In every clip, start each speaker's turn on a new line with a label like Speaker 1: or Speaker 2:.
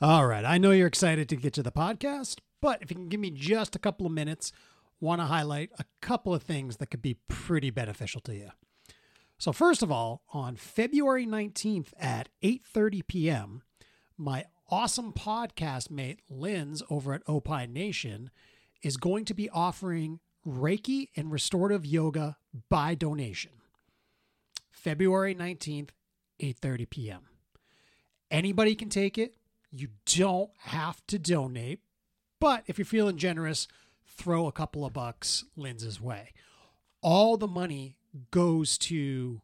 Speaker 1: All right. I know you're excited to get to the podcast, but if you can give me just a couple of minutes, want to highlight a couple of things that could be pretty beneficial to you. So first of all, on February 19th at 8:30 p.m., my awesome podcast mate Linz over at Opine Nation is going to be offering Reiki and restorative yoga by donation. February 19th, 8:30 p.m. Anybody can take it. You don't have to donate, but if you're feeling generous, throw a couple of bucks Linz's way. All the money goes to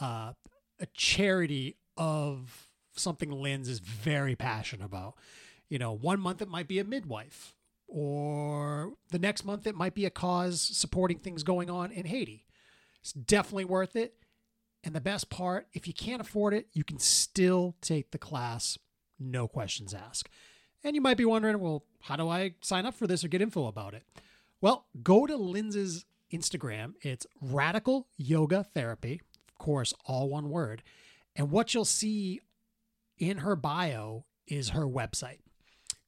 Speaker 1: uh, a charity of something Linz is very passionate about. You know, one month it might be a midwife, or the next month it might be a cause supporting things going on in Haiti. It's definitely worth it. And the best part, if you can't afford it, you can still take the class, no questions asked. And you might be wondering, well, how do I sign up for this or get info about it? Well, go to Linz's Instagram. It's Radical Yoga Therapy, of course, all one word. And what you'll see in her bio is her website.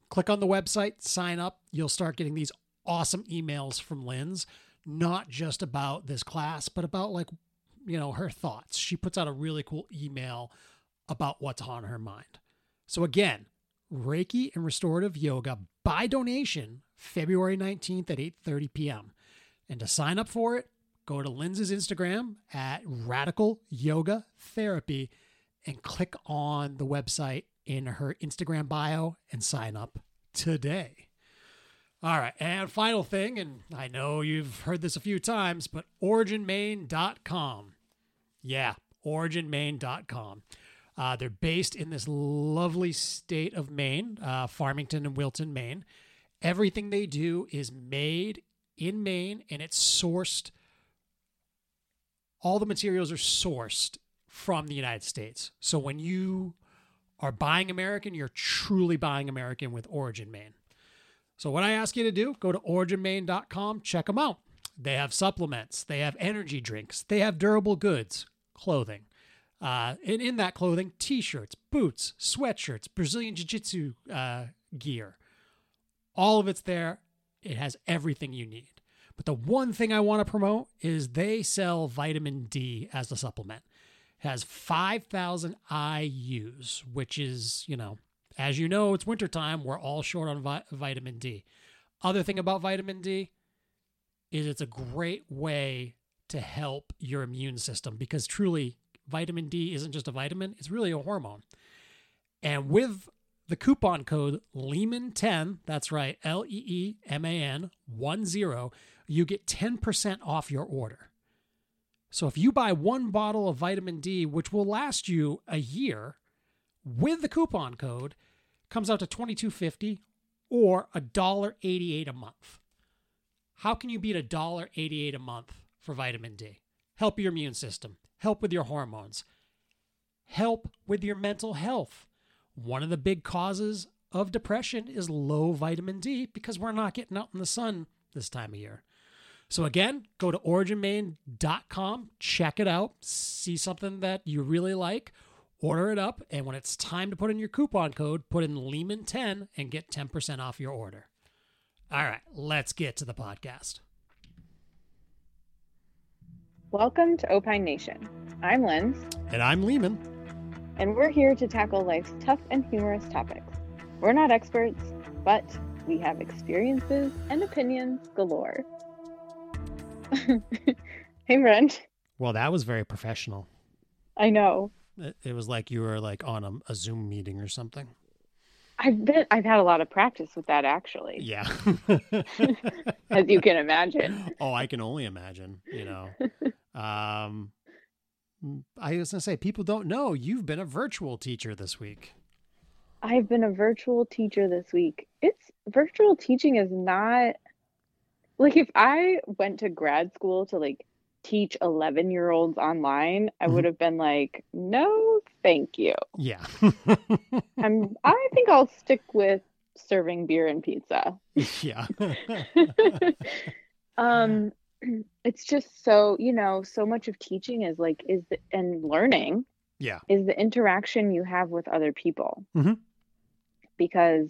Speaker 1: Click on the website, sign up. You'll start getting these awesome emails from Linz, not just about this class, but about like, you know, her thoughts. She puts out a really cool email about what's on her mind. So again, Reiki and restorative yoga by donation, February 19th at 8:30 p.m. And to sign up for it, go to Linz's Instagram at Radical Yoga Therapy and click on the website in her Instagram bio and sign up today. All right, and final thing, and I know you've heard this a few times, but originmain.com. Yeah, originmaine.com. Uh, they're based in this lovely state of Maine, uh, Farmington and Wilton, Maine. Everything they do is made in Maine and it's sourced. All the materials are sourced from the United States. So when you are buying American, you're truly buying American with Origin Maine. So what I ask you to do, go to originmain.com, check them out. They have supplements, they have energy drinks, they have durable goods, clothing. Uh, and in that clothing, t-shirts, boots, sweatshirts, Brazilian jiu-jitsu uh, gear. All of it's there. It has everything you need. But the one thing I want to promote is they sell vitamin D as a supplement. It has 5,000 IUs, which is, you know, as you know, it's wintertime. We're all short on vi- vitamin D. Other thing about vitamin D, is it's a great way to help your immune system because truly vitamin D isn't just a vitamin, it's really a hormone. And with the coupon code Lehman10, that's right, L E E M A N 1 0, you get 10% off your order. So if you buy one bottle of vitamin D, which will last you a year, with the coupon code, comes out to 22.50 or $1.88 a month how can you beat $1.88 a month for vitamin D? Help your immune system, help with your hormones, help with your mental health. One of the big causes of depression is low vitamin D because we're not getting out in the sun this time of year. So again, go to originmain.com, check it out, see something that you really like, order it up, and when it's time to put in your coupon code, put in Lehman10 and get 10% off your order. All right, let's get to the podcast.
Speaker 2: Welcome to Opine Nation. I'm Linz,
Speaker 1: And I'm Lehman.
Speaker 2: and we're here to tackle life's tough and humorous topics. We're not experts, but we have experiences and opinions galore. hey, Brent.
Speaker 1: Well, that was very professional.
Speaker 2: I know.
Speaker 1: It, it was like you were like on a, a Zoom meeting or something.
Speaker 2: I've been. I've had a lot of practice with that, actually,
Speaker 1: Yeah.
Speaker 2: as you can imagine.
Speaker 1: oh, I can only imagine, you know. Um I was going to say people don't know you've been a virtual teacher this week.
Speaker 2: I've been a virtual teacher this week. It's virtual teaching is not like if I went to grad school to like teach 11 year olds online, I
Speaker 1: Mhm.
Speaker 2: would have been like, no, thank you.
Speaker 1: Yeah.
Speaker 2: I'm, I think I'll stick with serving beer and pizza.
Speaker 1: yeah.
Speaker 2: um, it's just so, you know, so much of teaching is like, is the, and learning
Speaker 1: yeah.
Speaker 2: is the interaction you have with other people.
Speaker 1: Mhm.
Speaker 2: because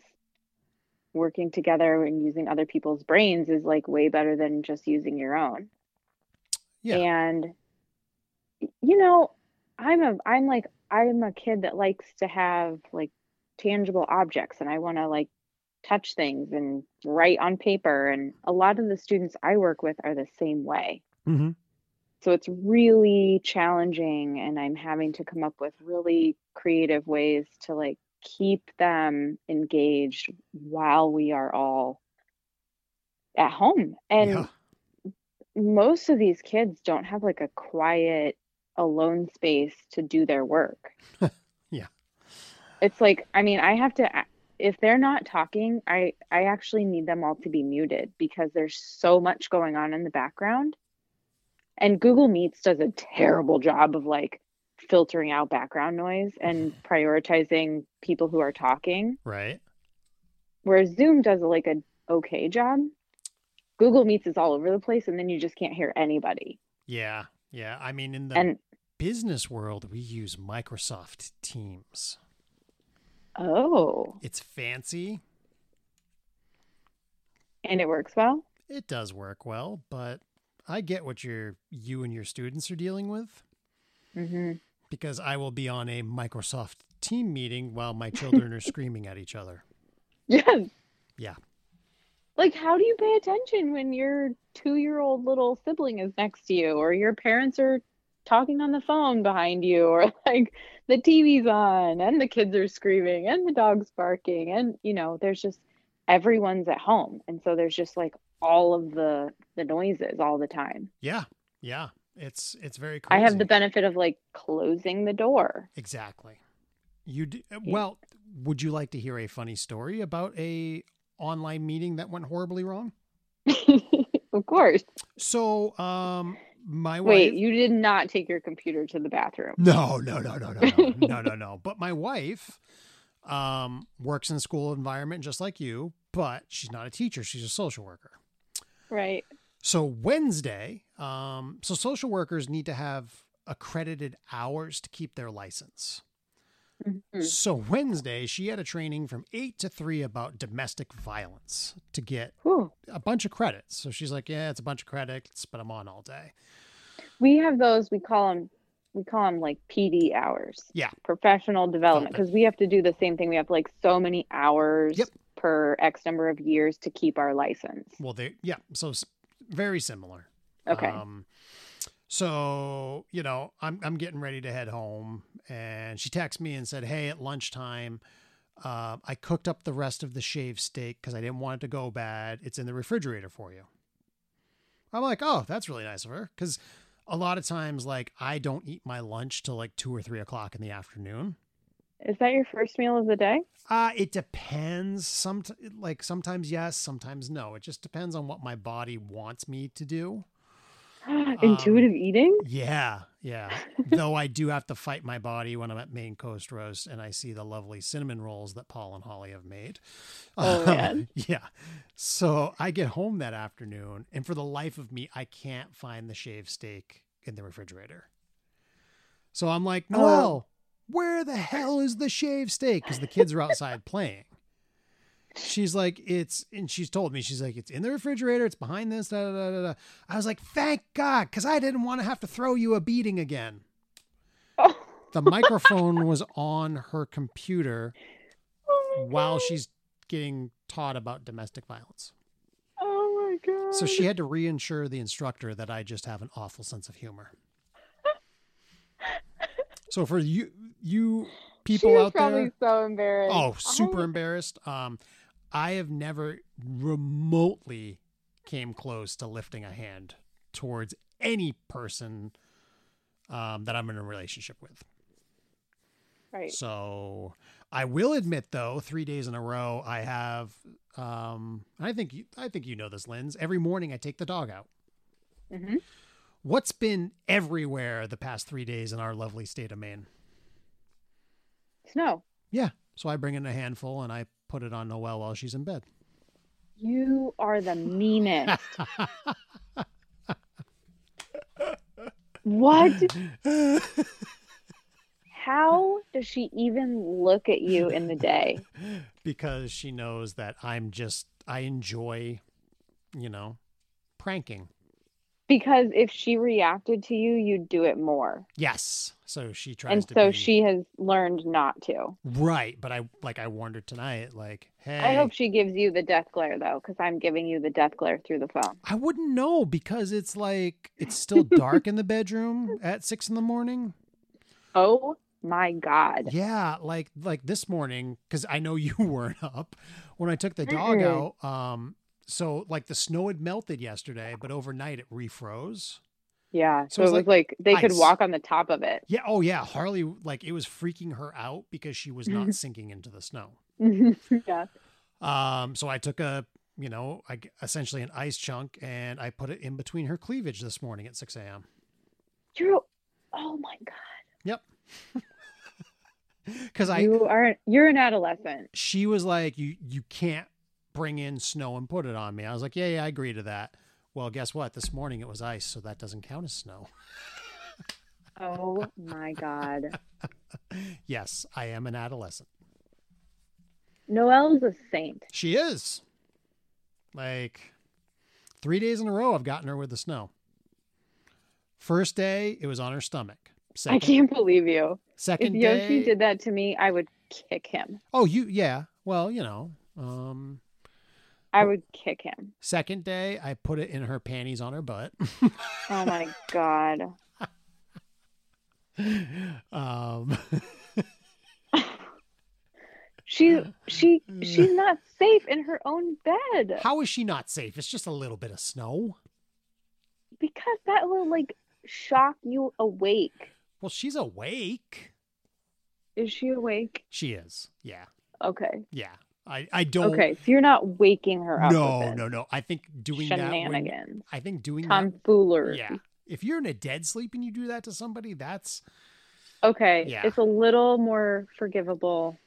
Speaker 2: working together and using other people's brains is like way better than just using your own.
Speaker 1: Yeah.
Speaker 2: And you know, I'm a I'm like I'm a kid that likes to have like tangible objects and I want to like touch things and write on paper and a lot of the students I work with are the same way.
Speaker 1: Mm-hmm.
Speaker 2: So it's really challenging and I'm having to come up with really creative ways to like keep them engaged while we are all at home. And
Speaker 1: yeah.
Speaker 2: most of these kids don't have like a quiet alone space to do their work.
Speaker 1: Yeah.
Speaker 2: It's like I mean, I have to if they're not talking, I I actually need them all to be muted because there's so much going on in the background. And Google Meets does a terrible job of like filtering out background noise and prioritizing people who are talking,
Speaker 1: Right.
Speaker 2: whereas Zoom does like a okay job. Google Meets is all over the place and then you just can't hear anybody.
Speaker 1: Yeah. Yeah. I mean, in the
Speaker 2: And
Speaker 1: business world, we use Microsoft Teams.
Speaker 2: oh,
Speaker 1: It's fancy.
Speaker 2: and it works well.
Speaker 1: It does work well, but I get what your you and your students are dealing with
Speaker 2: Mm-hmm.
Speaker 1: because I will be on a Microsoft team meeting while my children are screaming at each other.
Speaker 2: Yes.
Speaker 1: Yeah.
Speaker 2: Like, how do you pay attention when your two year old little sibling is next to you, or your parents are talking on the phone behind you, or like the TV's on and the kids are screaming and the dog's barking? And, you know, there's just everyone's at home. And so there's just like all of the the noises all the time.
Speaker 1: Yeah. Yeah. It's it's very crazy.
Speaker 2: I have the benefit of like closing the door.
Speaker 1: Exactly. You d- uh, well, would you like to hear a funny story about a online meeting that went horribly wrong?
Speaker 2: of course.
Speaker 1: So, um my wife
Speaker 2: Wait, you did not take your computer to the bathroom.
Speaker 1: No, no, no, no, no, no, no, no, no. But my wife um, works in a school environment just like you, but she's not a teacher. She's a social worker.
Speaker 2: Right.
Speaker 1: So Wednesday, um, so social workers need to have accredited hours to keep their license.
Speaker 2: Mhm.
Speaker 1: So Wednesday, she had a training from eight to three about domestic violence to get
Speaker 2: Whew.
Speaker 1: a bunch of credits. So she's like, "Yeah, it's a bunch of credits, but I'm on all day."
Speaker 2: we have those we call them we call them like pd hours
Speaker 1: Yeah.
Speaker 2: professional development
Speaker 1: Development.
Speaker 2: because we have to do the same thing we have like so many hours
Speaker 1: Yep.
Speaker 2: per x number of years to keep our license
Speaker 1: Well, they yeah, so s- very similar.
Speaker 2: okay
Speaker 1: Um, so you know, I'm I'm getting ready to head home, and she texted me and said, "Hey, at lunchtime, uh, I cooked up the rest of the shaved steak because I didn't want it to go bad. It's in the refrigerator for you." I'm like, "Oh, that's really nice of her," because a lot of times, like, I don't eat my lunch till like two or three o'clock in the afternoon.
Speaker 2: is that your first meal of the day
Speaker 1: Uh, it depends. Some like sometimes yes, sometimes no. It just depends on what my body wants me to do.
Speaker 2: intuitive
Speaker 1: Um,
Speaker 2: eating
Speaker 1: Yeah, yeah. Though I do have to fight my body when I'm at Maine Coast Roast and I see the lovely cinnamon rolls that Paul and Holly have made. Um,
Speaker 2: Oh, man.
Speaker 1: yeah. So I get home that afternoon, and for the life of me, I can't find the shaved steak in the refrigerator. So I'm like,
Speaker 2: Oh.
Speaker 1: Noel, where the hell is the shaved steak? Because the kids are outside playing. She's like, it's, and she's told me, she's like, it's in the refrigerator, it's behind this, da da da da. da. I was like, thank God, because I didn't want to have to throw you a beating again.
Speaker 2: oh,
Speaker 1: The microphone was on her computer
Speaker 2: oh my
Speaker 1: while
Speaker 2: God.
Speaker 1: she's getting taught about domestic violence.
Speaker 2: oh my god
Speaker 1: So she had to reinsure the instructor that I just have an awful sense of humor. So for you, you people
Speaker 2: she was
Speaker 1: out
Speaker 2: probably
Speaker 1: there,
Speaker 2: so embarrassed
Speaker 1: oh, super
Speaker 2: I-
Speaker 1: embarrassed. Um, I have never remotely came close to lifting a hand towards any person um, that I'm in a relationship with.
Speaker 2: right
Speaker 1: So I will admit, though, three days in a row, I have. Um, and I think you, I think you know this, Linz. Every morning, I take the dog out.
Speaker 2: Mhm.
Speaker 1: What's been everywhere the past three days in our lovely state of Maine?
Speaker 2: snow
Speaker 1: Yeah. So I bring in a handful and I put it on Noelle while she's in bed.
Speaker 2: you are the meanest what How does she even look at you in the day?
Speaker 1: because she knows that I'm just I enjoy, you know, pranking.
Speaker 2: Because if she reacted to you, you'd do it more.
Speaker 1: Yes. So she tries
Speaker 2: and
Speaker 1: to
Speaker 2: so
Speaker 1: be-
Speaker 2: she has learned not to.
Speaker 1: Right, but I like I warned her tonight, like, hey
Speaker 2: I hope she gives you the death glare though, because I'm giving you the death glare through the phone.
Speaker 1: I wouldn't know because it's like it's still dark in the bedroom at six in the morning.
Speaker 2: Oh my god.
Speaker 1: Yeah, like like this morning because I know you weren't up when I took the dog
Speaker 2: Mm-mm.
Speaker 1: out. Um, so like the snow had melted yesterday, but overnight it refroze.
Speaker 2: Yeah.
Speaker 1: So
Speaker 2: So,
Speaker 1: it's
Speaker 2: it was like, they could
Speaker 1: ice.
Speaker 2: walk on the top of it.
Speaker 1: Yeah. Oh yeah. Harley like it was freaking her out because she was not sinking into the snow.
Speaker 2: yeah.
Speaker 1: Um, so I took a you know I, essentially an ice chunk and I put it in between her cleavage this morning at six a.m.
Speaker 2: You're oh my god.
Speaker 1: because I
Speaker 2: you are you're an adolescent.
Speaker 1: she was like, "You you can't bring in snow and put it on me." I was like, "Yeah, yeah, I agree to that." Well, guess what? This morning it was ice, so that doesn't count as snow.
Speaker 2: Oh my god.
Speaker 1: yes, I am an adolescent.
Speaker 2: Noelle's a saint.
Speaker 1: She is. Like three days in a row, I've gotten her with the snow. First day, it was on her stomach. Second,
Speaker 2: I can't believe you. If
Speaker 1: second
Speaker 2: Yoshi
Speaker 1: day,
Speaker 2: did that to me, I would kick him.
Speaker 1: oh, you yeah. Well, you know, um,
Speaker 2: I would kick him.
Speaker 1: second day, I put it in her panties on her butt.
Speaker 2: Oh my god.
Speaker 1: um,
Speaker 2: She she she's not safe in her own bed
Speaker 1: How is she not safe? It's just a little bit of snow.
Speaker 2: because that will like shock you awake.
Speaker 1: Well, she's awake.
Speaker 2: Is she awake?
Speaker 1: She is. Yeah.
Speaker 2: Okay.
Speaker 1: Yeah. I, I don't
Speaker 2: Okay. So you're not waking her up.
Speaker 1: No,
Speaker 2: with
Speaker 1: no, no. I think doing
Speaker 2: this
Speaker 1: that when,
Speaker 2: Shenanigans.
Speaker 1: I think doing that
Speaker 2: Tomfoolery.
Speaker 1: Yeah. If you're in a dead sleep and you do that to somebody, that's
Speaker 2: Okay.
Speaker 1: Yeah.
Speaker 2: It's a little more forgivable.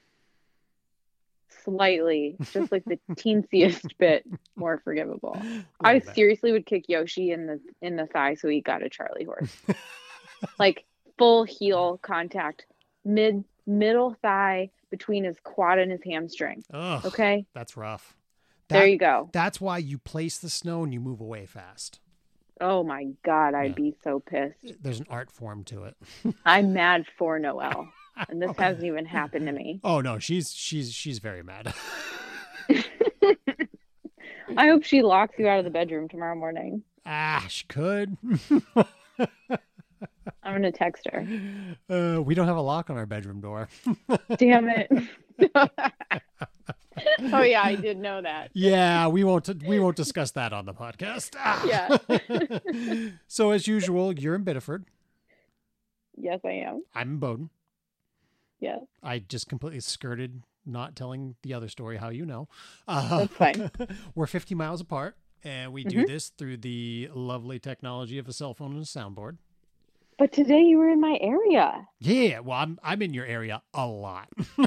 Speaker 2: Slightly. Just like the teensiest bit more forgivable. I
Speaker 1: Little bit.
Speaker 2: seriously would kick Yoshi in the in the thigh so he got a Charlie horse. like full heel contact, mid middle thigh between his quad and his hamstring.
Speaker 1: Ugh,
Speaker 2: Okay,
Speaker 1: that's rough.
Speaker 2: there
Speaker 1: That-
Speaker 2: you go.
Speaker 1: That's why you place the snow and you move away fast.
Speaker 2: Oh my God, I'd
Speaker 1: Yeah.
Speaker 2: be so pissed.
Speaker 1: There's an art form to it.
Speaker 2: I'm mad for Noelle, and this hasn't even happened to me.
Speaker 1: Oh no, she's she's she's very mad.
Speaker 2: I hope she locks you out of the bedroom tomorrow morning.
Speaker 1: ah, she could.
Speaker 2: I'm gonna text her.
Speaker 1: Uh, we don't have a lock on our bedroom door.
Speaker 2: Damn it. oh yeah, I did know that.
Speaker 1: Yeah, we won't we won't discuss that on the podcast. Ah.
Speaker 2: Yeah.
Speaker 1: so as usual, you're in Biddeford.
Speaker 2: Yes, I am.
Speaker 1: I'm in Bowdoin.
Speaker 2: Yeah,
Speaker 1: I just completely skirted not telling the other story how you know. Uh,
Speaker 2: That's fine.
Speaker 1: we're 50 miles apart, and we
Speaker 2: Mm-hmm.
Speaker 1: do this through the lovely technology of a cell phone and a soundboard.
Speaker 2: but today you were in my area.
Speaker 1: Yeah, well, I'm I'm in your area a lot.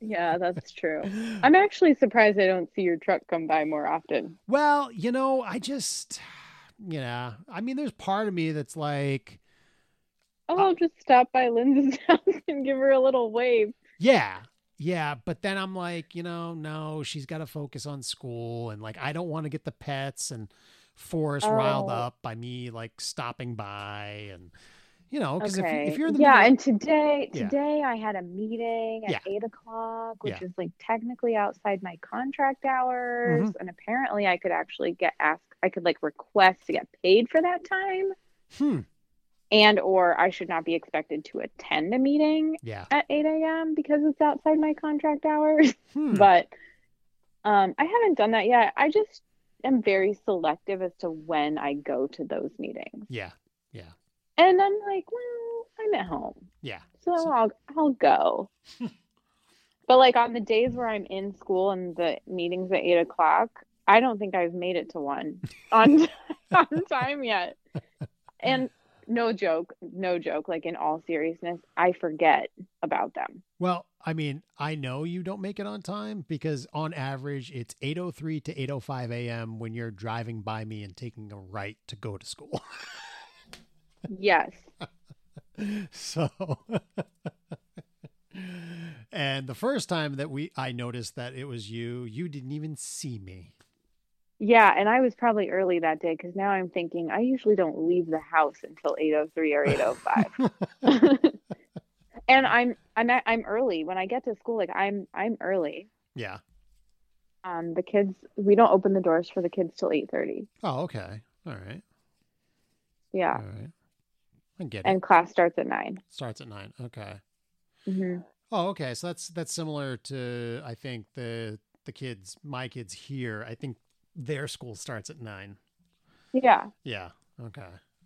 Speaker 2: Yeah, that's true. I'm actually surprised I don't see your truck come by more often.
Speaker 1: Well, you know, I just, you know, I mean, there's part of me that's like,
Speaker 2: Oh, I'll just stop by Lindsay's house and give her a little wave.
Speaker 1: yeah, yeah, but then I'm like, you know, no, she's got to focus on school, and like, I don't want to get the pets and Forrest riled
Speaker 2: Oh.
Speaker 1: up by me like stopping by, and you know, because
Speaker 2: okay.
Speaker 1: if, if you're in the
Speaker 2: yeah,
Speaker 1: middle-
Speaker 2: and today
Speaker 1: Yeah.
Speaker 2: today I had a meeting at
Speaker 1: Yeah.
Speaker 2: eight o'clock, which
Speaker 1: Yeah.
Speaker 2: is like technically outside my contract hours,
Speaker 1: Mm-hmm.
Speaker 2: and apparently I could actually get asked. I could like request to get paid for that time,
Speaker 1: hmm,
Speaker 2: and or I should not be expected to attend a meeting
Speaker 1: yeah,
Speaker 2: at eight a.m. because it's outside my contract hours.
Speaker 1: hmm,
Speaker 2: but um, I haven't done that yet. I just am very selective as to when I go to those meetings,
Speaker 1: yeah,
Speaker 2: and I'm like, well, I'm at home,
Speaker 1: yeah,
Speaker 2: so,
Speaker 1: So-
Speaker 2: I'll I'll go. but like on the days where I'm in school and the meetings at eight o'clock, I don't think I've made it to one on on time yet. And no joke, no joke. Like in all seriousness, I forget about them.
Speaker 1: Well, I mean, I know you don't make it on time because on average it's 8:03 to 8:05 a.m. when you're driving by me and taking a right to go to school.
Speaker 2: Yes.
Speaker 1: so And the first time that we I noticed that it was you, you didn't even see me.
Speaker 2: Yeah, and I was probably early that day because now I'm thinking I usually don't leave the house until 8:03 or 8:05. and I'm I'm at, I'm early when I get to school like I'm I'm early.
Speaker 1: Yeah.
Speaker 2: Um the kids we don't open the doors for the kids till 8:30.
Speaker 1: Oh, okay. All right.
Speaker 2: Yeah.
Speaker 1: All right. I get it.
Speaker 2: And class starts at 9.
Speaker 1: Starts at nine. Okay.
Speaker 2: Mhm.
Speaker 1: Oh, okay. So that's that's similar to I think the the kids, my kids here. I think their school starts at nine.
Speaker 2: Yeah.
Speaker 1: Yeah. Okay.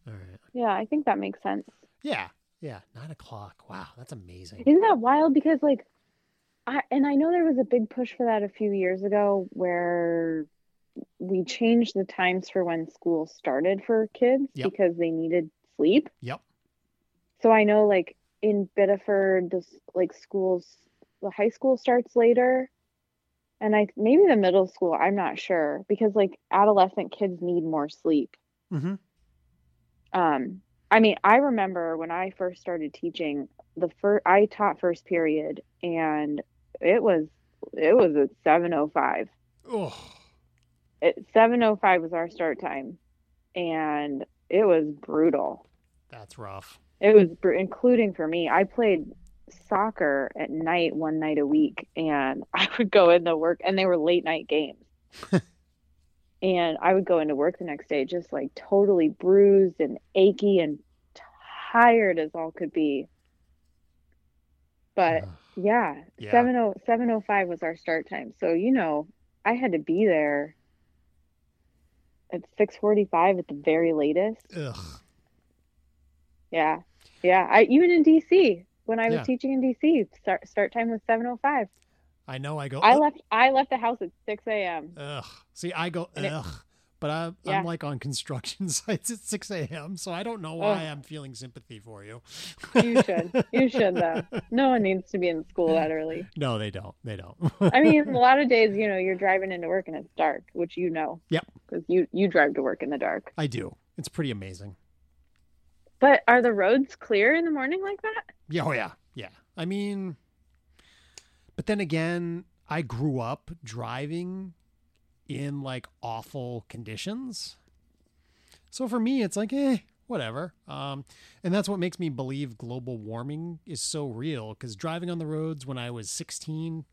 Speaker 1: All right.
Speaker 2: Yeah, I think that makes sense.
Speaker 1: Yeah. Yeah. Nine o'clock. Wow, that's amazing.
Speaker 2: Isn't that wild? Because like, I and I know there was a big push for that a few years ago where we changed the times for when school started for kids
Speaker 1: Yep.
Speaker 2: because they needed sleep.
Speaker 1: Yep.
Speaker 2: So I know like in Biddeford, this like schools, the high school starts later. And I maybe the middle school, I'm not sure because like adolescent kids need more sleep
Speaker 1: Mm-hmm.
Speaker 2: um i mean i remember when i first started teaching the first i taught first period and it was it was at 705
Speaker 1: Oh.
Speaker 2: it, 705 was our start time and it was brutal
Speaker 1: That's rough.
Speaker 2: it was br- including for me i played soccer at night one night a week and i would go into work and they were late night games and i would go into work the next day just like totally bruised and achy and tired as all could be but
Speaker 1: Ugh.
Speaker 2: yeah, oh,
Speaker 1: Yeah.
Speaker 2: 70 705 was our start time so you know i had to be there at 645 at the very latest
Speaker 1: Ugh.
Speaker 2: yeah, yeah. I even in DC when I was
Speaker 1: Yeah.
Speaker 2: teaching in DC, start start time was seven oh five.
Speaker 1: I know I go
Speaker 2: I
Speaker 1: "Ugh,
Speaker 2: left I left the house at six a.m.
Speaker 1: ugh. See, I go
Speaker 2: And it-
Speaker 1: ugh. But I,
Speaker 2: Yeah.
Speaker 1: I'm like on construction sites at 6 a.m., so I don't know why
Speaker 2: Ugh.
Speaker 1: I'm feeling sympathy for you.
Speaker 2: You should, you should though. No one needs to be in school that early.
Speaker 1: No, they don't. They don't.
Speaker 2: I mean, a lot of days, you know, you're driving into work and it's dark, which you know.
Speaker 1: Yep.
Speaker 2: Because you you drive to work in the dark.
Speaker 1: I do. It's pretty amazing.
Speaker 2: But are the roads clear in the morning like that?
Speaker 1: Yeah, oh yeah, yeah. I mean, but then again, I grew up driving in like awful conditions. So for me, it's like, eh, whatever. Um, and that's what makes me believe global warming is so real because driving on the roads when I was 16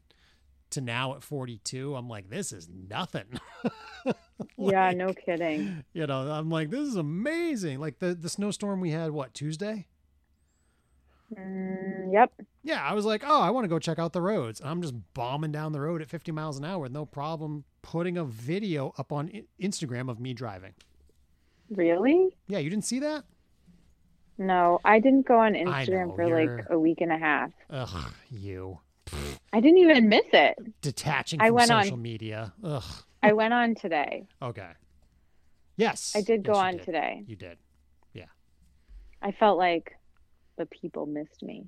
Speaker 1: to now at 42, I'm like, this is nothing.
Speaker 2: yeah,
Speaker 1: Like,
Speaker 2: no kidding.
Speaker 1: You know, I'm like, this is amazing. Like the, the snowstorm we had, what, Tuesday?
Speaker 2: Mm, yep.
Speaker 1: Yeah, I was like, oh, I want to go check out the roads. And I'm just bombing down the road at 50 miles an hour with no problem putting a video up on I- Instagram of me driving.
Speaker 2: Really?
Speaker 1: Yeah, you didn't see that?
Speaker 2: No, I didn't go on
Speaker 1: I
Speaker 2: Instagram
Speaker 1: know,
Speaker 2: for
Speaker 1: you're-
Speaker 2: like a week and a half.
Speaker 1: Ugh, you.
Speaker 2: I didn't even miss it.
Speaker 1: Detaching
Speaker 2: I
Speaker 1: from
Speaker 2: went on-
Speaker 1: social media. Ugh,
Speaker 2: I went on today.
Speaker 1: okay. Yes.
Speaker 2: I did go
Speaker 1: yes, you
Speaker 2: on today.
Speaker 1: You did.
Speaker 2: I felt like the people missed me.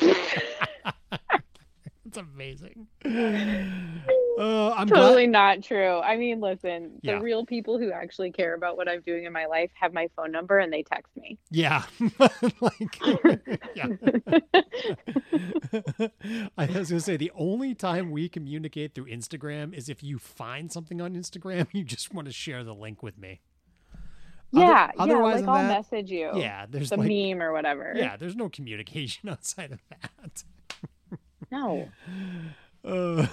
Speaker 1: It's amazing. uh, I'm
Speaker 2: totally not true. I mean, listen,
Speaker 1: Yeah.
Speaker 2: the real people who actually care about what I'm doing in my life have my phone number and they text me.
Speaker 1: glad. Yeah. like, yeah. I was gonna say the only time we communicate through Instagram is if you find something on Instagram, you just want to share the link with me. Other-
Speaker 2: yeah, yeah.
Speaker 1: otherwise
Speaker 2: Like
Speaker 1: than
Speaker 2: I'll
Speaker 1: that-
Speaker 2: message you.
Speaker 1: Yeah, there's
Speaker 2: Oh, The
Speaker 1: like
Speaker 2: meme or whatever.
Speaker 1: yeah, there's no communication outside of that.
Speaker 2: No.
Speaker 1: Uh,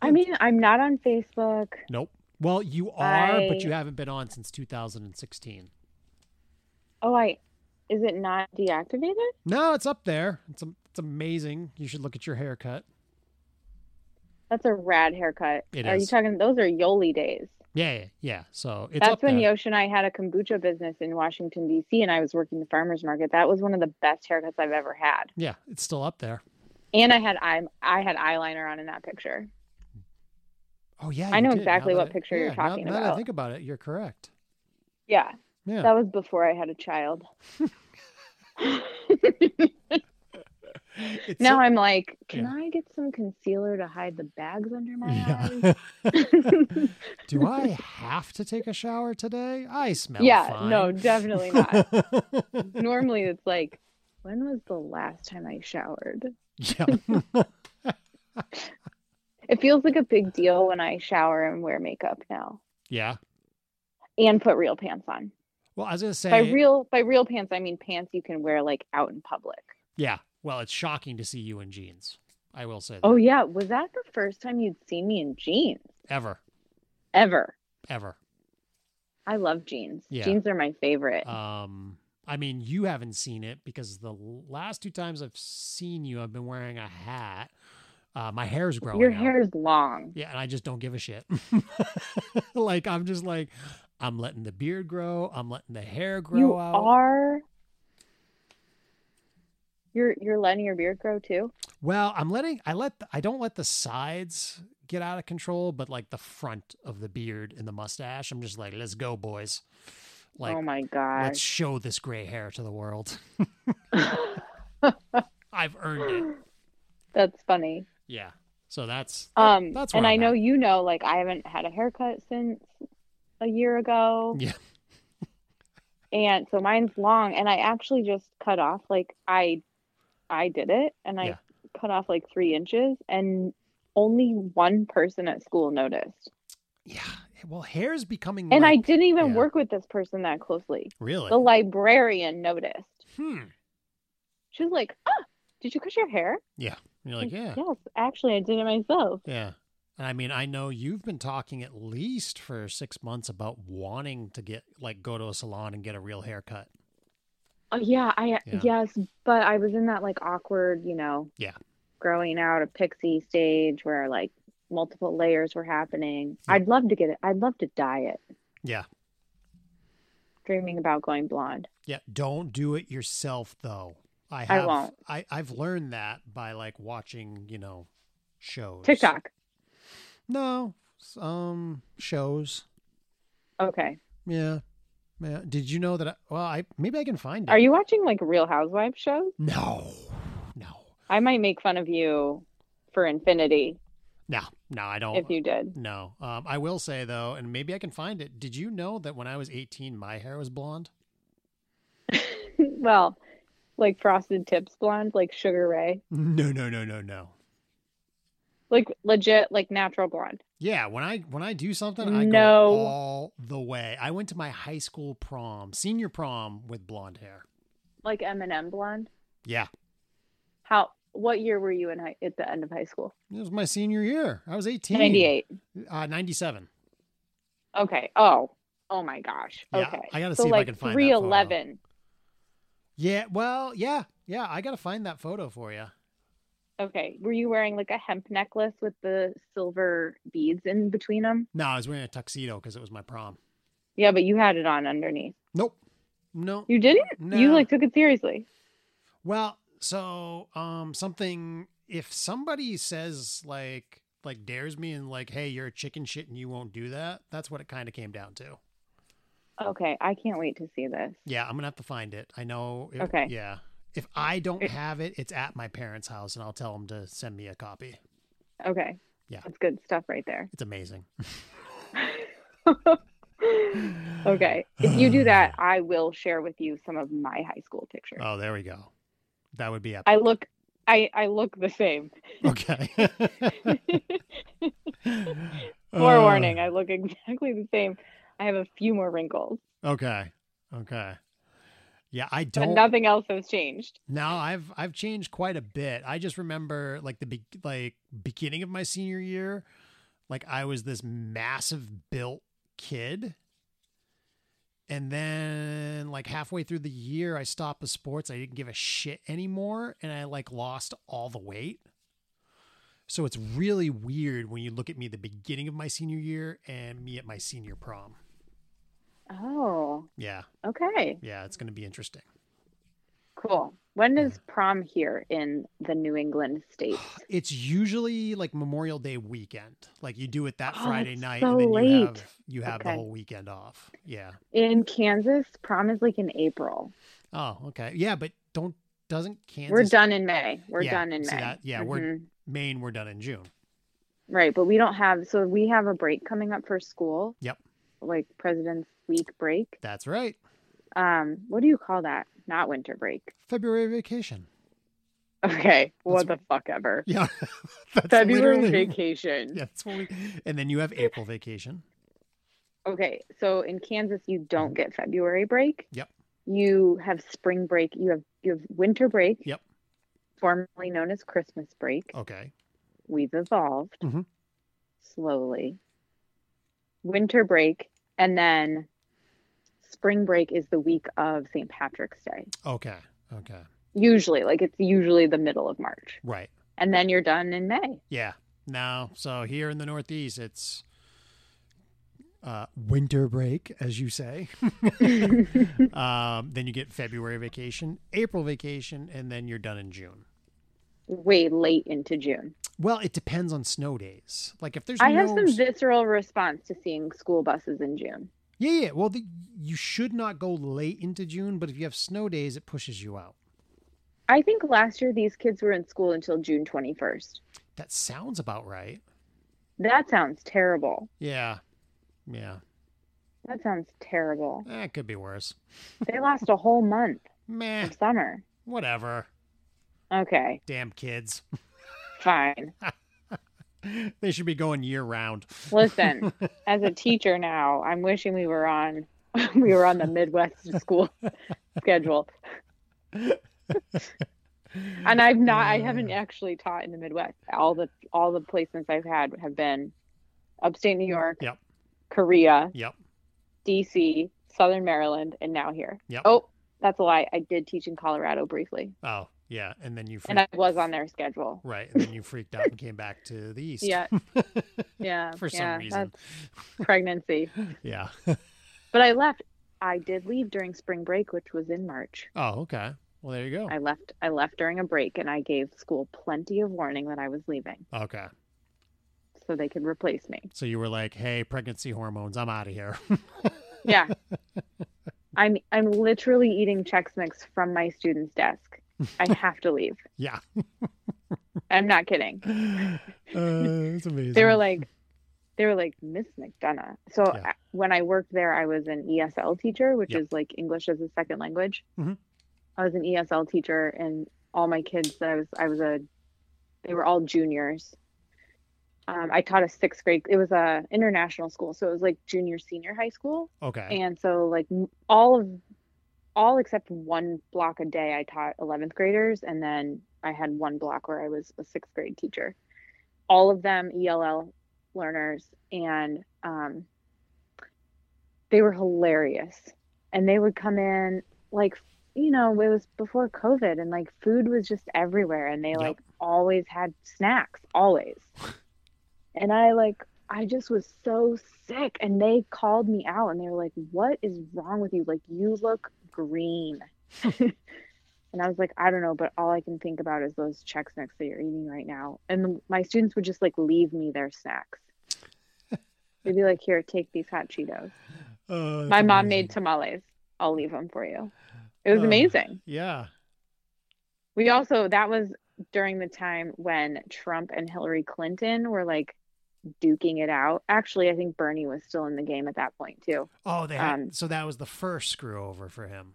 Speaker 2: I mean, I'm not on Facebook.
Speaker 1: nope. Well, you are,
Speaker 2: I-
Speaker 1: but you haven't been on since 2016.
Speaker 2: Oh, I is it not deactivated?
Speaker 1: No, it's up there. It's am- it's amazing. You should look at your haircut.
Speaker 2: That's a rad haircut.
Speaker 1: It
Speaker 2: are
Speaker 1: is.
Speaker 2: you talking those are Yoli days?
Speaker 1: Yeah, yeah, yeah. So it's up
Speaker 2: That's when
Speaker 1: there.
Speaker 2: Yosh and I had a kombucha business in Washington D.C. and I was working the farmers market. That was one of the best haircuts I've ever had.
Speaker 1: yeah, it's still up there.
Speaker 2: And I had I I had eyeliner on in that picture.
Speaker 1: Oh yeah,
Speaker 2: I
Speaker 1: you
Speaker 2: know
Speaker 1: did. Now
Speaker 2: exactly
Speaker 1: that
Speaker 2: what
Speaker 1: I-
Speaker 2: picture you're
Speaker 1: yeah, now-
Speaker 2: talking
Speaker 1: now that I
Speaker 2: about.
Speaker 1: think about it, you're correct.
Speaker 2: Yeah,
Speaker 1: Yeah.
Speaker 2: that was before I had a child.
Speaker 1: It's
Speaker 2: now
Speaker 1: so-
Speaker 2: I'm like, can
Speaker 1: yeah.
Speaker 2: I get some concealer to hide the bags under my eyes?
Speaker 1: Yeah. Do I have to take a shower today? I smell
Speaker 2: yeah,
Speaker 1: fine.
Speaker 2: no, definitely not. Normally it's like, when was the last time I showered?
Speaker 1: Yeah.
Speaker 2: It feels like a big deal when I shower and wear makeup now
Speaker 1: yeah.
Speaker 2: and put real pants on.
Speaker 1: Well, I was going to say.
Speaker 2: By real by real pants, I mean pants you can wear like out in public.
Speaker 1: yeah. Well, it's shocking to see you in jeans. I will say that.
Speaker 2: Oh yeah, was that the first time you'd seen me in jeans
Speaker 1: Ever.
Speaker 2: ever?
Speaker 1: Ever.
Speaker 2: I love jeans.
Speaker 1: Yeah.
Speaker 2: Jeans are my favorite.
Speaker 1: Um, I mean, you haven't seen it because the last two times I've seen you, I've been wearing a hat. Uh, my hair's growing.
Speaker 2: Your
Speaker 1: out.
Speaker 2: hair is long.
Speaker 1: Yeah, and I just don't give a shit. like I'm just like I'm letting the beard grow. I'm letting the hair grow
Speaker 2: you
Speaker 1: out.
Speaker 2: are. You're you're letting your beard grow too.
Speaker 1: Well, I'm letting I let the, I don't let the sides get out of control, but like the front of the beard and the mustache, I'm just like, let's go, boys. Like
Speaker 2: oh my
Speaker 1: let's
Speaker 2: gosh.
Speaker 1: show this gray hair to the world. I've earned it.
Speaker 2: That's funny.
Speaker 1: Yeah. So that's that-
Speaker 2: Um
Speaker 1: that's where
Speaker 2: and
Speaker 1: I'm
Speaker 2: I know
Speaker 1: at.
Speaker 2: you know like I haven't had a haircut since a year ago.
Speaker 1: Yeah.
Speaker 2: and so mine's long and I actually just cut off like I I did it and I
Speaker 1: Yeah.
Speaker 2: cut off like 3 inches and only one person at school noticed.
Speaker 1: Yeah. Well, hair's becoming
Speaker 2: And I
Speaker 1: like-
Speaker 2: didn't even
Speaker 1: yeah.
Speaker 2: work with this person that closely.
Speaker 1: really
Speaker 2: The librarian noticed.
Speaker 1: hmm.
Speaker 2: She was like, "Ah, did you cut your hair?"
Speaker 1: And you're like, yeah.
Speaker 2: Yes, actually, I did it myself.
Speaker 1: Yeah. And I mean, I know you've been talking at least for six months about wanting to get, like, go to a salon and get a real haircut.
Speaker 2: Oh yeah, I
Speaker 1: Yeah.
Speaker 2: yes, but I was in that like awkward, you know,
Speaker 1: Yeah.
Speaker 2: growing out a pixie stage where like multiple layers were happening.
Speaker 1: Yeah.
Speaker 2: I'd love to get it. I'd love to dye it.
Speaker 1: Yeah.
Speaker 2: Dreaming about going blonde.
Speaker 1: Yeah. Don't do it yourself, though. I
Speaker 2: I
Speaker 1: have,
Speaker 2: won't.
Speaker 1: I, I've learned that by, like, watching, you know, shows.
Speaker 2: TikTok.
Speaker 1: No. Um, shows.
Speaker 2: Okay.
Speaker 1: Yeah. Yeah. Did you know that? I, well, I, maybe I can find it.
Speaker 2: Are you watching like Real Housewives shows?
Speaker 1: No. No.
Speaker 2: I might make fun of you for infinity
Speaker 1: No. No, I don't.
Speaker 2: if you did.
Speaker 1: no. Um, I will say, though, and maybe I can find it. Did you know that when I was 18, my hair was blonde?
Speaker 2: well, like frosted tips blonde, like Sugar Ray,
Speaker 1: No, no, no, no, no.
Speaker 2: like legit, like natural blonde.
Speaker 1: Yeah, when I when I do something, I
Speaker 2: No.
Speaker 1: go all the way. I went to my high school prom, senior prom with blonde hair.
Speaker 2: like Eminem blonde.
Speaker 1: Yeah.
Speaker 2: How? What year were you in high, at the end of high school?
Speaker 1: It was my senior year. I was 18.
Speaker 2: Ninety eight.
Speaker 1: Uh, 97.
Speaker 2: Okay. Oh. Oh my gosh.
Speaker 1: Yeah,
Speaker 2: okay.
Speaker 1: I gotta
Speaker 2: so
Speaker 1: see if I
Speaker 2: like
Speaker 1: can find that photo.
Speaker 2: three eleven.
Speaker 1: Yeah, well, yeah. Yeah, I got to find that photo for you.
Speaker 2: Okay. Were you wearing like a hemp necklace with the silver beads in between them?
Speaker 1: No, I was wearing a tuxedo cuz it was my prom.
Speaker 2: Yeah, but you had it on underneath.
Speaker 1: Nope. No.
Speaker 2: You didn't. You
Speaker 1: No.
Speaker 2: like took it seriously.
Speaker 1: Well, so um something if somebody says like like dares me and like, "Hey, you're a chicken shit and you won't do that." That's what it kind of came down to.
Speaker 2: Okay. I can't wait to see this.
Speaker 1: Yeah, I'm gonna have to find it. I know. It,
Speaker 2: Okay.
Speaker 1: Yeah. If I don't
Speaker 2: It-
Speaker 1: have it, it's at my parents' house, and I'll tell them to send me a copy.
Speaker 2: Okay.
Speaker 1: Yeah.
Speaker 2: That's good stuff right there.
Speaker 1: It's amazing.
Speaker 2: okay. If you do that, I will share with you some of my high school pictures.
Speaker 1: Oh, there we go. That would be up.
Speaker 2: I look. I, I look the same.
Speaker 1: Okay.
Speaker 2: Forewarning, I look exactly the same. I have a few more wrinkles,
Speaker 1: Uh, okay. Okay. Yeah, I
Speaker 2: but
Speaker 1: don't.
Speaker 2: nothing else has changed.
Speaker 1: No, I've I've changed quite a bit. I just remember like the be- like beginning of my senior year, like I was this massive built kid. And then like halfway through the year I stopped with sports. I didn't give a shit anymore and I like lost all the weight. So it's really weird when you look at me at the beginning of my senior year and me at my senior prom.
Speaker 2: Oh,
Speaker 1: Yeah.
Speaker 2: okay,
Speaker 1: Yeah, it's going to be interesting.
Speaker 2: cool. When is prom here in the New England states?
Speaker 1: It's usually like Memorial Day weekend. Like you do it that
Speaker 2: Oh,
Speaker 1: Friday
Speaker 2: that's
Speaker 1: night,
Speaker 2: so
Speaker 1: and then you
Speaker 2: late.
Speaker 1: have you have the
Speaker 2: Okay.
Speaker 1: whole weekend off. Yeah.
Speaker 2: In Kansas, prom is like in April.
Speaker 1: Oh, okay. Yeah, but don't doesn't Kansas
Speaker 2: We're done in May. We're
Speaker 1: Yeah,
Speaker 2: done in
Speaker 1: see
Speaker 2: May.
Speaker 1: that? Yeah, we're-
Speaker 2: Mhm.
Speaker 1: Maine? We're done in June.
Speaker 2: right, but we don't have. So we have a break coming up for school.
Speaker 1: Yep.
Speaker 2: Like President's Week break.
Speaker 1: That's right.
Speaker 2: Um, what do you call that? Not winter break.
Speaker 1: February vacation.
Speaker 2: Okay. What the fuck ever.
Speaker 1: Yeah. that's
Speaker 2: February
Speaker 1: literally-
Speaker 2: vacation.
Speaker 1: Yeah, that's what we. And then you have April vacation.
Speaker 2: Okay. So in Kansas you don't get February break.
Speaker 1: Yep.
Speaker 2: You have spring break, you have you have winter break.
Speaker 1: Yep. Oh.
Speaker 2: Formerly known as Christmas break.
Speaker 1: Okay.
Speaker 2: We've evolved
Speaker 1: Mhm.
Speaker 2: slowly. Winter break and then spring break is the week of St. Patrick's Day.
Speaker 1: Okay. Okay.
Speaker 2: Usually, like it's usually the middle of March.
Speaker 1: Right.
Speaker 2: And then you're done in May.
Speaker 1: Yeah. Now, so here in the Northeast, it's uh, winter break, as you say. um, then you get February vacation, April vacation, and then you're done in June.
Speaker 2: Way late into June.
Speaker 1: Well, it depends on snow days. Like if there's
Speaker 2: I have
Speaker 1: no
Speaker 2: some visceral response to seeing school buses in June.
Speaker 1: yeah, yeah. Well, the, you should not go late into June, but if you have snow days, it pushes you out.
Speaker 2: I think last year these kids were in school until June 21st.
Speaker 1: That sounds about right.
Speaker 2: That sounds terrible.
Speaker 1: Yeah, yeah.
Speaker 2: That sounds terrible.
Speaker 1: Eh, it could be worse.
Speaker 2: They lost a whole month
Speaker 1: Meh.
Speaker 2: of summer.
Speaker 1: Whatever.
Speaker 2: Okay,
Speaker 1: Damn kids.
Speaker 2: fine.
Speaker 1: they should be going year round.
Speaker 2: Listen, as a teacher now, I'm wishing we were on we were on the Midwest school schedule. And I've not I haven't actually taught in the Midwest. All the all the placements I've had have been upstate New York,
Speaker 1: Yep.
Speaker 2: Korea,
Speaker 1: Yep.
Speaker 2: DC, Southern Maryland, and now here.
Speaker 1: Yep.
Speaker 2: Oh, that's a lie. I did teach in Colorado briefly,
Speaker 1: Oh, yeah. And then you freaked,
Speaker 2: and I was on their schedule.
Speaker 1: right. And then you freaked out and came back to the east.
Speaker 2: Yeah, yeah,
Speaker 1: For some
Speaker 2: yeah,
Speaker 1: reason.
Speaker 2: that's pregnancy.
Speaker 1: Yeah.
Speaker 2: But I left. I did leave during spring break, which was in March.
Speaker 1: Oh, okay. Well, there you go.
Speaker 2: I left. I left during a break, and I gave school plenty of warning that I was leaving,
Speaker 1: Okay.
Speaker 2: so they could replace me.
Speaker 1: So you were like, "Hey, pregnancy hormones, I'm out of here."
Speaker 2: Yeah. I'm I'm literally eating Chex Mix from my student's desk. I have to leave.
Speaker 1: yeah.
Speaker 2: I'm not kidding.
Speaker 1: Uh, it's amazing.
Speaker 2: They were like they were like Miss McDonough. So
Speaker 1: Yeah.
Speaker 2: I- when I worked there I was an ESL teacher, which
Speaker 1: Yep.
Speaker 2: is like English as a second language.
Speaker 1: Mhm.
Speaker 2: I was an ESL teacher and all my kids that I was I was a they were all juniors. Um, I taught a sixth grade. It was a international school, so it was like junior, senior high school.
Speaker 1: "Okay,
Speaker 2: and so like m- all of all except one block a day i taught 11th graders and then i had one block where i was a sixth grade teacher all of them ell learners and um, they were hilarious and they would come in like you know it was before covid and like food was just everywhere and they
Speaker 1: Yep.
Speaker 2: like always had snacks always and i like i just was so sick and they called me out and they were like what is wrong with you like you look green and i was like i don't know but all i can think about is those chex mix that you're eating right now and my students would just like leave me their snacks they'd be like here take these hot cheetos
Speaker 1: Oh, that's
Speaker 2: my
Speaker 1: amazing.
Speaker 2: mom
Speaker 1: Oh.
Speaker 2: made tamales. I'll leave them for you. It was
Speaker 1: Ugh.
Speaker 2: amazing.
Speaker 1: Yeah.
Speaker 2: We also that was during the time when Trump and Hillary Clinton were like duking it out. Actually, I think Bernie was still in the game at that point too.
Speaker 1: Oh, they had,
Speaker 2: Um,
Speaker 1: so that was the first screw over for him.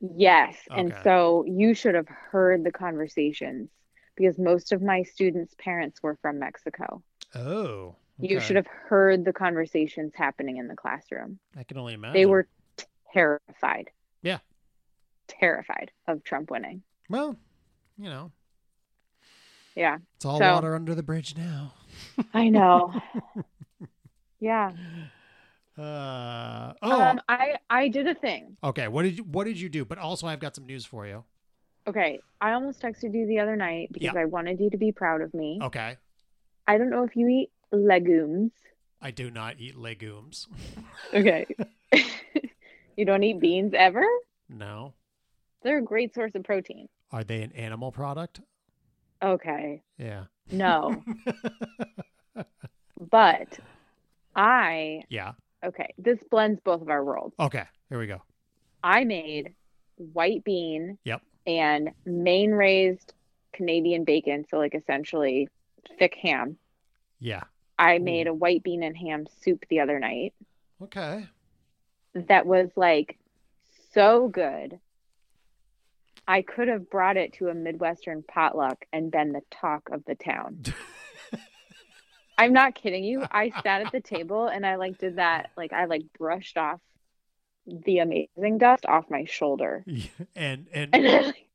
Speaker 2: Yes, and
Speaker 1: Okay.
Speaker 2: so you should have heard the conversations because most of my students' parents were from Mexico.
Speaker 1: Oh,
Speaker 2: You
Speaker 1: okay.
Speaker 2: should have heard the conversations happening in the classroom.
Speaker 1: I can only imagine.
Speaker 2: They were terrified.
Speaker 1: Yeah.
Speaker 2: Terrified of Trump winning.
Speaker 1: well, you know,
Speaker 2: Yeah.
Speaker 1: it's all
Speaker 2: So-
Speaker 1: water under the bridge now.
Speaker 2: I know. yeah.
Speaker 1: Uh, oh,
Speaker 2: Um, I I did a thing.
Speaker 1: okay. What did you, what did you do? But also, I've got some news for you.
Speaker 2: Okay, I almost texted you the other night because I wanted you to be proud of me.
Speaker 1: Okay,
Speaker 2: I don't know if you eat legumes.
Speaker 1: I do not eat legumes.
Speaker 2: Okay. you don't eat beans ever?
Speaker 1: No,
Speaker 2: They're a great source of protein.
Speaker 1: are they an animal product?
Speaker 2: Okay.
Speaker 1: Yeah,
Speaker 2: No. but I
Speaker 1: yeah.
Speaker 2: okay, this blends both of our worlds.
Speaker 1: Okay, here we go.
Speaker 2: I made white bean.
Speaker 1: Yep.
Speaker 2: And Maine raised Canadian bacon, so like essentially thick ham.
Speaker 1: Yeah.
Speaker 2: I made a white bean and ham soup the other night
Speaker 1: Okay.
Speaker 2: that was like so good. I could have brought it to a Midwestern potluck and been the talk of the town. I'm not kidding you. I sat at the table and I like did that. Like I like brushed off the amazing dust off my shoulder.
Speaker 1: And
Speaker 2: And
Speaker 1: and
Speaker 2: I, like,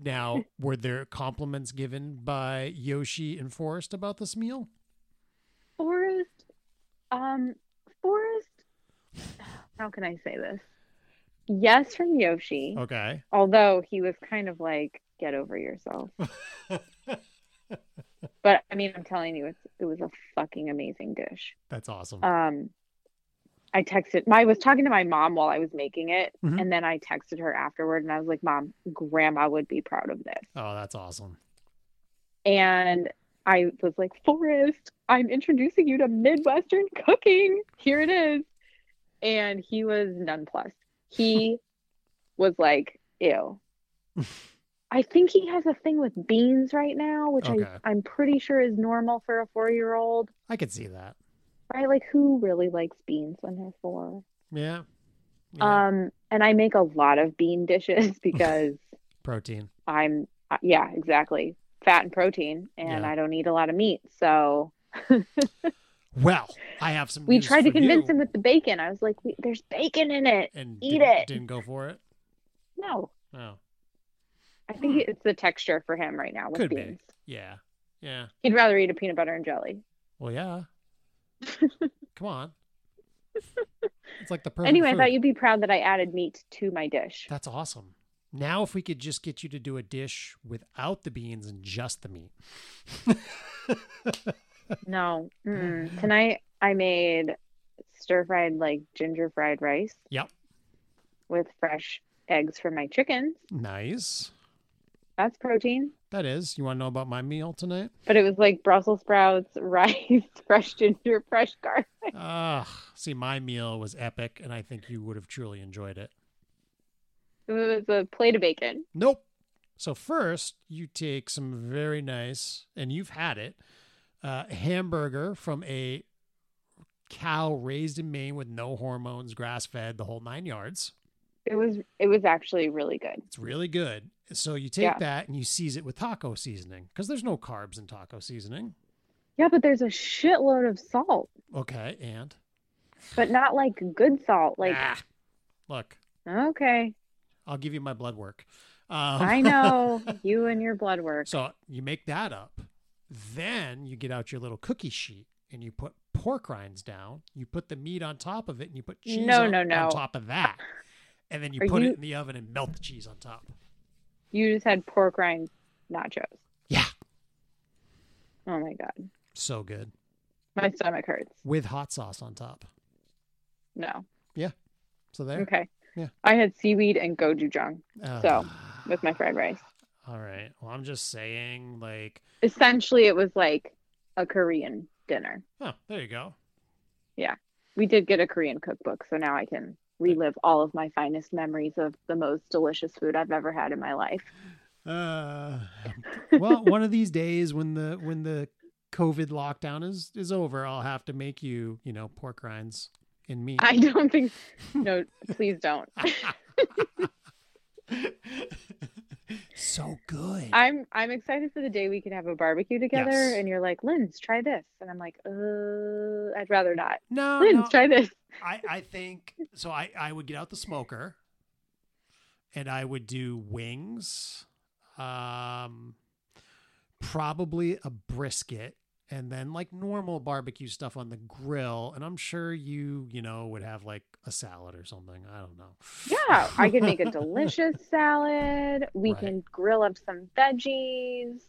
Speaker 1: now were there compliments given by Yoshi and Forrest about this meal?
Speaker 2: Forrest, um, Forrest, how can I say this? Yes, from Yoshi,
Speaker 1: Okay.
Speaker 2: although he was kind of like, get over yourself. but I mean, I'm telling you, it's, it was a fucking amazing dish.
Speaker 1: That's awesome.
Speaker 2: Um, I texted, I was talking to my mom while I was making it,
Speaker 1: Mhm.
Speaker 2: and then I texted her afterward, and I was like, Mom, grandma would be proud of this.
Speaker 1: oh, that's awesome.
Speaker 2: and I was like, Forrest, I'm introducing you to Midwestern cooking. Here it is. And he was nonplussed. He was like, ew. I think he has a thing with beans right now, which
Speaker 1: Okay.
Speaker 2: I, I'm pretty sure is normal for a four year old,
Speaker 1: I could see that.
Speaker 2: right? Like, who really likes beans when they're four?
Speaker 1: Yeah. Yeah.
Speaker 2: Um, and I make a lot of bean dishes because
Speaker 1: Protein.
Speaker 2: I'm, uh, yeah, exactly. Fat and protein, and
Speaker 1: Yeah.
Speaker 2: I don't eat a lot of meat. So,
Speaker 1: Well, I have some.
Speaker 2: we
Speaker 1: news
Speaker 2: tried to
Speaker 1: for
Speaker 2: convince
Speaker 1: you,
Speaker 2: him with the bacon. I was like, we, "There's bacon in it."
Speaker 1: and
Speaker 2: eat
Speaker 1: didn't,
Speaker 2: it.
Speaker 1: Didn't go for it.
Speaker 2: No,
Speaker 1: Oh,
Speaker 2: I think it's the texture for him right now with
Speaker 1: Hmm. Could be.
Speaker 2: beans.
Speaker 1: yeah, yeah.
Speaker 2: He'd rather eat a peanut butter and jelly.
Speaker 1: Well, yeah. Come on. It's like the perfect.
Speaker 2: anyway, I
Speaker 1: food.
Speaker 2: thought you'd be proud that I added meat to my dish.
Speaker 1: That's awesome. Now, if we could just get you to do a dish without the beans and just the meat.
Speaker 2: No, mm-mm. tonight I made stir fried like ginger fried rice.
Speaker 1: Yep.
Speaker 2: With fresh eggs from my chickens.
Speaker 1: Nice.
Speaker 2: That's protein.
Speaker 1: That is. You want to know about my meal tonight?
Speaker 2: But it was like Brussels sprouts, rice, fresh ginger, fresh garlic.
Speaker 1: Ah, see, my meal was epic, and I think you would have truly enjoyed it.
Speaker 2: It was a plate of bacon.
Speaker 1: Nope. So first, you take some very nice, and you've had it, uh, hamburger from a cow raised in Maine with no hormones, grass fed, the whole nine yards.
Speaker 2: It was it was actually really good.
Speaker 1: It's really good. So you take
Speaker 2: Yeah.
Speaker 1: that and you season it with taco seasoning because there's no carbs in taco seasoning.
Speaker 2: Yeah, but there's a shitload of salt,
Speaker 1: Okay, and
Speaker 2: but not like good salt. Like,
Speaker 1: Ah, look,
Speaker 2: okay,
Speaker 1: I'll give you my blood work. Um,
Speaker 2: I know you and your blood work.
Speaker 1: So you make that up. Then you get out your little cookie sheet and you put pork rinds down. You put the meat on top of it and you put cheese
Speaker 2: No,
Speaker 1: on,
Speaker 2: no,
Speaker 1: on
Speaker 2: no.
Speaker 1: top of that. And then you
Speaker 2: Are
Speaker 1: put
Speaker 2: you-
Speaker 1: it in the oven and melt the cheese on top.
Speaker 2: You just had pork rind nachos.
Speaker 1: Yeah.
Speaker 2: Oh my god,
Speaker 1: So good.
Speaker 2: my stomach hurts.
Speaker 1: With hot sauce on top.
Speaker 2: No,
Speaker 1: So there.
Speaker 2: okay.
Speaker 1: Yeah.
Speaker 2: I had seaweed and gochujang so,
Speaker 1: Ah.
Speaker 2: with my fried rice.
Speaker 1: All right. Well, I'm just saying, like,
Speaker 2: Essentially, it was like a Korean dinner.
Speaker 1: oh, there you go.
Speaker 2: We did get a Korean cookbook, so now I can relive all of my finest memories of the most delicious food I've ever had in my life.
Speaker 1: Uh, well, one of these days when the when the COVID lockdown is is over, I'll have to make you, you know, pork rinds and meat.
Speaker 2: I don't think. No, please don't.
Speaker 1: so good.
Speaker 2: I'm I'm excited for the day we can have a barbecue together,
Speaker 1: Yes.
Speaker 2: and you're like, Linz, try this, and I'm like, uh, I'd rather not.
Speaker 1: no,
Speaker 2: Linz,
Speaker 1: Oh, no
Speaker 2: try this.
Speaker 1: I, I think so. I, I would get out the smoker and I would do wings, um, probably a brisket, and then like normal barbecue stuff on the grill. And I'm sure you, you know, would have like a salad or something. I don't know.
Speaker 2: Yeah, I can make a delicious salad. We
Speaker 1: Right.
Speaker 2: can grill up some veggies.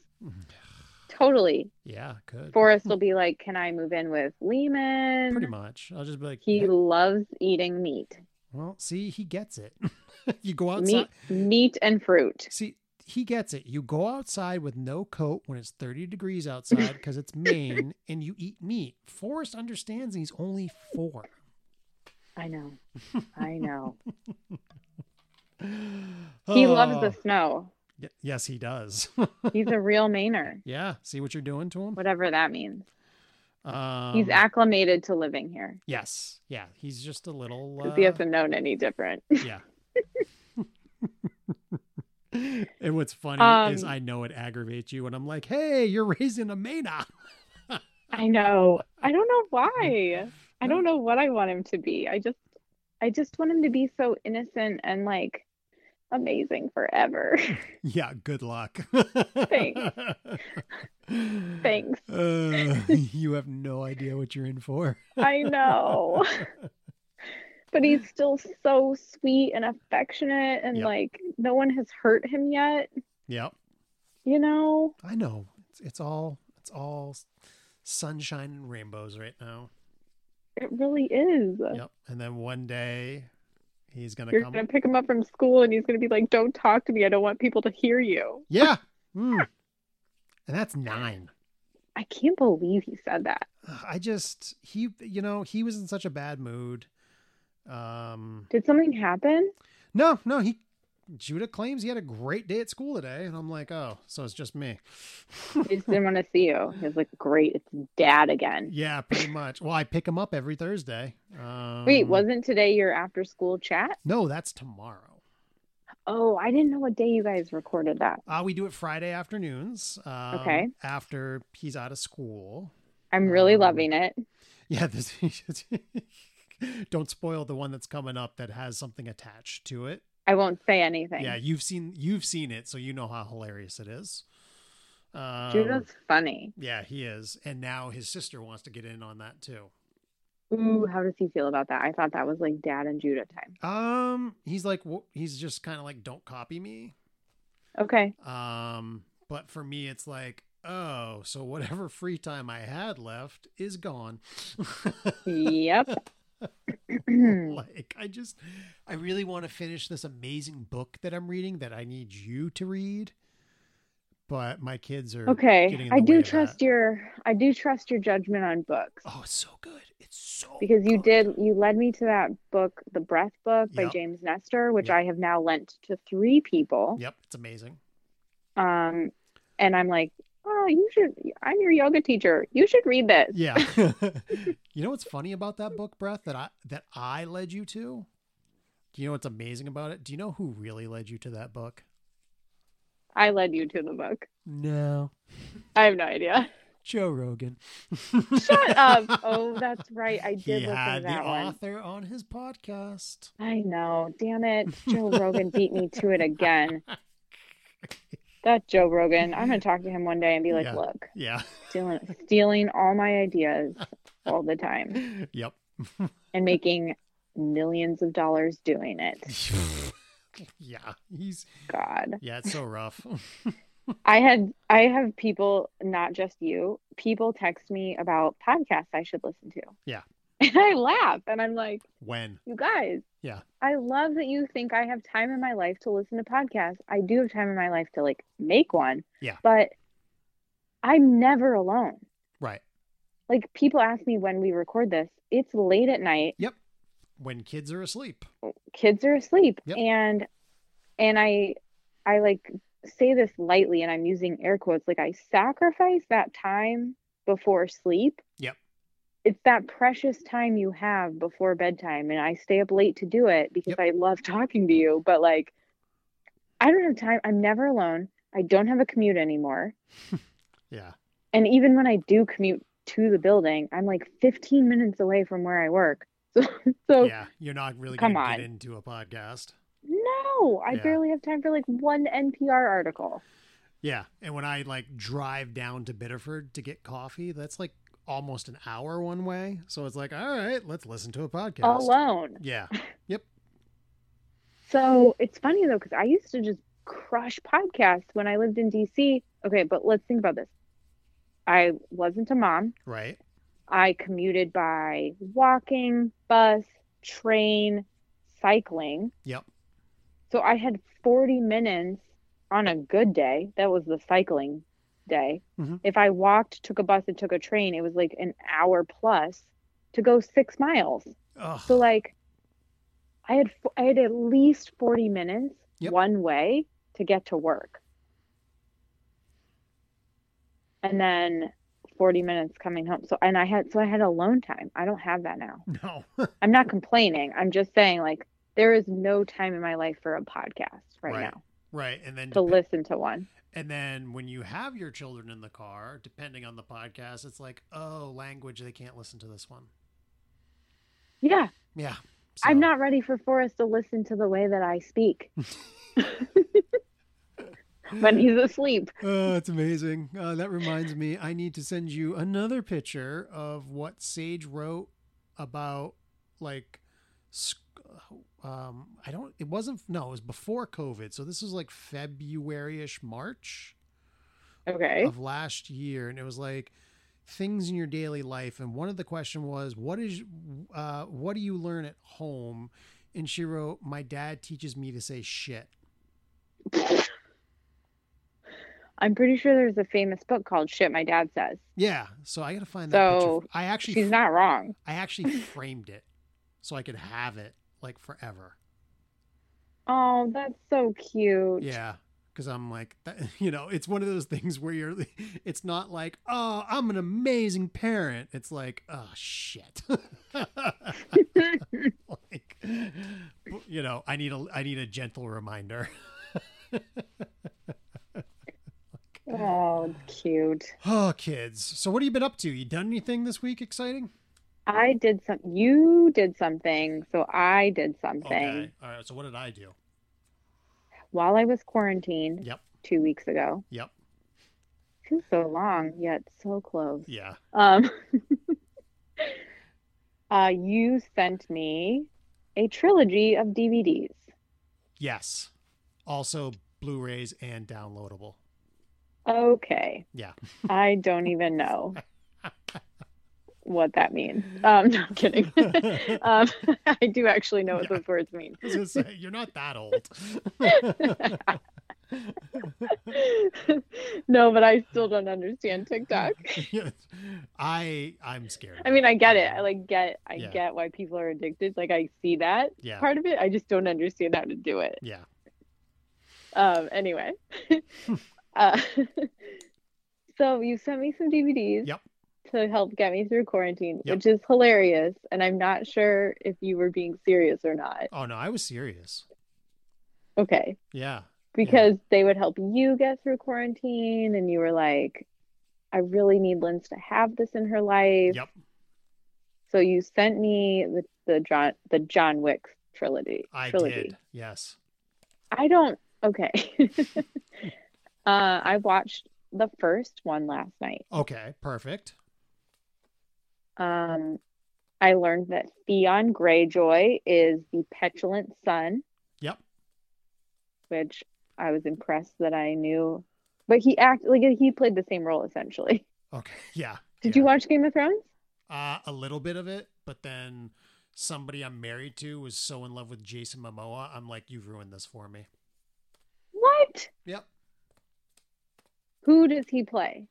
Speaker 2: Totally.
Speaker 1: yeah, could.
Speaker 2: Forrest will be like, can I move in with Lehman?
Speaker 1: Pretty much. I'll just be like,
Speaker 2: He
Speaker 1: "Yeah."
Speaker 2: loves eating meat,
Speaker 1: well, see, he gets it. you go outside.
Speaker 2: meat, meat and fruit.
Speaker 1: See, he gets it. You go outside with no coat when it's 30 degrees outside because it's Maine and you eat meat. Forrest understands and he's only four.
Speaker 2: I know, I know. He loves the snow.
Speaker 1: the. Oh, Yes, he does.
Speaker 2: He's a real Mainer,
Speaker 1: yeah. See what you're doing to him?
Speaker 2: whatever that means.
Speaker 1: Um,
Speaker 2: He's acclimated to living here.
Speaker 1: Yes. Yeah. He's just a little.
Speaker 2: because
Speaker 1: Uh,
Speaker 2: he hasn't known any different.
Speaker 1: yeah. And what's funny
Speaker 2: Um,
Speaker 1: is I know it aggravates you, and I'm like, hey, you're raising a Maynard.
Speaker 2: I know. I don't know why. I don't know what I want him to be. I just I just want him to be so innocent and like amazing forever.
Speaker 1: Yeah, good luck.
Speaker 2: Thanks. Thanks.
Speaker 1: Uh, you have no idea what you're in for.
Speaker 2: I know. But he's still so sweet and affectionate and
Speaker 1: Yep.
Speaker 2: like no one has hurt him yet,
Speaker 1: Yep,
Speaker 2: you know?
Speaker 1: I know. It's, it's all it's all sunshine and rainbows right now.
Speaker 2: It really is.
Speaker 1: Yep, and then one day he's gonna
Speaker 2: You're
Speaker 1: come.
Speaker 2: gonna pick him up from school and he's gonna be like, Don't talk to me, I don't want people to hear you.
Speaker 1: Yeah, Mm. and that's nine.
Speaker 2: I can't believe he said that.
Speaker 1: I just he you know he was in such a bad mood. Um,
Speaker 2: Did something happen?
Speaker 1: no, no, he Judah claims he had a great day at school today, and I'm like, oh, so it's just me.
Speaker 2: He just didn't want to see you. He was like, Great, it's dad again.
Speaker 1: Yeah, pretty much. Well, I pick him up every Thursday. Um,
Speaker 2: Wait, wasn't today your after school chat?
Speaker 1: no, that's tomorrow.
Speaker 2: Oh, I didn't know what day you guys recorded that.
Speaker 1: Uh, we do it Friday afternoons. Um,
Speaker 2: Okay.
Speaker 1: After he's out of school.
Speaker 2: I'm really
Speaker 1: Um,
Speaker 2: loving it.
Speaker 1: Yeah. This, don't spoil the one that's coming up that has something attached to it.
Speaker 2: I won't say anything.
Speaker 1: Yeah, you've seen you've seen it, so you know how hilarious it is. Um,
Speaker 2: Judah's funny.
Speaker 1: Yeah, he is, and now his sister wants to get in on that too.
Speaker 2: Ooh, how does he feel about that? I thought that was like dad and Judah time.
Speaker 1: Um, he's like, w he's just kind of like, don't copy me.
Speaker 2: Okay.
Speaker 1: Um, but for me, it's like, oh, so whatever free time I had left is gone.
Speaker 2: Yep. Hmm.
Speaker 1: like, I just, I really want to finish this amazing book that I'm reading that I need you to read. But my kids are getting
Speaker 2: okay.
Speaker 1: in
Speaker 2: I
Speaker 1: the way
Speaker 2: do
Speaker 1: of that.
Speaker 2: trust your I do trust your judgment on books.
Speaker 1: Oh, it's so good. It's so
Speaker 2: Because you
Speaker 1: good.
Speaker 2: did you led me to that book, The Breath Book by
Speaker 1: Yep.
Speaker 2: James Nestor, which
Speaker 1: Yep.
Speaker 2: I have now lent to three people.
Speaker 1: Yep, it's amazing.
Speaker 2: Um and I'm like, Oh, you should I'm your yoga teacher. You should read this.
Speaker 1: Yeah. you know what's funny about that book, Breath, that I that I led you to? Do you know what's amazing about it? Do you know who really led you to that book?
Speaker 2: I led you to the book.
Speaker 1: No.
Speaker 2: I have no idea.
Speaker 1: Joe Rogan.
Speaker 2: Shut up. Oh, that's right. I did
Speaker 1: He
Speaker 2: listen to
Speaker 1: had the
Speaker 2: that one.
Speaker 1: author on his podcast.
Speaker 2: I know. Damn it. Joe Rogan beat me to it again. That Joe Rogan, I'm going to talk to him one day and be like,
Speaker 1: Yeah.
Speaker 2: look,
Speaker 1: Yeah.
Speaker 2: stealing, stealing all my ideas all the time
Speaker 1: Yep.
Speaker 2: and making millions of dollars doing it.
Speaker 1: yeah. He's
Speaker 2: God.
Speaker 1: yeah, it's so rough.
Speaker 2: I had, I have people, not just you, people text me about podcasts I should listen to.
Speaker 1: Yeah.
Speaker 2: And I laugh and I'm like,
Speaker 1: when?
Speaker 2: you guys.
Speaker 1: Yeah.
Speaker 2: I love that you think I have time in my life to listen to podcasts. I do have time in my life to like make one.
Speaker 1: Yeah.
Speaker 2: But I'm never alone.
Speaker 1: Right.
Speaker 2: Like people ask me when we record this, it's late at night,
Speaker 1: Yep. When kids are asleep.
Speaker 2: kids are asleep.
Speaker 1: Yep.
Speaker 2: And and I I like say this lightly and I'm using air quotes like I sacrifice that time before sleep.
Speaker 1: Yep.
Speaker 2: It's that precious time you have before bedtime and I stay up late to do it because
Speaker 1: Yep.
Speaker 2: I love talking to you, but like I don't have time. I'm never alone. I don't have a commute anymore.
Speaker 1: Yeah.
Speaker 2: And even when I do commute to the building, I'm like 15 minutes away from where I work. So so
Speaker 1: Yeah. You're not really
Speaker 2: Oh, Come
Speaker 1: gonna get
Speaker 2: on.
Speaker 1: into a podcast.
Speaker 2: No, I
Speaker 1: Yeah.
Speaker 2: barely have time for like one NPR article.
Speaker 1: Yeah, and when I like drive down to Biddeford to get coffee, that's like almost an hour one way. So it's like, all right, let's listen to a podcast.
Speaker 2: Alone.
Speaker 1: Yeah,
Speaker 2: So it's funny though, because I used to just crush podcasts when I lived in DC. Okay, but let's think about this. I wasn't a mom.
Speaker 1: right.
Speaker 2: I commuted by walking, bus, train, cycling.
Speaker 1: Yep.
Speaker 2: So I had 40 minutes on a good day. That was the cycling day.
Speaker 1: Mhm.
Speaker 2: If I walked, took a bus, and took a train, it was like an hour plus to go six miles.
Speaker 1: Ugh.
Speaker 2: So like, I had f- I had at least 40 minutes
Speaker 1: Yep.
Speaker 2: one way to get to work, and then 40 minutes coming home. So and I had so I had alone time. I don't have that now.
Speaker 1: no.
Speaker 2: I'm not complaining. I'm just saying like there is no time in my life for a podcast right,
Speaker 1: Right.
Speaker 2: now.
Speaker 1: Right. And then
Speaker 2: to
Speaker 1: dep-
Speaker 2: listen to one.
Speaker 1: and then when you have your children in the car, depending on the podcast, it's like, oh, language, they can't listen to this one.
Speaker 2: Yeah,
Speaker 1: Yeah.
Speaker 2: I'm
Speaker 1: so-
Speaker 2: not ready for Forrest to listen to the way that I speak when he's asleep.
Speaker 1: Oh, it's amazing. Uh, that reminds me, I need to send you another picture of what Sage wrote about, like, sc- um, I don't, it wasn't, no, it was before COVID. So this was like February ish, March
Speaker 2: Okay.
Speaker 1: of last year. And it was like things in your daily life. And one of the question was, what is, uh, what do you learn at home? And she wrote, my dad teaches me to say shit.
Speaker 2: I'm pretty sure there's a famous book called Shit My Dad Says.
Speaker 1: Yeah. So I got to find that
Speaker 2: So,
Speaker 1: picture. I actually
Speaker 2: She's not wrong.
Speaker 1: I actually framed it so I could have it like forever.
Speaker 2: Oh, that's so cute.
Speaker 1: Yeah, because I'm like, that, you know, it's one of those things where you're, it's not like, oh, I'm an amazing parent. It's like, oh shit, like, you know, I need a, I need a gentle reminder.
Speaker 2: Oh, it's cute.
Speaker 1: Oh, kids. So what have you been up to? You done anything this week exciting?
Speaker 2: I did some. You did something, so I did something
Speaker 1: Okay. All right. So what did I do?
Speaker 2: while I was quarantined
Speaker 1: Yep.
Speaker 2: two weeks ago.
Speaker 1: Yep.
Speaker 2: Feels so long, yet so close.
Speaker 1: Yeah.
Speaker 2: Um, uh, you sent me a trilogy of DVDs.
Speaker 1: Yes. Also Blu-rays and downloadable.
Speaker 2: Okay.
Speaker 1: Yeah.
Speaker 2: I don't even know what that means. Um, no, I'm kidding.
Speaker 1: I
Speaker 2: um, I do actually know what those words mean.
Speaker 1: was gonna say, you're not that old.
Speaker 2: no, but I still don't understand TikTok.
Speaker 1: Yes. I I'm scared.
Speaker 2: I
Speaker 1: of
Speaker 2: mean,
Speaker 1: it.
Speaker 2: I get it. I like get I
Speaker 1: Yeah.
Speaker 2: get why people are addicted. Like I see that
Speaker 1: Yeah.
Speaker 2: part of it. I just don't understand how to do it.
Speaker 1: Yeah.
Speaker 2: Um anyway. uh, so you sent me some DVDs
Speaker 1: Yep.
Speaker 2: to help get me through quarantine,
Speaker 1: Yep.
Speaker 2: which is hilarious and I'm not sure if you were being serious or not.
Speaker 1: Oh no, I was serious.
Speaker 2: Okay.
Speaker 1: Yeah.
Speaker 2: Because they would help you get through quarantine and you were like I really need Linz to have this in her life.
Speaker 1: Yep.
Speaker 2: So you sent me the, the John the John Wick trilogy.
Speaker 1: I
Speaker 2: trilogy.
Speaker 1: did. Yes.
Speaker 2: I don't. Okay. uh, I watched the first one last night.
Speaker 1: Okay. Perfect.
Speaker 2: Um, I learned that Theon Greyjoy is the petulant son,
Speaker 1: Yep.
Speaker 2: which I was impressed that I knew. But he act like he played the same role essentially.
Speaker 1: Okay. Yeah.
Speaker 2: Did
Speaker 1: yeah.
Speaker 2: you watch Game of Thrones?
Speaker 1: Uh, a little bit of it, but then somebody I'm married to was so in love with Jason Momoa. I'm like, you've ruined this for me.
Speaker 2: What?
Speaker 1: Yep.
Speaker 2: Who does he play?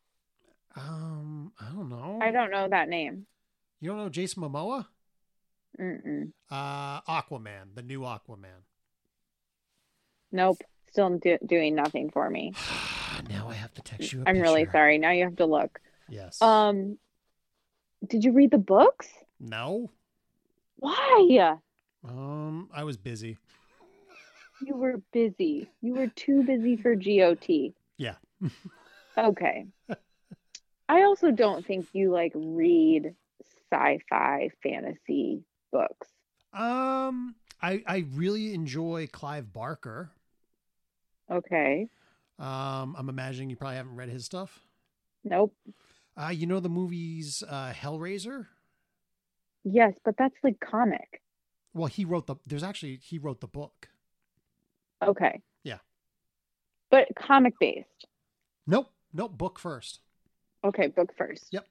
Speaker 1: Um, I don't know.
Speaker 2: I don't know that name.
Speaker 1: You don't know Jason Momoa?
Speaker 2: Mm-mm.
Speaker 1: Uh, Aquaman, the new Aquaman.
Speaker 2: Nope. Still do- doing nothing for me.
Speaker 1: Ah, now I have to text you. i
Speaker 2: I'm really sorry. Now you have to look.
Speaker 1: Yes.
Speaker 2: Um, did you read the books?
Speaker 1: no.
Speaker 2: Why?
Speaker 1: Um, I was busy.
Speaker 2: You were busy. You were too busy for GOT.
Speaker 1: Yeah.
Speaker 2: Okay. I also don't think you like read sci-fi fantasy books.
Speaker 1: Um, I I really enjoy Clive Barker.
Speaker 2: Okay.
Speaker 1: Um, I'm imagining you probably haven't read his stuff.
Speaker 2: Nope.
Speaker 1: Uh, you know the movies uh, Hellraiser.
Speaker 2: Yes, but that's like comic.
Speaker 1: Well, he wrote the. There's actually he wrote the book.
Speaker 2: Okay.
Speaker 1: Yeah.
Speaker 2: But comic based.
Speaker 1: Nope, nope. Book first.
Speaker 2: Okay, book first.
Speaker 1: Yep.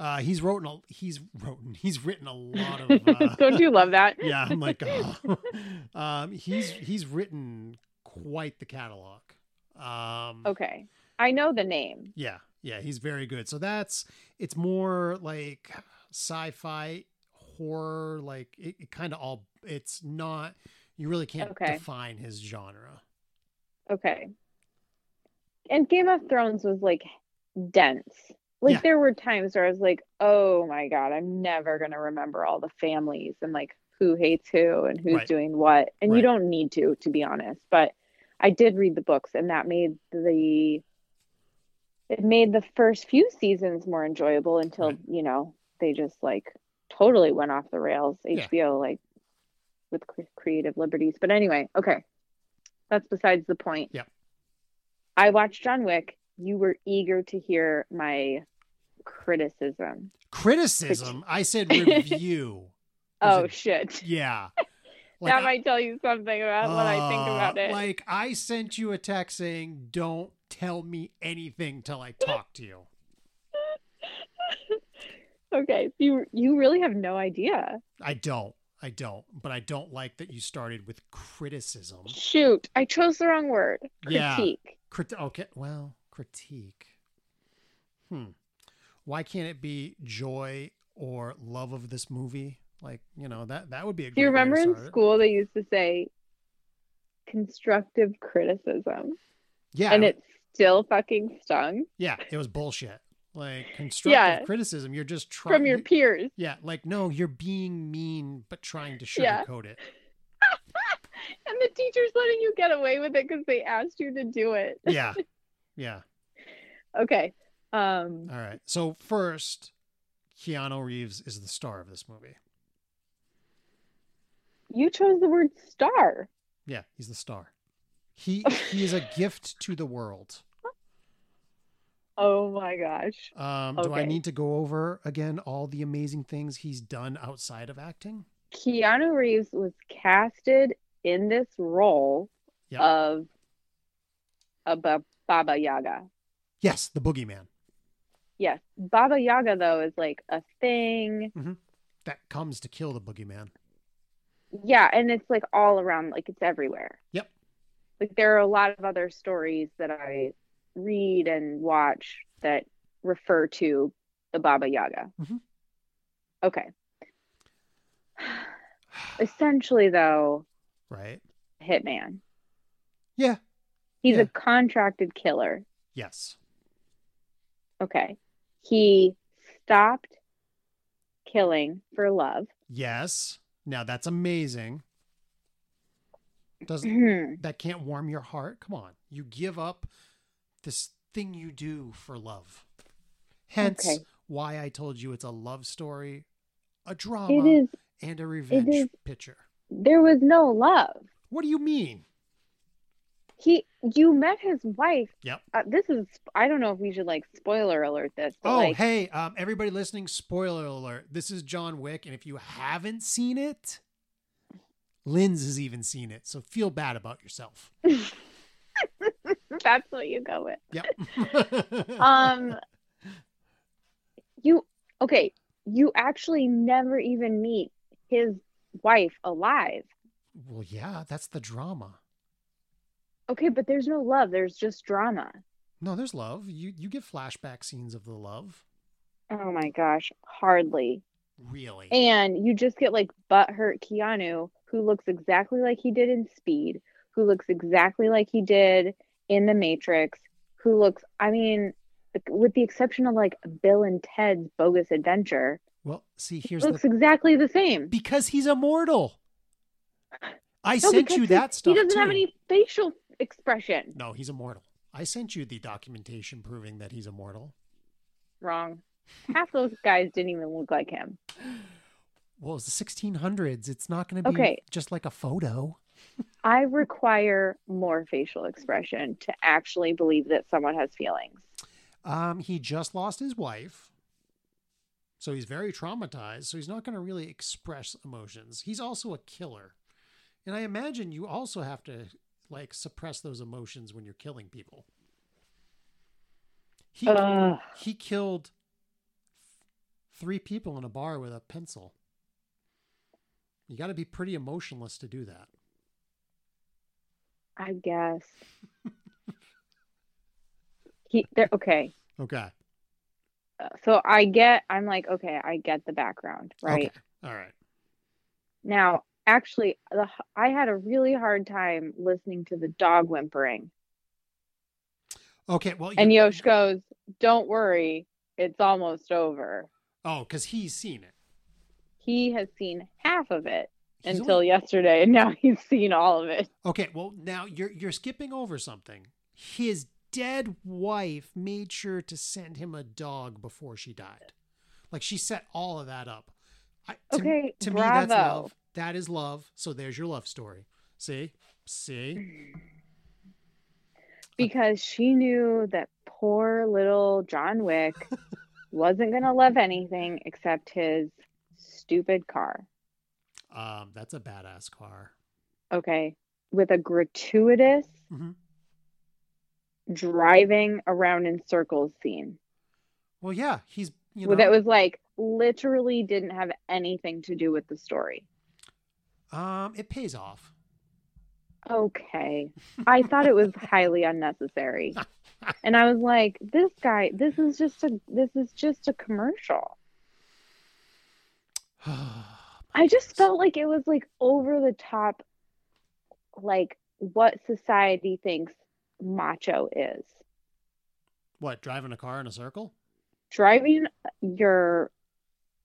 Speaker 1: Uh, he's wrote a, he's wrote he's written a lot of. Uh,
Speaker 2: don't you love that?
Speaker 1: yeah, I'm like, oh. um, he's he's written quite the catalog. Um,
Speaker 2: Okay. I know the name.
Speaker 1: Yeah, yeah, he's very good. So that's it's more like sci-fi horror, like it, it kind of all. It's not you really can't
Speaker 2: Okay.
Speaker 1: define his genre.
Speaker 2: Okay. And Game of Thrones was like dense. Like
Speaker 1: Yeah.
Speaker 2: there were times where I was like, "Oh my god, I'm never going to remember all the families and like who hates who and who's
Speaker 1: Right.
Speaker 2: doing what." And
Speaker 1: Right.
Speaker 2: you don't need to to be honest, but I did read the books, and that made the it made the first few seasons more enjoyable until
Speaker 1: Right.
Speaker 2: you know they just like totally went off the rails.
Speaker 1: Yeah.
Speaker 2: HBO like with cre- creative liberties, but anyway, okay, that's besides the point.
Speaker 1: Yep.
Speaker 2: I watched John Wick. You were eager to hear my criticism.
Speaker 1: Criticism. I said review. Was
Speaker 2: oh
Speaker 1: it-
Speaker 2: shit!
Speaker 1: Yeah.
Speaker 2: that might tell you something about what I think about
Speaker 1: Uh,
Speaker 2: it.
Speaker 1: Like I sent you a text saying, "Don't tell me anything till I talk to you."
Speaker 2: okay, you you really have no idea.
Speaker 1: I don't. I don't. But I don't like that you started with criticism.
Speaker 2: Shoot, I chose the wrong word.
Speaker 1: Yeah.
Speaker 2: Critique.
Speaker 1: Crit- okay. Well, critique. Hmm. Why can't it be joy or love of this movie? Like you know that that would be a.
Speaker 2: Do you
Speaker 1: great way to
Speaker 2: remember in
Speaker 1: start it.
Speaker 2: school they used to say constructive criticism,
Speaker 1: Yeah.
Speaker 2: and it still fucking stung
Speaker 1: yeah. It was bullshit. Like constructive
Speaker 2: Yeah.
Speaker 1: criticism. You're just trying
Speaker 2: from your peers.
Speaker 1: Yeah, like no, you're being mean but trying to
Speaker 2: Yeah.
Speaker 1: sugarcoat it.
Speaker 2: And the teacher's letting you get away with it because they asked you to do it.
Speaker 1: Yeah. Yeah.
Speaker 2: Okay. Um,
Speaker 1: All right. So first, Keanu Reeves is the star of this movie.
Speaker 2: you chose the word star.
Speaker 1: Yeah, he's the star. He he is a gift to the world.
Speaker 2: Oh my gosh.
Speaker 1: Um, do I
Speaker 2: Okay.
Speaker 1: need to go over again all the amazing things he's done outside of acting?
Speaker 2: Keanu Reeves was casted in this role
Speaker 1: Yeah.
Speaker 2: of a ba- Baba Yaga.
Speaker 1: Yes, the boogeyman
Speaker 2: Yes. Baba Yaga, though, is like a thing.
Speaker 1: that comes to kill the boogeyman.
Speaker 2: Yeah, and it's like all around, like it's everywhere.
Speaker 1: Yep.
Speaker 2: Like there are a lot of other stories that I read and watch that refer to the Baba Yaga.
Speaker 1: Mhm.
Speaker 2: Okay. Essentially, though,
Speaker 1: right?
Speaker 2: hitman.
Speaker 1: Yeah.
Speaker 2: He's
Speaker 1: Yeah.
Speaker 2: a contracted killer.
Speaker 1: Yes.
Speaker 2: Okay. He stopped killing for love.
Speaker 1: Yes. Now that's amazing. Doesn't
Speaker 2: Hmm.
Speaker 1: that can't warm your heart. Come on. You give up this thing you do for love. Hence
Speaker 2: Okay.
Speaker 1: why I told you it's a love story, a drama,
Speaker 2: it is,
Speaker 1: and a revenge
Speaker 2: is-
Speaker 1: picture.
Speaker 2: there was no love.
Speaker 1: What do you mean?
Speaker 2: He, you met his wife.
Speaker 1: Yep.
Speaker 2: Uh, this is, I don't know if we should like spoiler alert this, but
Speaker 1: Oh,
Speaker 2: like,
Speaker 1: hey, um, everybody listening, spoiler alert. This is John Wick, and if you haven't seen it, Linz has even seen it, so feel bad about yourself.
Speaker 2: that's what you go with.
Speaker 1: Yep.
Speaker 2: Um, you, okay, you actually never even meet his wife alive.
Speaker 1: well, yeah, that's the drama.
Speaker 2: Okay, but there's no love. There's just drama.
Speaker 1: No, there's love. You you get flashback scenes of the love.
Speaker 2: Oh my gosh, hardly.
Speaker 1: Really?
Speaker 2: And you just get like butthurt Keanu, who looks exactly like he did in Speed, who looks exactly like he did in The Matrix, who looks, I mean, with the exception of like Bill and Ted's bogus adventure,
Speaker 1: Well, see,
Speaker 2: he
Speaker 1: here's
Speaker 2: looks
Speaker 1: the
Speaker 2: exactly the same.
Speaker 1: because he's immortal. I
Speaker 2: No,
Speaker 1: sent
Speaker 2: because
Speaker 1: you
Speaker 2: he-
Speaker 1: that stuff.
Speaker 2: He doesn't have
Speaker 1: too.
Speaker 2: any facial expression.
Speaker 1: No, he's immortal. I sent you the documentation proving that he's immortal.
Speaker 2: Wrong. Half those guys didn't even look like him.
Speaker 1: Well, it's the 1600s. It's not going to be
Speaker 2: Okay.
Speaker 1: just like a photo.
Speaker 2: I require more facial expression to actually believe that someone has feelings.
Speaker 1: Um, he just lost his wife, so he's very traumatized. So he's not going to really express emotions. He's also a killer, and I imagine you also have to like suppress those emotions when you're killing people. He
Speaker 2: Ugh.
Speaker 1: He killed three people in a bar with a pencil. You got to be pretty emotionless to do that.
Speaker 2: I guess. he there okay.
Speaker 1: Okay.
Speaker 2: Uh, So I get I'm like okay, I get the background, right?
Speaker 1: Okay. All right.
Speaker 2: Now, actually the h- I had a really hard time listening to the dog whimpering.
Speaker 1: Okay. Well,
Speaker 2: And Yosh goes, "Don't worry, it's almost over."
Speaker 1: oh, because he's seen it.
Speaker 2: He has seen half of it.
Speaker 1: He's
Speaker 2: until
Speaker 1: only-
Speaker 2: yesterday, and now he's seen all of it.
Speaker 1: okay, well now you're you're skipping over something. His dead wife made sure to send him a dog before she died. Like she set all of that up. I, to,
Speaker 2: Okay,
Speaker 1: to me that's
Speaker 2: bravo.
Speaker 1: love. That is love. So there's your love story. See? See?
Speaker 2: because she knew that poor little John Wick wasn't going to love anything except his stupid car.
Speaker 1: Um that's a badass car.
Speaker 2: Okay. With a gratuitous
Speaker 1: Mhm.
Speaker 2: driving around in circles scene.
Speaker 1: Well, yeah, he's you know
Speaker 2: Well, that was like literally didn't have anything to do with the story.
Speaker 1: um it pays off.
Speaker 2: Okay. I thought it was highly unnecessary. And I was like, this guy, this is just a this is just a commercial. I just felt like it was like over the top, like what society thinks macho is.
Speaker 1: what, driving a car in a circle?
Speaker 2: Driving your,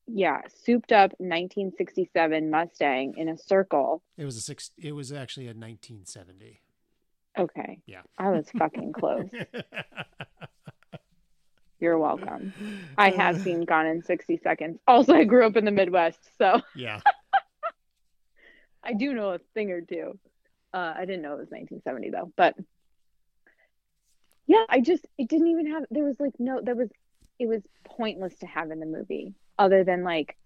Speaker 2: yeah, souped up 1967 Mustang in a circle.
Speaker 1: It was a six it was actually a nineteen seventy.
Speaker 2: Okay.
Speaker 1: Yeah.
Speaker 2: I was fucking close. You're welcome. I
Speaker 1: Uh,
Speaker 2: have seen Gone in 60 Seconds. Also, I grew up in the Midwest, so
Speaker 1: Yeah.
Speaker 2: I do know a thing or two. Uh, I didn't know it was 1970 though, but yeah, I just it didn't even have there was like no there was it was pointless to have in the movie other than like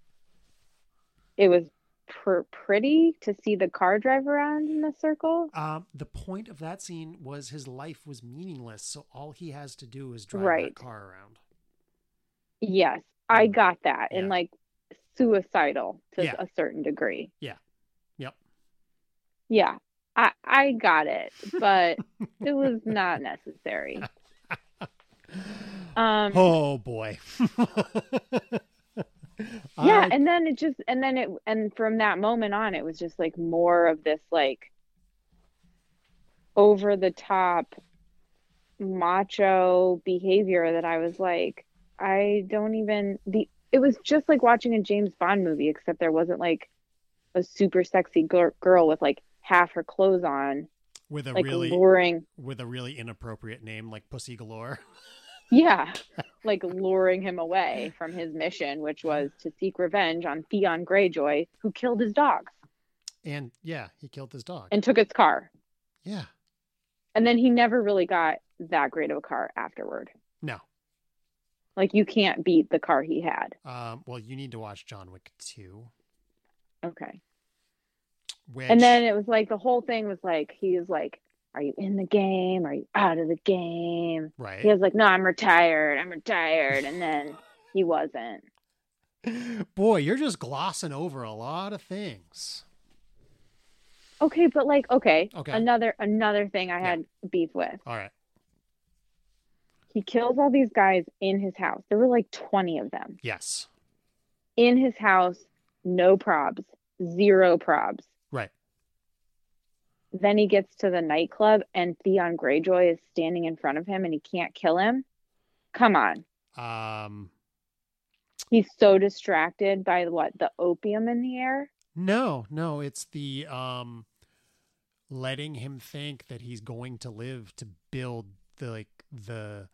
Speaker 2: it was pr- pretty to see the car drive around in a circle.
Speaker 1: Um, the point of that scene was his life was meaningless, so all he has to do is drive
Speaker 2: Right.
Speaker 1: that car around.
Speaker 2: Yes, I
Speaker 1: Mhm.
Speaker 2: got that and
Speaker 1: Yeah.
Speaker 2: like suicidal to
Speaker 1: Yeah.
Speaker 2: a certain degree.
Speaker 1: Yeah. Yep.
Speaker 2: Yeah. I I got it, but it was not necessary. Um
Speaker 1: Oh boy. Um,
Speaker 2: yeah
Speaker 1: I-
Speaker 2: and then it just and then it and from that moment on it was just like more of this like over the top macho behavior that i was like i don't even the it was just like watching a james bond movie except there wasn't like a super sexy girl, girl with like half her clothes on
Speaker 1: with a
Speaker 2: like
Speaker 1: really
Speaker 2: luring
Speaker 1: with a really inappropriate name like Pussy Galore.
Speaker 2: yeah like luring him away from his mission which was to seek revenge on theon greyjoy who killed his dogs
Speaker 1: And yeah, he killed his dog.
Speaker 2: and took its car.
Speaker 1: yeah.
Speaker 2: And then he never really got that great of a car afterward.
Speaker 1: No.
Speaker 2: Like you can't beat the car he had.
Speaker 1: Um, well, you need to watch John Wick 2.
Speaker 2: Okay.
Speaker 1: Which,
Speaker 2: And then it was like the whole thing was like he was like, "Are you in the game? Are you out of the game?"
Speaker 1: right.
Speaker 2: He was like, "No, I'm retired. I'm retired." And then he wasn't.
Speaker 1: Boy, you're just glossing over a lot of things.
Speaker 2: Okay, but like, okay,
Speaker 1: Okay.
Speaker 2: another another thing I
Speaker 1: Yeah.
Speaker 2: had beef with.
Speaker 1: All right.
Speaker 2: He kills all these guys in his house. There were like 20 of them
Speaker 1: Yes.
Speaker 2: in his house. No probs. Zero probs.
Speaker 1: Right.
Speaker 2: Then he gets to the nightclub and Theon Greyjoy is standing in front of him and he can't kill him. Come on.
Speaker 1: Um,
Speaker 2: He's so distracted by what? The opium in the air?
Speaker 1: no, no, it's the um letting him think that he's going to live to build the like the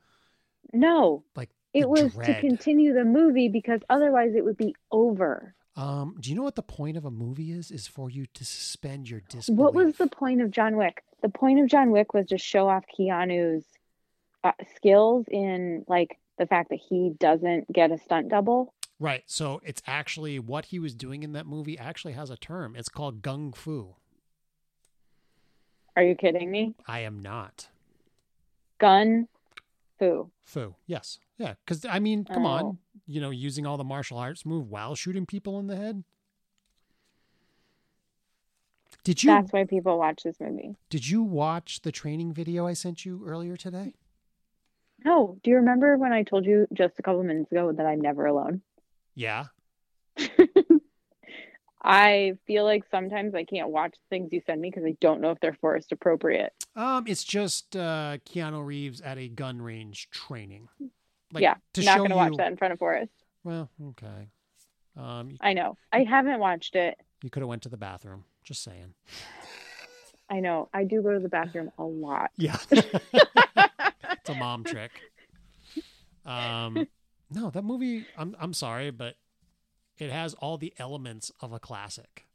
Speaker 2: No.
Speaker 1: Like,
Speaker 2: it
Speaker 1: the
Speaker 2: was to
Speaker 1: dread. continue
Speaker 2: continue the movie because otherwise it would be over.
Speaker 1: um do you know what the point of a movie is is for you to suspend your disbelief.
Speaker 2: What was the point of John Wick? The point of John Wick was to show off Keanu's uh, skills in like the fact that he doesn't get a stunt double.
Speaker 1: Right. So it's actually what he was doing in that movie actually has a term. It's called gung fu.
Speaker 2: Are you kidding me?
Speaker 1: I am not.
Speaker 2: Gun foo.
Speaker 1: Fu. Yes. Yeah. Because, I mean, come on.
Speaker 2: Oh.
Speaker 1: You know, using all the martial arts move while shooting people in the head. Did you
Speaker 2: That's why people watch this movie.
Speaker 1: did you watch the training video I sent you earlier today?
Speaker 2: No, do you remember when I told you just a couple minutes ago that I'm never alone?
Speaker 1: Yeah.
Speaker 2: I feel like sometimes I can't watch things you send me because I don't know if they're forest appropriate.
Speaker 1: Um, it's just uh Keanu Reeves at a gun range training.
Speaker 2: yeah,
Speaker 1: to
Speaker 2: not
Speaker 1: show
Speaker 2: gonna watch
Speaker 1: you-
Speaker 2: that in front of Forrest.
Speaker 1: Well, okay. Um,
Speaker 2: I know. I haven't watched it
Speaker 1: You could have went to the bathroom. Just saying.
Speaker 2: I know. I do go to the bathroom a lot.
Speaker 1: Yeah. it's a mom trick. Um, no, that movie. I'm I'm sorry, but it has all the elements of a classic.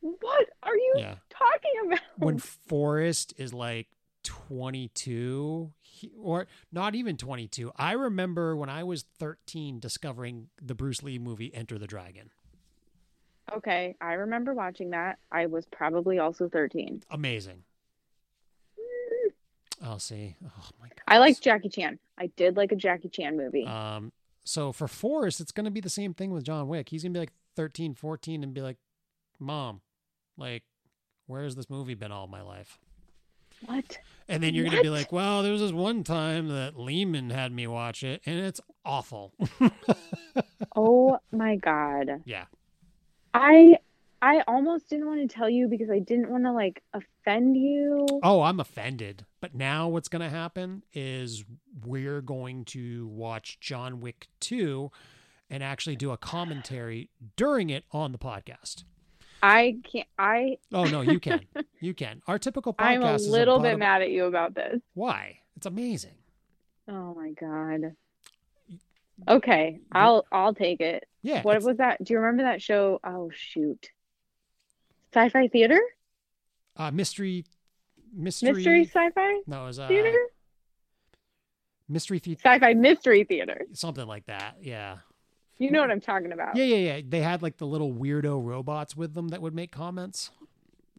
Speaker 2: What are you
Speaker 1: Yeah.
Speaker 2: talking about?
Speaker 1: When Forrest is like 22, he, or not even 22. I remember when I was 13 discovering the Bruce Lee movie Enter the Dragon.
Speaker 2: Okay, I remember watching that. I was probably also 13.
Speaker 1: Amazing. I'll see. Oh my god.
Speaker 2: I like Jackie Chan. I did like a Jackie Chan movie.
Speaker 1: Um, so for Forrest, it's going to be the same thing with John Wick. He's going to be like 13, 14 and be like, Mom, like, where has this movie been all my life?
Speaker 2: what?
Speaker 1: And then you're going to be
Speaker 2: What?
Speaker 1: like, well, there was this one time that Lehman had me watch it and it's awful.
Speaker 2: Oh my god.
Speaker 1: yeah.
Speaker 2: I I almost didn't want to tell you because I didn't want to like offend you.
Speaker 1: Oh, I'm offended. But now what's going to happen is we're going to watch John Wick 2 and actually do a commentary during it on the podcast.
Speaker 2: I can't I
Speaker 1: Oh, no, you can. you can. Our typical podcast
Speaker 2: I'm a
Speaker 1: is
Speaker 2: little
Speaker 1: about
Speaker 2: bit
Speaker 1: a-
Speaker 2: mad at you about this.
Speaker 1: Why? It's amazing.
Speaker 2: Oh my god. Okay, I'll I'll take it.
Speaker 1: Yeah.
Speaker 2: What
Speaker 1: it's-
Speaker 2: was that? Do you remember that show? Oh shoot. Sci-fi theater?
Speaker 1: uh, mystery, mystery,
Speaker 2: Mystery sci-fi
Speaker 1: No, it was uh,
Speaker 2: theater?
Speaker 1: mystery the-
Speaker 2: Sci-fi mystery theater.
Speaker 1: something like that. Yeah.
Speaker 2: You know what I'm talking about.
Speaker 1: Yeah, yeah, yeah. They had like the little weirdo robots with them that would make comments.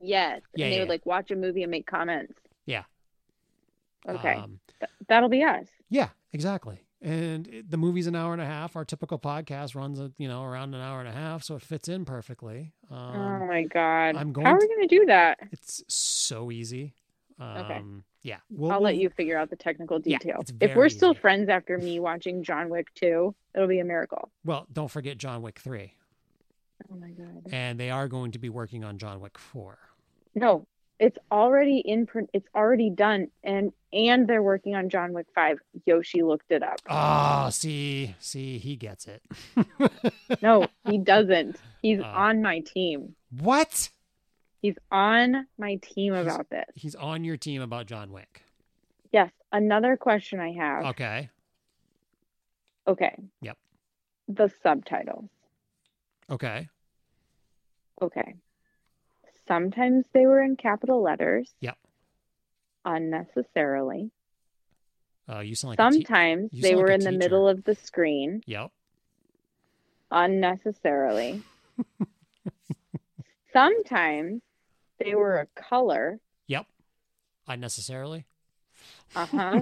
Speaker 2: Yes.
Speaker 1: Yeah,
Speaker 2: and they
Speaker 1: yeah.
Speaker 2: would like watch a movie and make comments.
Speaker 1: Yeah.
Speaker 2: Okay.
Speaker 1: Um,
Speaker 2: Th- that'll be us.
Speaker 1: yeah, exactly. And it, the movie's an hour and a half. Our typical podcast runs, uh, you know, around an hour and a half, so it fits in perfectly. Um,
Speaker 2: oh my god.
Speaker 1: I'm
Speaker 2: How
Speaker 1: going
Speaker 2: are
Speaker 1: to-
Speaker 2: we gonna do that?
Speaker 1: It's so easy. Um,
Speaker 2: Okay.
Speaker 1: Yeah. We'll,
Speaker 2: I'll
Speaker 1: we'll-
Speaker 2: let you figure out the technical
Speaker 1: Yeah,
Speaker 2: detail.
Speaker 1: it's
Speaker 2: if we're
Speaker 1: very
Speaker 2: still
Speaker 1: easy.
Speaker 2: friends after me watching John Wick 2, it'll be a miracle.
Speaker 1: Well, don't forget John Wick three,
Speaker 2: Oh my god.
Speaker 1: and they are going to be working on John Wick four.
Speaker 2: No, it's already in print. It's already done, and and they're working on John Wick Five. Yoshi looked it up.
Speaker 1: Ah, see, see, he gets it.
Speaker 2: No, he doesn't. He's
Speaker 1: Oh.
Speaker 2: on my team.
Speaker 1: What?
Speaker 2: He's on my team
Speaker 1: He's-
Speaker 2: about this.
Speaker 1: He's on your team about John Wick.
Speaker 2: Yes. Another question I have.
Speaker 1: Okay.
Speaker 2: Okay.
Speaker 1: Oh. Yep.
Speaker 2: The subtitles.
Speaker 1: Okay.
Speaker 2: Okay. Sometimes they were in capital letters.
Speaker 1: Yep.
Speaker 2: Unnecessarily.
Speaker 1: Uh, you sound like a te-
Speaker 2: Sometimes
Speaker 1: you
Speaker 2: they
Speaker 1: sound like
Speaker 2: were
Speaker 1: a
Speaker 2: in the
Speaker 1: teacher.
Speaker 2: middle of the screen
Speaker 1: Yep.
Speaker 2: unnecessarily. Sometimes they were a color.
Speaker 1: Yep. Unnecessarily.
Speaker 2: Uh-huh.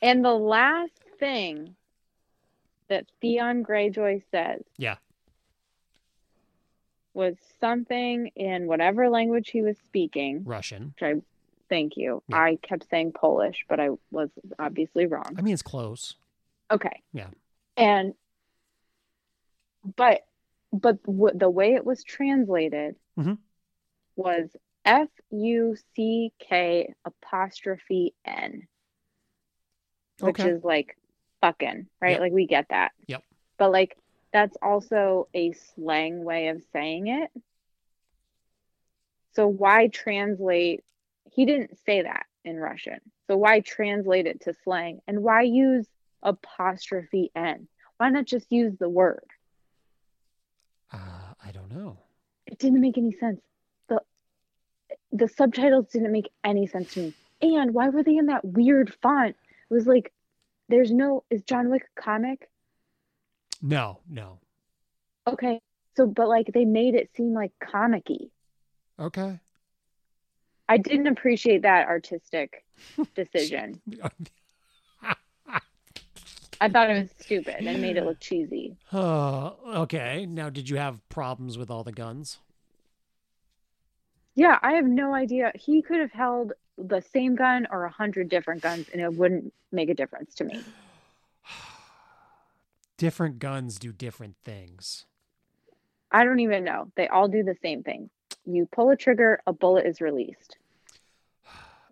Speaker 2: and the last thing that Theon Greyjoy says.
Speaker 1: Yeah.
Speaker 2: Was something in whatever language he was speaking.
Speaker 1: Russian.
Speaker 2: which I thank you.
Speaker 1: Yeah.
Speaker 2: I kept saying Polish, but I was obviously wrong.
Speaker 1: I mean, it's close.
Speaker 2: Okay.
Speaker 1: Yeah.
Speaker 2: And but but w- the way it was translated
Speaker 1: Mhm.
Speaker 2: was F U C K apostrophe N, which
Speaker 1: Okay.
Speaker 2: is like fucking right.
Speaker 1: Yep.
Speaker 2: Like we get that.
Speaker 1: Yep.
Speaker 2: But like that's also a slang way of saying it. So why translate? He didn't say that in Russian. So why translate it to slang? And why use apostrophe N? Why not just use the word?
Speaker 1: Uh, I don't know.
Speaker 2: It didn't make any sense. The the subtitles didn't make any sense to me. And why were they in that weird font? It was like there's no is John Wick a comic?
Speaker 1: No, no.
Speaker 2: Okay. So but like they made it seem like comic-y.
Speaker 1: Okay.
Speaker 2: I didn't appreciate that artistic decision. I thought it was stupid and made it look cheesy.
Speaker 1: oh, okay. Now, did you have problems with all the guns?
Speaker 2: Yeah, I have no idea. He could have held the same gun or a hundred different guns, and it wouldn't make a difference to me.
Speaker 1: different guns do different things.
Speaker 2: I don't even know. They all do the same thing. You pull a trigger, a bullet is released.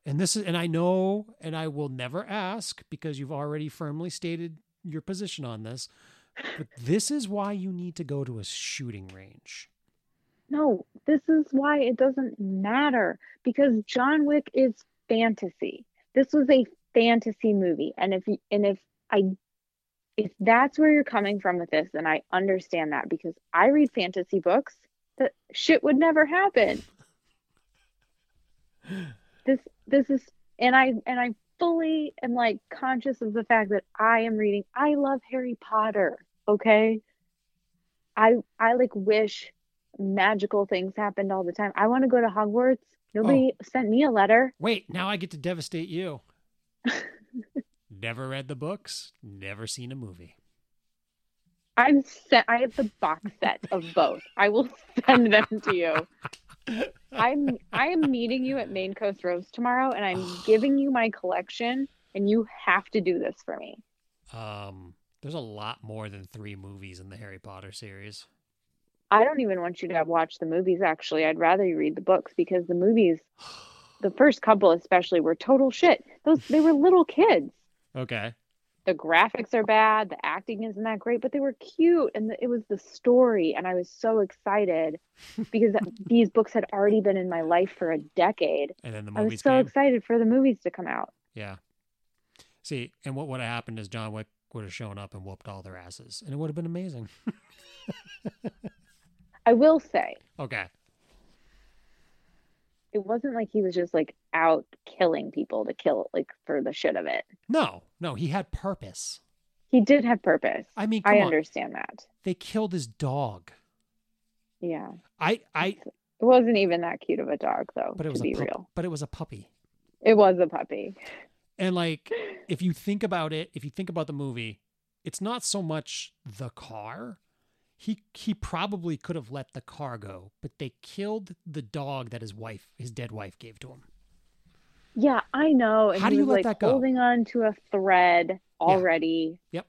Speaker 1: And this is, and I know, and I will never ask because you've already firmly stated your position on this. But this is why you need to go to a shooting range.
Speaker 2: No, this is why it doesn't matter because John Wick is fantasy. This was a fantasy movie, and if you- and if I if that's where you're coming from with this, then I understand that because I read fantasy books that shit would never happen. This this is and I and I fully am like conscious of the fact that I am reading. I love Harry Potter, okay? I I like wish magical things happened all the time. I want to go to Hogwarts. Nobody sent me a letter.
Speaker 1: Wait, now I get to devastate you. never read the books, never seen a movie.
Speaker 2: I'm set. I have the box set of both. I will send them to you. I'm I am meeting you at Main Coast Roads tomorrow, and I'm giving you my collection, and you have to do this for me.
Speaker 1: Um, there's a lot more than three movies in the Harry Potter series.
Speaker 2: I don't even want you to have watched the movies. Actually, I'd rather you read the books because the movies, the first couple especially, were total shit. Those they were little kids.
Speaker 1: Okay.
Speaker 2: the graphics are bad the acting isn't that great but they were cute and the, it was the story and i was so excited because these books had already been in my life for a decade
Speaker 1: And then the
Speaker 2: i was
Speaker 1: movies
Speaker 2: so
Speaker 1: came.
Speaker 2: excited for the movies to come out
Speaker 1: Yeah. See, and what would have happened is John Wick would have shown up and whooped all their asses, and it would have been amazing.
Speaker 2: i will say
Speaker 1: Okay.
Speaker 2: it wasn't like he was just like out killing people to kill like for the shit of it
Speaker 1: No, no, he had purpose.
Speaker 2: he did have purpose
Speaker 1: I mean, come
Speaker 2: i
Speaker 1: on.
Speaker 2: understand that
Speaker 1: They killed his dog.
Speaker 2: yeah
Speaker 1: I, I,
Speaker 2: it wasn't even that cute of a dog though
Speaker 1: but it
Speaker 2: to
Speaker 1: was a
Speaker 2: be
Speaker 1: pup-
Speaker 2: real
Speaker 1: But it was a puppy.
Speaker 2: it was a puppy
Speaker 1: And like, if you think about it, if you think about the movie, it's not so much the car. He he probably could have let the car go, but they killed the dog that his wife, his dead wife, gave to him.
Speaker 2: Yeah, I know.
Speaker 1: How do
Speaker 2: he
Speaker 1: you
Speaker 2: was,
Speaker 1: let
Speaker 2: like,
Speaker 1: that go?
Speaker 2: Holding on to a thread already.
Speaker 1: Yep.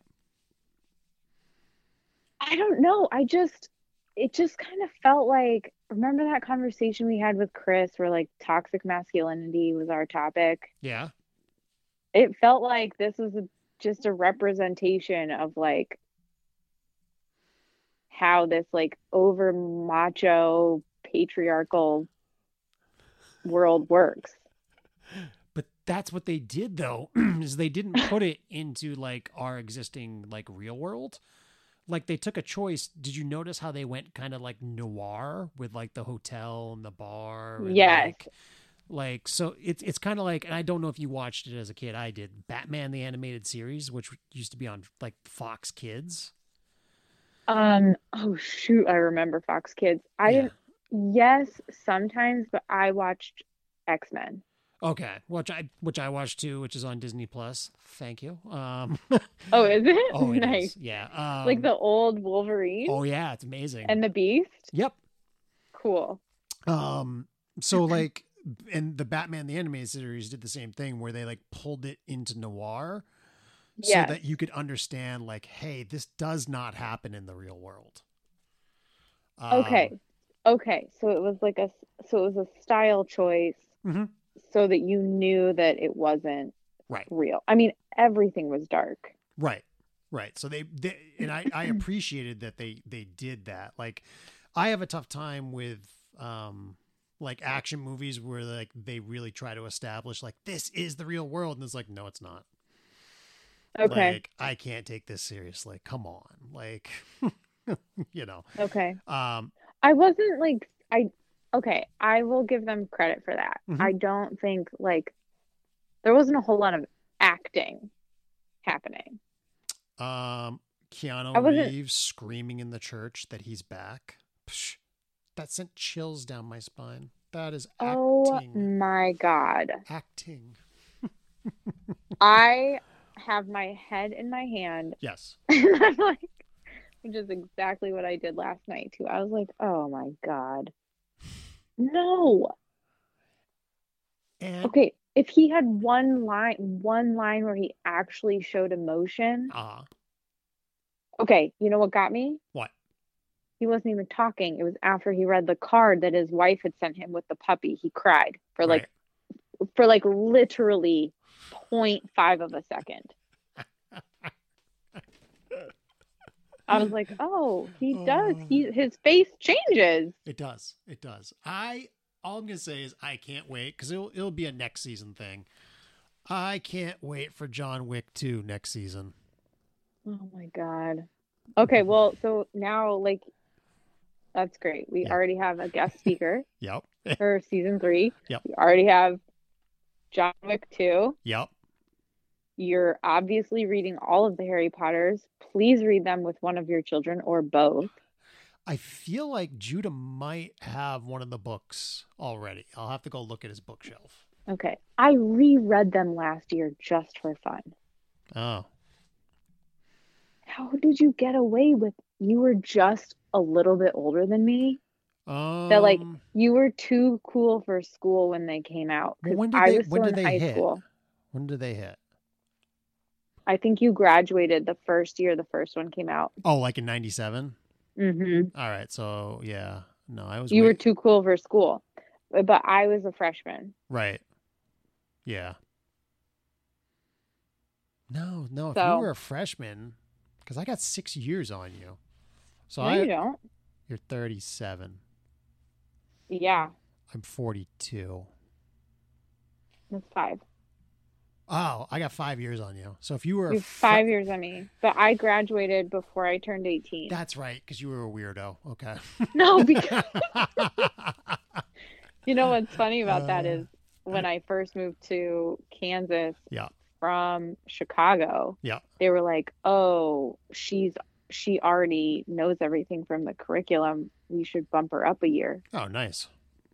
Speaker 2: I don't know. I just, it just kind of felt like, remember that conversation we had with Chris where like toxic masculinity was our topic?
Speaker 1: Yeah.
Speaker 2: It felt like this was a, just a representation of like how this like over macho patriarchal world works.
Speaker 1: But that's what they did though, is they didn't put it into like our existing like real world. Like they took a choice. Did you notice how they went kind of like noir with like the hotel and the bar? And
Speaker 2: Yes.
Speaker 1: Like, like so it's it's kind of like and I don't know if you watched it as a kid. I did Batman the animated series, which used to be on like Fox Kids.
Speaker 2: Um, oh shoot, I remember Fox Kids. I
Speaker 1: Yeah.
Speaker 2: yes, sometimes, but I watched X-Men.
Speaker 1: Okay, which I which I watched too, which is on Disney Plus. Thank you. Um,
Speaker 2: Oh, is it?
Speaker 1: oh, it is.
Speaker 2: Nice.
Speaker 1: Yeah. Um,
Speaker 2: Like the old Wolverine
Speaker 1: oh yeah, it's amazing.
Speaker 2: and the Beast.
Speaker 1: yep.
Speaker 2: Cool.
Speaker 1: Um, so
Speaker 2: Mm-hmm.
Speaker 1: like, and the Batman the animated series did the same thing where they like pulled it into noir,
Speaker 2: Yes.
Speaker 1: so that you could understand like, hey, this does not happen in the real world. Um,
Speaker 2: Okay. Okay. So it was like a so it was a style choice
Speaker 1: Mhm.
Speaker 2: so that you knew that it wasn't
Speaker 1: Right.
Speaker 2: real. I mean, everything was dark.
Speaker 1: Right. Right. So they, they and I, I appreciated that they they did that. Like I have a tough time with um like action movies where like they really try to establish like this is the real world and it's like no it's not.
Speaker 2: Okay.
Speaker 1: Like I can't take this seriously. Come on. Like you know.
Speaker 2: Okay.
Speaker 1: Um
Speaker 2: I wasn't like I okay, I will give them credit for that.
Speaker 1: Mhm.
Speaker 2: I don't think like there wasn't a whole lot of acting happening.
Speaker 1: um
Speaker 2: I
Speaker 1: Keanu
Speaker 2: wasn't-
Speaker 1: Reeves screaming in the church that he's back. Psh, that sent chills down my spine. That is acting.
Speaker 2: Oh my god.
Speaker 1: Acting.
Speaker 2: I have my head in my hand
Speaker 1: Yes.
Speaker 2: and I'm like which is exactly what I did last night too. I was like, "Oh my god." No.
Speaker 1: And
Speaker 2: Okay, if he had one line one line where he actually showed emotion,
Speaker 1: Ah,
Speaker 2: Okay, you know what got me?
Speaker 1: What?
Speaker 2: He wasn't even talking. It was after he read the card that his wife had sent him with the puppy. He cried for like for like literally 0.5 of a second. I was like, oh, he
Speaker 1: Oh.
Speaker 2: does. He his face changes.
Speaker 1: It does. It does. I all I'm gonna say is I can't wait because it'll it'll be a next season thing. I can't wait for John Wick two next season.
Speaker 2: Oh my god. Okay,
Speaker 1: Mm-hmm.
Speaker 2: well, so now like that's great. We
Speaker 1: Yeah.
Speaker 2: already have a guest speaker
Speaker 1: Yep.
Speaker 2: for season three.
Speaker 1: Yep.
Speaker 2: We already have John Wick two.
Speaker 1: Yep.
Speaker 2: You're obviously reading all of the Harry Potters. Please read them with one of your children or both.
Speaker 1: I feel like Judah might have one of the books already. I'll have to go look at his bookshelf.
Speaker 2: Okay. I reread them last year just for fun.
Speaker 1: Oh.
Speaker 2: How did you get away with you were just a little bit older than me?
Speaker 1: Um,
Speaker 2: They're like- You were too cool for school when they came out. 'cause
Speaker 1: Well, when did
Speaker 2: I
Speaker 1: they-
Speaker 2: was
Speaker 1: when
Speaker 2: still
Speaker 1: did they
Speaker 2: in high
Speaker 1: hit?
Speaker 2: school.
Speaker 1: when did they hit?
Speaker 2: I think you graduated the first year the first one came out.
Speaker 1: Oh, like in '97.
Speaker 2: hmm
Speaker 1: All right. So yeah. No, I was.
Speaker 2: You
Speaker 1: way-
Speaker 2: were too cool for school, but I was a freshman.
Speaker 1: Right. Yeah. No, no. If
Speaker 2: So-
Speaker 1: you were a freshman, because I got six years on you, so
Speaker 2: no,
Speaker 1: I
Speaker 2: you don't.
Speaker 1: you're 37.
Speaker 2: Yeah,
Speaker 1: I'm 42.
Speaker 2: that's five.
Speaker 1: Oh, I got five years on you. So if you were a
Speaker 2: You're
Speaker 1: fre-
Speaker 2: five years on me, but I graduated before I turned eighteen.
Speaker 1: that's right, because you were a weirdo. Okay.
Speaker 2: No, because you know what's funny about that
Speaker 1: Uh,
Speaker 2: is when I first moved to Kansas
Speaker 1: Yeah.
Speaker 2: from Chicago,
Speaker 1: Yeah.
Speaker 2: they were like, "Oh, she's she already knows everything from the curriculum. We should bump her up a year."
Speaker 1: oh, nice.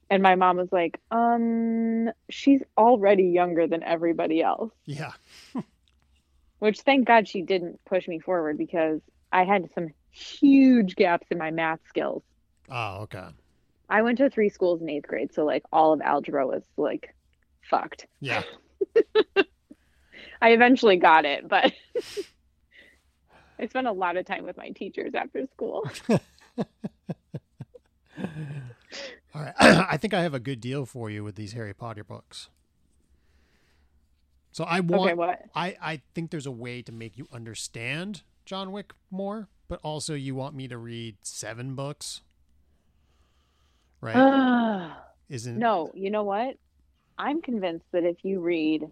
Speaker 2: And my mom was like, um, she's already younger than everybody else,
Speaker 1: Yeah.
Speaker 2: which thank God she didn't push me forward because I had some huge gaps in my math skills.
Speaker 1: Oh, okay.
Speaker 2: I went to three schools in eighth grade, so like all of algebra was like fucked.
Speaker 1: Yeah.
Speaker 2: I eventually got it, but I spent a lot of time with my teachers after school.
Speaker 1: All right. I think I have a good deal for you with these Harry Potter books. So I want
Speaker 2: Okay, what?
Speaker 1: I, I think there's a way to make you understand John Wick more, but also you want me to read seven books, right?
Speaker 2: Ugh.
Speaker 1: Isn't
Speaker 2: Uh, no, you know what? I'm convinced that if you read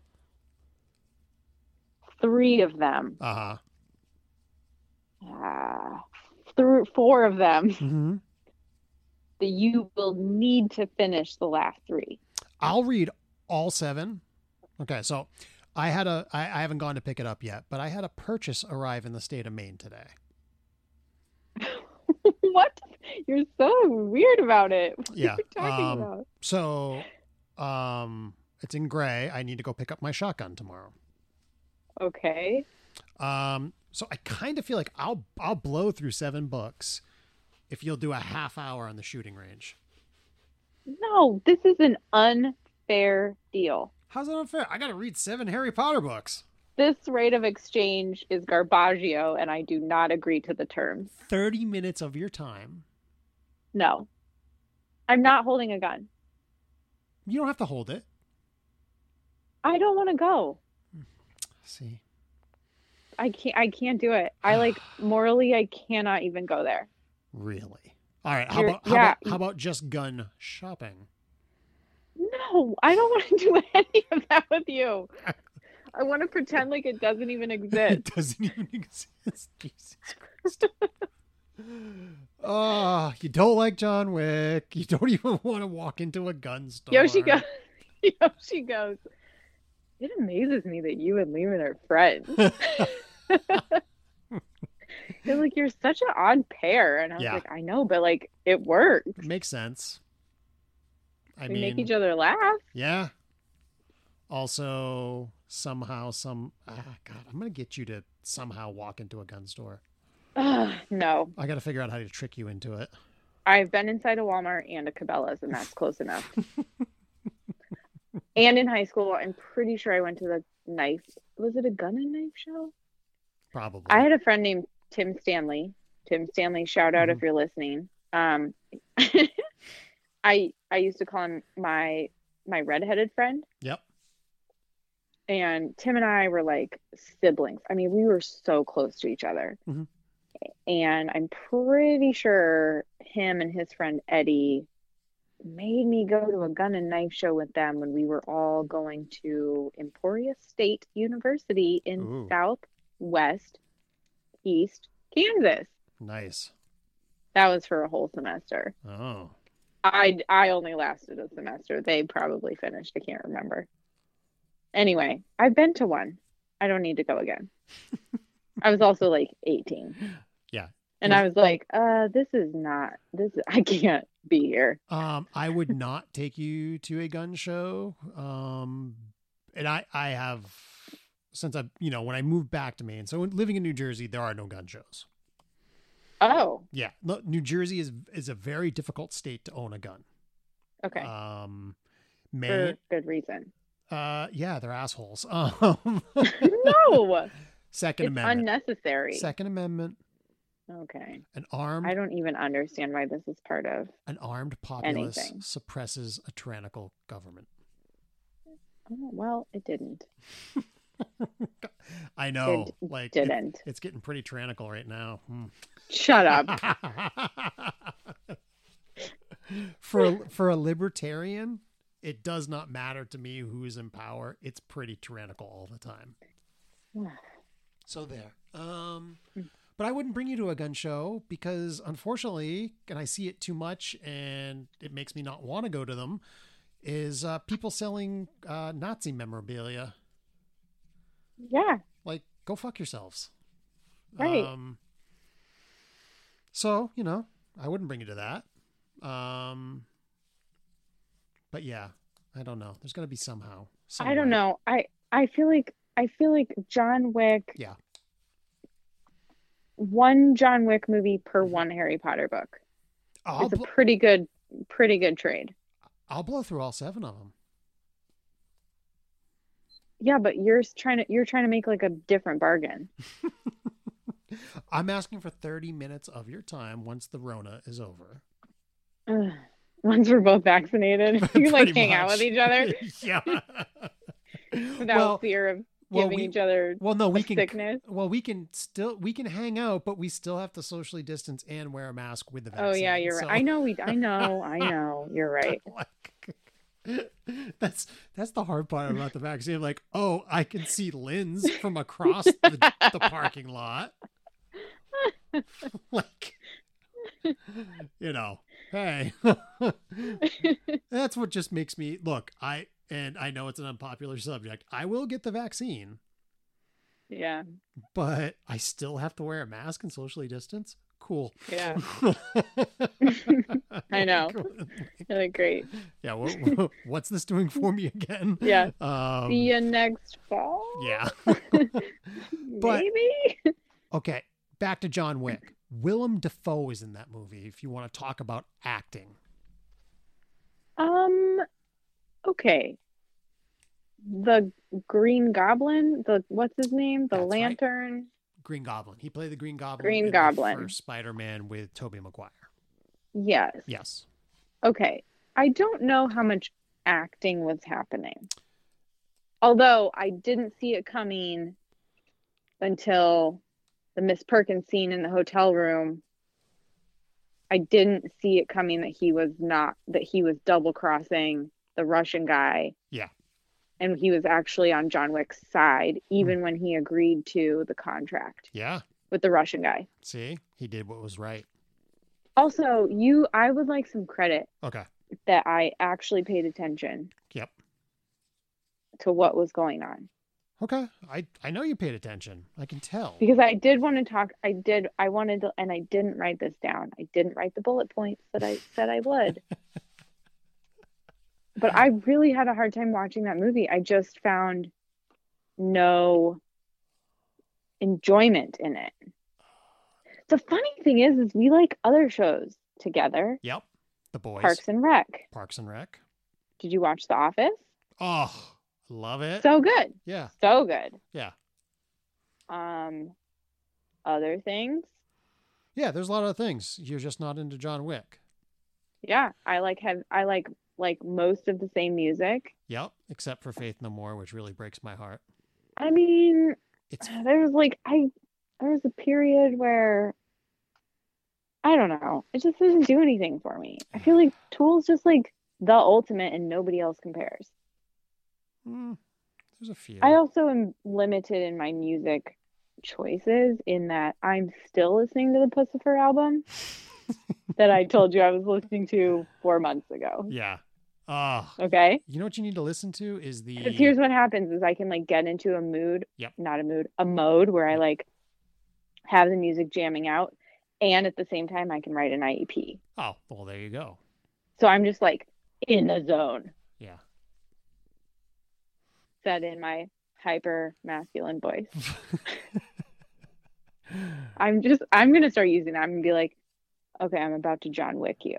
Speaker 2: three of them,
Speaker 1: Uh huh.
Speaker 2: uh, through four of them
Speaker 1: Mm-hmm.
Speaker 2: that you will need to finish the last three.
Speaker 1: I'll read all seven. Okay, so I had a I, I haven't gone to pick it up yet, but I had a purchase arrive in the state of Maine today.
Speaker 2: what? You're so weird about it. What
Speaker 1: Yeah,
Speaker 2: are you talking
Speaker 1: um,
Speaker 2: about?
Speaker 1: So, um, it's in gray. I need to go pick up my shotgun tomorrow.
Speaker 2: Okay.
Speaker 1: Um, so I kind of feel like I'll I'll blow through seven books if you'll do a half hour on the shooting range.
Speaker 2: No, this is an unfair deal.
Speaker 1: How's that unfair? I got to read seven Harry Potter books.
Speaker 2: This rate of exchange is garbaggio, and I do not agree to the terms.
Speaker 1: Thirty minutes of your time.
Speaker 2: No. I'm not holding a gun.
Speaker 1: You don't have to hold it.
Speaker 2: I don't want to go.
Speaker 1: See,
Speaker 2: I can't I can't do it. I like morally I cannot even go there.
Speaker 1: really? All right. How
Speaker 2: You're-
Speaker 1: about how,
Speaker 2: yeah.
Speaker 1: about how about just gun shopping?
Speaker 2: No, I don't want to do any of that with you. I want to pretend like it doesn't even
Speaker 1: It
Speaker 2: exist.
Speaker 1: doesn't even exist. Jesus Christ. Oh, you don't like John Wick. You don't even want to walk into a gun store.
Speaker 2: Yoshi goes. Yoshi goes. It amazes me that you and Lehman are friends. They're like you're such an odd pair, and I was
Speaker 1: Yeah.
Speaker 2: like, I know, but like it works.
Speaker 1: It makes sense. I
Speaker 2: we
Speaker 1: mean,
Speaker 2: make each other laugh.
Speaker 1: yeah. Also, somehow, some ah, God, I'm gonna get you to somehow walk into a gun store.
Speaker 2: Ugh, no,
Speaker 1: I gotta figure out how to trick you into it.
Speaker 2: I've been inside a Walmart and a Cabela's, and that's close enough. and in high school, I'm pretty sure I went to the knife. Was it a gun and knife show?
Speaker 1: Probably.
Speaker 2: I had a friend named Tim Stanley. Tim Stanley, shout out
Speaker 1: Mhm.
Speaker 2: if you're listening. Um, I I used to call him my my redheaded friend,
Speaker 1: yep.
Speaker 2: and Tim and I were like siblings. I mean, we were so close to each other.
Speaker 1: Mhm.
Speaker 2: and I'm pretty sure him and his friend Eddie made me go to a gun and knife show with them when we were all going to Emporia State University in
Speaker 1: Ooh.
Speaker 2: Southwest East Kansas.
Speaker 1: Nice.
Speaker 2: That was for a whole semester.
Speaker 1: Oh.
Speaker 2: I I only lasted a semester. They probably finished. I can't remember. Anyway, I've been to one. I don't need to go again. I was also like 18.
Speaker 1: Yeah.
Speaker 2: And I was like, uh, this is not this is, I can't be here.
Speaker 1: Um, I would not take you to a gun show. Um, and I, I have since I, you know, when I moved back to Maine. So living in New Jersey, there are no gun shows.
Speaker 2: Oh,
Speaker 1: Yeah, look, New Jersey is is a very difficult state to own a gun.
Speaker 2: okay.
Speaker 1: Um,
Speaker 2: for
Speaker 1: Maine,
Speaker 2: good reason.
Speaker 1: uh, yeah, they're assholes. Um,
Speaker 2: no.
Speaker 1: Second
Speaker 2: It's
Speaker 1: Amendment.
Speaker 2: unnecessary.
Speaker 1: Second Amendment.
Speaker 2: okay.
Speaker 1: An armed
Speaker 2: I don't even understand why this is part of
Speaker 1: an armed populace
Speaker 2: Anything.
Speaker 1: suppresses a tyrannical government.
Speaker 2: oh, well, it didn't.
Speaker 1: I know,
Speaker 2: d-
Speaker 1: like it-
Speaker 2: Didn't.
Speaker 1: it's getting pretty tyrannical right now. Hmm.
Speaker 2: Shut up.
Speaker 1: for a, for a libertarian, it does not matter to me who is in power. It's pretty tyrannical all the time. So there. Um, but I wouldn't bring you to a gun show because, unfortunately, and I see it too much, and it makes me not want to go to them. Is uh, people selling uh, Nazi memorabilia?
Speaker 2: yeah.
Speaker 1: Like, go fuck yourselves.
Speaker 2: Right.
Speaker 1: Um, so you know, I wouldn't bring you to that. Um, but yeah, I don't know. There's got to be somehow. some
Speaker 2: I don't
Speaker 1: way.
Speaker 2: know. I I feel like I feel like John Wick.
Speaker 1: Yeah.
Speaker 2: One John Wick movie per one Harry Potter book.
Speaker 1: Mm-hmm. I'll,
Speaker 2: it's a
Speaker 1: bl-
Speaker 2: pretty good, pretty good trade.
Speaker 1: I'll blow through all seven of them.
Speaker 2: Yeah, but you're s- trying to you're trying to make like a different bargain.
Speaker 1: I'm asking for 30 minutes of your time once the Rona is over.
Speaker 2: Ugh. Once we're both vaccinated, you can like
Speaker 1: Pretty
Speaker 2: hang out
Speaker 1: much.
Speaker 2: with each other
Speaker 1: yeah.
Speaker 2: without
Speaker 1: well,
Speaker 2: fear of
Speaker 1: well,
Speaker 2: giving
Speaker 1: we-
Speaker 2: each other
Speaker 1: well, no, we can.
Speaker 2: sickness.
Speaker 1: Well, we can still we can hang out, but we still have to socially distance and wear a mask with the vaccine.
Speaker 2: Oh yeah, you're
Speaker 1: so,
Speaker 2: right. I know we I know, I know. You're right.
Speaker 1: like, that's that's the hard part about the vaccine. I'm like, oh, I can see Lynn's from across the, the parking lot. like, you know, hey, that's what just makes me look. I and I know it's an unpopular subject. I will get the vaccine,
Speaker 2: Yeah.
Speaker 1: but I still have to wear a mask and socially distance. Cool.
Speaker 2: Yeah. I know. You're like great.
Speaker 1: Yeah. wha- wha- what's this doing for me again?
Speaker 2: Yeah.
Speaker 1: Um,
Speaker 2: See you next fall.
Speaker 1: yeah. But-
Speaker 2: Maybe.
Speaker 1: Okay, back to John Wick. Willem Dafoe is in that movie. If you want to talk about acting,
Speaker 2: Um okay. The Green Goblin, the what's his name? The
Speaker 1: That's right.
Speaker 2: Lantern.
Speaker 1: Green Goblin. He played the Green Goblin.
Speaker 2: Green
Speaker 1: in
Speaker 2: Goblin.
Speaker 1: the first Spider-Man with Tobey Maguire.
Speaker 2: Yes.
Speaker 1: Yes,
Speaker 2: Okay. I don't know how much acting was happening. Although I didn't see it coming until the Miss Perkins scene in the hotel room. I didn't see it coming that he was not that he was double crossing the Russian guy.
Speaker 1: Yeah.
Speaker 2: And he was actually on John Wick's side even when he agreed to the contract
Speaker 1: yeah.
Speaker 2: with the Russian guy.
Speaker 1: See, he did what was right.
Speaker 2: Also, you I would like some credit
Speaker 1: Okay.
Speaker 2: that I actually paid attention
Speaker 1: Yep.
Speaker 2: to what was going on
Speaker 1: Okay. I I know you paid attention. I can tell.
Speaker 2: because I did want to talk. I did. I wanted to, and I didn't write this down. I didn't write the bullet points that I said I would. but I really had a hard time watching that movie. I just found no enjoyment in it. The funny thing is, is we like other shows together.
Speaker 1: Yep. The boys.
Speaker 2: Parks and Rec.
Speaker 1: Parks and Rec.
Speaker 2: Did you watch The Office?
Speaker 1: Oh, love it.
Speaker 2: So good.
Speaker 1: yeah.
Speaker 2: So good.
Speaker 1: Yeah.
Speaker 2: Um, other things.
Speaker 1: Yeah. There's a lot of things. You're just not into John Wick.
Speaker 2: Yeah, I like have I like like most of the same music.
Speaker 1: Yep. Except for Faith No More, which really breaks my heart.
Speaker 2: I mean,
Speaker 1: It's
Speaker 2: there was like I there was a period where I don't know. It just doesn't do anything for me. I feel like Tool's just like the ultimate and nobody else compares.
Speaker 1: Mm, there's a few.
Speaker 2: I also am limited in my music choices in that I'm still listening to the Pussifer album that I told you I was listening to four months ago.
Speaker 1: yeah. Ah.
Speaker 2: Okay.
Speaker 1: you know what you need to listen to is the.
Speaker 2: 'Cause here's what happens is I can like get into a mood,
Speaker 1: Yep.
Speaker 2: not a mood, a mode where I like have the music jamming out and at the same time I can write an IEP.
Speaker 1: oh, well, there you go.
Speaker 2: So I'm just like in the zone.
Speaker 1: Yeah.
Speaker 2: Said in my hyper masculine voice. I'm just I'm gonna start using that. I'm gonna be like, okay, I'm about to John Wick you.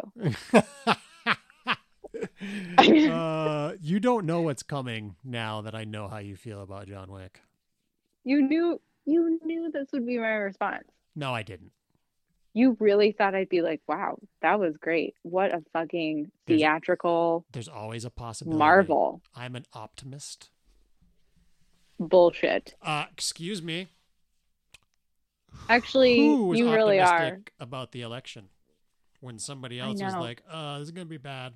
Speaker 1: uh, you don't know what's coming now that I know how you feel about John Wick.
Speaker 2: You knew you knew this would be my response.
Speaker 1: No, I didn't.
Speaker 2: You really thought I'd be like, wow, that was great. What a fucking
Speaker 1: There's-
Speaker 2: theatrical
Speaker 1: There's always a possibility.
Speaker 2: marvel.
Speaker 1: I'm an optimist.
Speaker 2: Bullshit.
Speaker 1: Uh, excuse me.
Speaker 2: Actually,
Speaker 1: Who was
Speaker 2: you really are.
Speaker 1: optimistic about the election when somebody
Speaker 2: I
Speaker 1: else was
Speaker 2: know.
Speaker 1: like, "Uh, this is gonna be bad."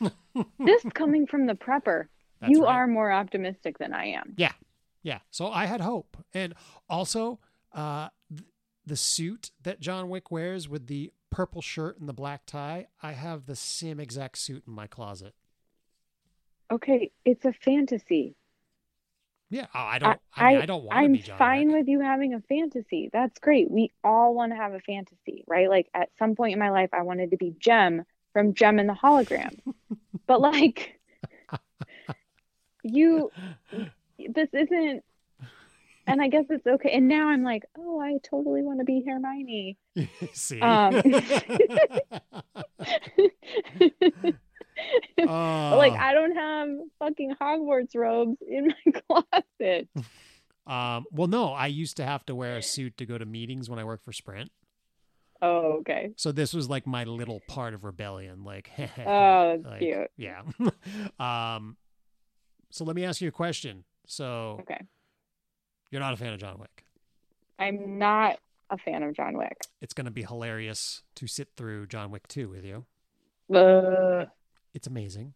Speaker 2: this coming from the prepper,
Speaker 1: That's
Speaker 2: you
Speaker 1: right.
Speaker 2: are more optimistic than I am.
Speaker 1: Yeah. So I had hope. And also, uh, th- the suit that John Wick wears with the purple shirt and the black tie, I have the same exact suit in my closet.
Speaker 2: Okay, it's a fantasy.
Speaker 1: Yeah. Oh, I don't, I, mean, I don't want to
Speaker 2: I'm
Speaker 1: be John
Speaker 2: fine
Speaker 1: Wick.
Speaker 2: with you having a fantasy. That's great. We all want to have a fantasy, right? Like at some point in my life, I wanted to be Jem from Jem and the Hologram. but like, you, this isn't. And I guess it's okay. And now I'm like, oh, I totally want to be Hermione.
Speaker 1: See?
Speaker 2: Um, But, like,
Speaker 1: Uh,
Speaker 2: I don't have fucking Hogwarts robes in my closet.
Speaker 1: um, well, no, I used to have to wear a suit to go to meetings when I worked for Sprint.
Speaker 2: Oh, okay.
Speaker 1: So this was like my little part of rebellion. Like,
Speaker 2: Oh, that's
Speaker 1: like,
Speaker 2: cute.
Speaker 1: Yeah. um, so let me ask you a question. So
Speaker 2: Okay.
Speaker 1: you're not a fan of John Wick.
Speaker 2: I'm not a fan of John Wick.
Speaker 1: It's going to be hilarious to sit through John Wick 2 with you.
Speaker 2: Ugh.
Speaker 1: It's amazing.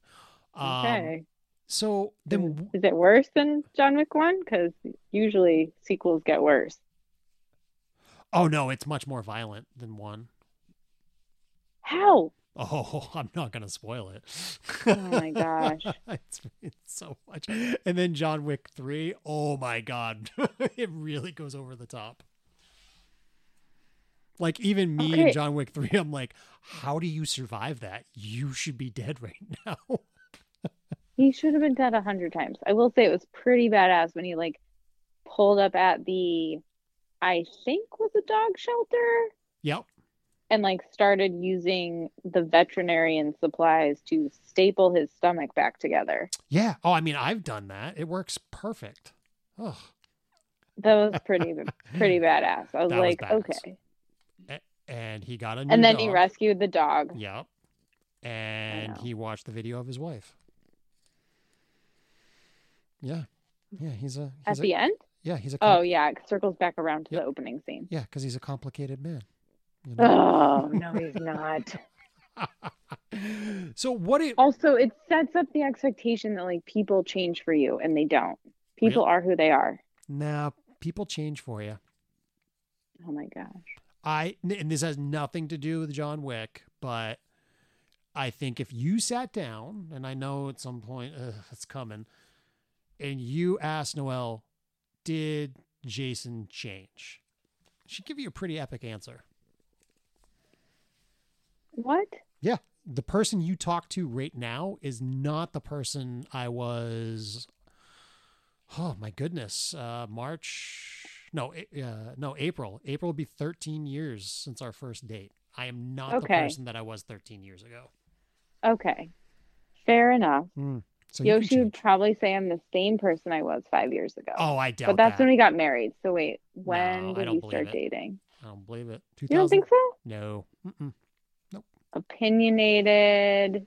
Speaker 1: Um,
Speaker 2: Okay.
Speaker 1: So then, w-
Speaker 2: Is it worse than John Wick 1? Because usually sequels get worse.
Speaker 1: oh no, it's much more violent than one.
Speaker 2: How?
Speaker 1: Oh, I'm not going to spoil it.
Speaker 2: Oh my gosh.
Speaker 1: it's, it's so much. And then John Wick 3, oh my God. it really goes over the top. Like, even me and
Speaker 2: Okay.
Speaker 1: John Wick 3, I'm like, how do you survive that? You should be dead right now.
Speaker 2: He should have been dead a hundred times. I will say it was pretty badass when he like pulled up at the I think was a dog shelter
Speaker 1: yep.
Speaker 2: and like started using the veterinarian supplies to staple his stomach back together.
Speaker 1: Yeah. Oh, I mean, I've done that. It works perfect. Oh,
Speaker 2: That was pretty pretty badass. I was
Speaker 1: That was
Speaker 2: like,
Speaker 1: badass.
Speaker 2: okay.
Speaker 1: and he got a new
Speaker 2: And then he
Speaker 1: dog.
Speaker 2: rescued the dog.
Speaker 1: Yep. And
Speaker 2: know.
Speaker 1: he watched the video of his wife. Yeah. Yeah, he's a
Speaker 2: At
Speaker 1: he's a,
Speaker 2: the end?
Speaker 1: yeah, he's a com-
Speaker 2: Oh yeah, it circles back around to
Speaker 1: Yep.
Speaker 2: the opening scene.
Speaker 1: yeah, cuz he's a complicated man. you know?
Speaker 2: Oh no, he's not.
Speaker 1: so what it
Speaker 2: Also, it sets up the expectation that like people change for you, and they don't. People are who they are.
Speaker 1: Nah, people change for you.
Speaker 2: Oh my gosh.
Speaker 1: I and this has nothing to do with John Wick, but I think if you sat down, and I know at some point uh, it's coming, and you asked Noelle, "Did Jason change?" She'd give you a pretty epic answer.
Speaker 2: What?
Speaker 1: Yeah, the person you talk to right now is not the person I was. Oh my goodness, uh, March. No, A- uh, no, April. April will be 13 years since our first date. I am not the
Speaker 2: Okay.
Speaker 1: person that I was 13 years ago.
Speaker 2: Okay. Fair enough.
Speaker 1: So you can
Speaker 2: Yoshi would
Speaker 1: change.
Speaker 2: probably say I'm the same person I was five years ago.
Speaker 1: Oh, I doubt
Speaker 2: but that's
Speaker 1: that.
Speaker 2: when we got married. So wait, when
Speaker 1: No, I
Speaker 2: did
Speaker 1: don't
Speaker 2: we
Speaker 1: believe
Speaker 2: start
Speaker 1: it.
Speaker 2: dating?
Speaker 1: I don't believe it.
Speaker 2: You
Speaker 1: 2000?
Speaker 2: don't think so?
Speaker 1: No. Mm-mm.
Speaker 2: Opinionated.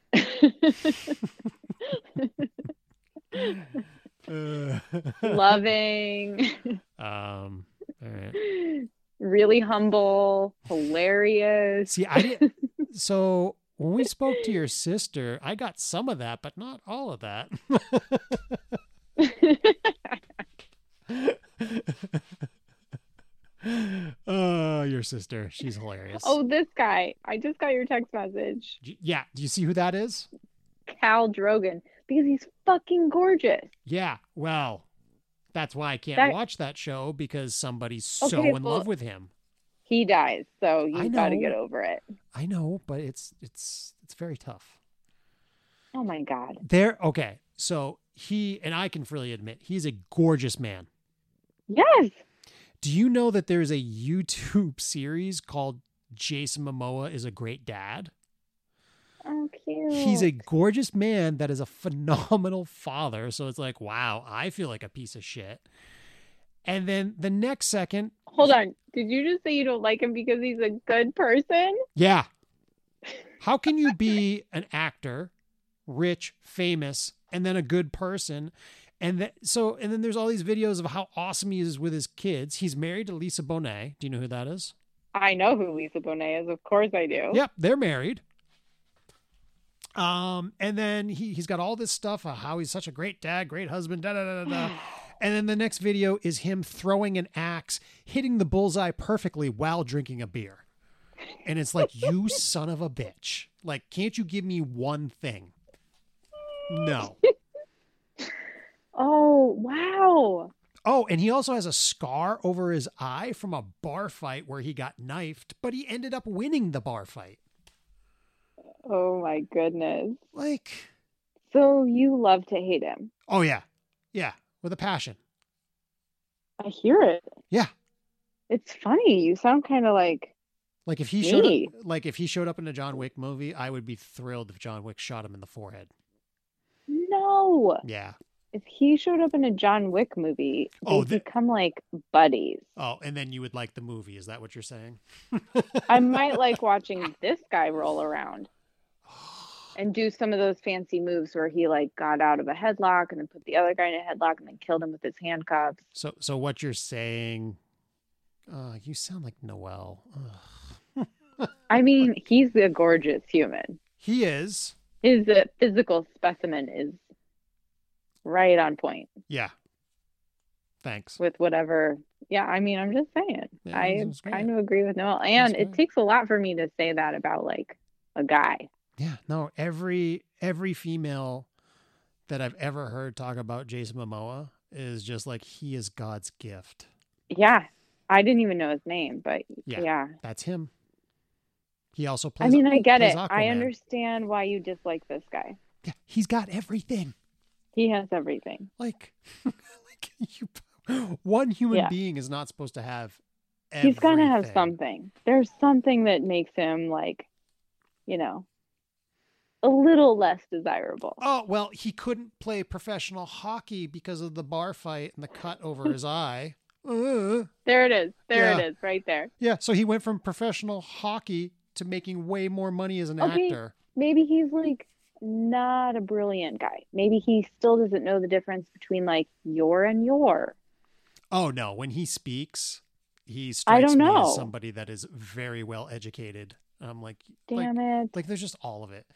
Speaker 1: Uh,
Speaker 2: loving.
Speaker 1: um. All right.
Speaker 2: really humble, hilarious.
Speaker 1: See, I didn't. so when we spoke to your sister, I got some of that, but not all of that. oh, your sister. She's hilarious.
Speaker 2: oh, this guy. I just got your text message.
Speaker 1: Y- yeah. Do you see who that is?
Speaker 2: Cal Drogan. Because he's fucking gorgeous.
Speaker 1: Yeah. Well, that's why I can't
Speaker 2: That-
Speaker 1: watch that show because somebody's so
Speaker 2: Okay,
Speaker 1: in
Speaker 2: well-
Speaker 1: love with him.
Speaker 2: He dies, so
Speaker 1: I
Speaker 2: you gotta
Speaker 1: know.
Speaker 2: get over it.
Speaker 1: I know, but it's it's it's very tough.
Speaker 2: Oh my god.
Speaker 1: There. Okay. So he and I can freely admit he's a gorgeous man.
Speaker 2: Yes.
Speaker 1: Do you know that there's a YouTube series called Jason Momoa is a great dad?
Speaker 2: Oh cute.
Speaker 1: He's a gorgeous man that is a phenomenal father. So it's like, wow, I feel like a piece of shit. And then the next second,
Speaker 2: Hold on. Did you just say you don't like him because he's a good person?
Speaker 1: yeah. How can you be an actor, rich, famous, and then a good person? And that, so, and then there's all these videos of how awesome he is with his kids. He's married to Lisa Bonet. Do you know who that is?
Speaker 2: I know who Lisa Bonet is. Of course I do.
Speaker 1: Yep, they're married. Um, and then he he's got all this stuff of how he's such a great dad, great husband, da da da da.
Speaker 2: Mm.
Speaker 1: da. And then the next video is him throwing an axe, hitting the bullseye perfectly while drinking a beer. And it's like, you son of a bitch! Like, can't you give me one thing? No.
Speaker 2: Oh wow.
Speaker 1: Oh, and he also has a scar over his eye from a bar fight where he got knifed, but he ended up winning the bar fight.
Speaker 2: Oh my goodness.
Speaker 1: Like,
Speaker 2: So you love to hate him.
Speaker 1: oh yeah, yeah, with a passion.
Speaker 2: I hear it.
Speaker 1: Yeah.
Speaker 2: It's funny. You sound kind of like
Speaker 1: Like if he showed
Speaker 2: Me.
Speaker 1: up, like if he showed up in a John Wick movie, I would be thrilled if John Wick shot him in the forehead.
Speaker 2: no.
Speaker 1: Yeah.
Speaker 2: If he showed up in a John Wick movie, they
Speaker 1: Oh, the-
Speaker 2: become like buddies.
Speaker 1: Oh, and then you would like the movie. Is that what you're saying?
Speaker 2: I might like watching this guy roll around and do some of those fancy moves where he like got out of a headlock and then put the other guy in a headlock and then killed him with his handcuffs.
Speaker 1: So, so what you're saying? Uh, you sound like Noel. Ugh.
Speaker 2: I mean, he's a gorgeous human.
Speaker 1: He is.
Speaker 2: His uh, physical specimen is right on point
Speaker 1: Yeah. Thanks.
Speaker 2: with whatever. Yeah, I mean, I'm just saying.
Speaker 1: Yeah,
Speaker 2: I
Speaker 1: that's great.
Speaker 2: kind of agree with Noel. And
Speaker 1: great.
Speaker 2: it takes a lot for me to say that about like a guy.
Speaker 1: Yeah. No. Every every female that I've ever heard talk about Jason Momoa is just like he is God's gift.
Speaker 2: Yeah. I didn't even know his name, but
Speaker 1: Yeah.
Speaker 2: yeah.
Speaker 1: That's him. He also plays.
Speaker 2: I mean, I get
Speaker 1: plays
Speaker 2: it. I
Speaker 1: Aquaman.
Speaker 2: understand why you dislike this guy.
Speaker 1: Yeah, he's got everything.
Speaker 2: He has everything.
Speaker 1: like like you one human
Speaker 2: Yeah.
Speaker 1: being is not supposed to have
Speaker 2: He's got to have
Speaker 1: everything.
Speaker 2: something. There's something that makes him like, you know, a little less desirable.
Speaker 1: oh well he couldn't play professional hockey because of the bar fight and the cut over his eye Uh,
Speaker 2: There it is. There
Speaker 1: Yeah.
Speaker 2: it is right there.
Speaker 1: yeah so he went from professional hockey to making way more money as an
Speaker 2: Okay.
Speaker 1: actor
Speaker 2: Maybe he's like not a brilliant guy. Maybe he still doesn't know the difference between like your and your.
Speaker 1: oh no when he speaks he
Speaker 2: I
Speaker 1: strikes
Speaker 2: don't
Speaker 1: me
Speaker 2: know.
Speaker 1: as somebody that is very well educated i'm like like,
Speaker 2: Damn it.
Speaker 1: like there's just all of it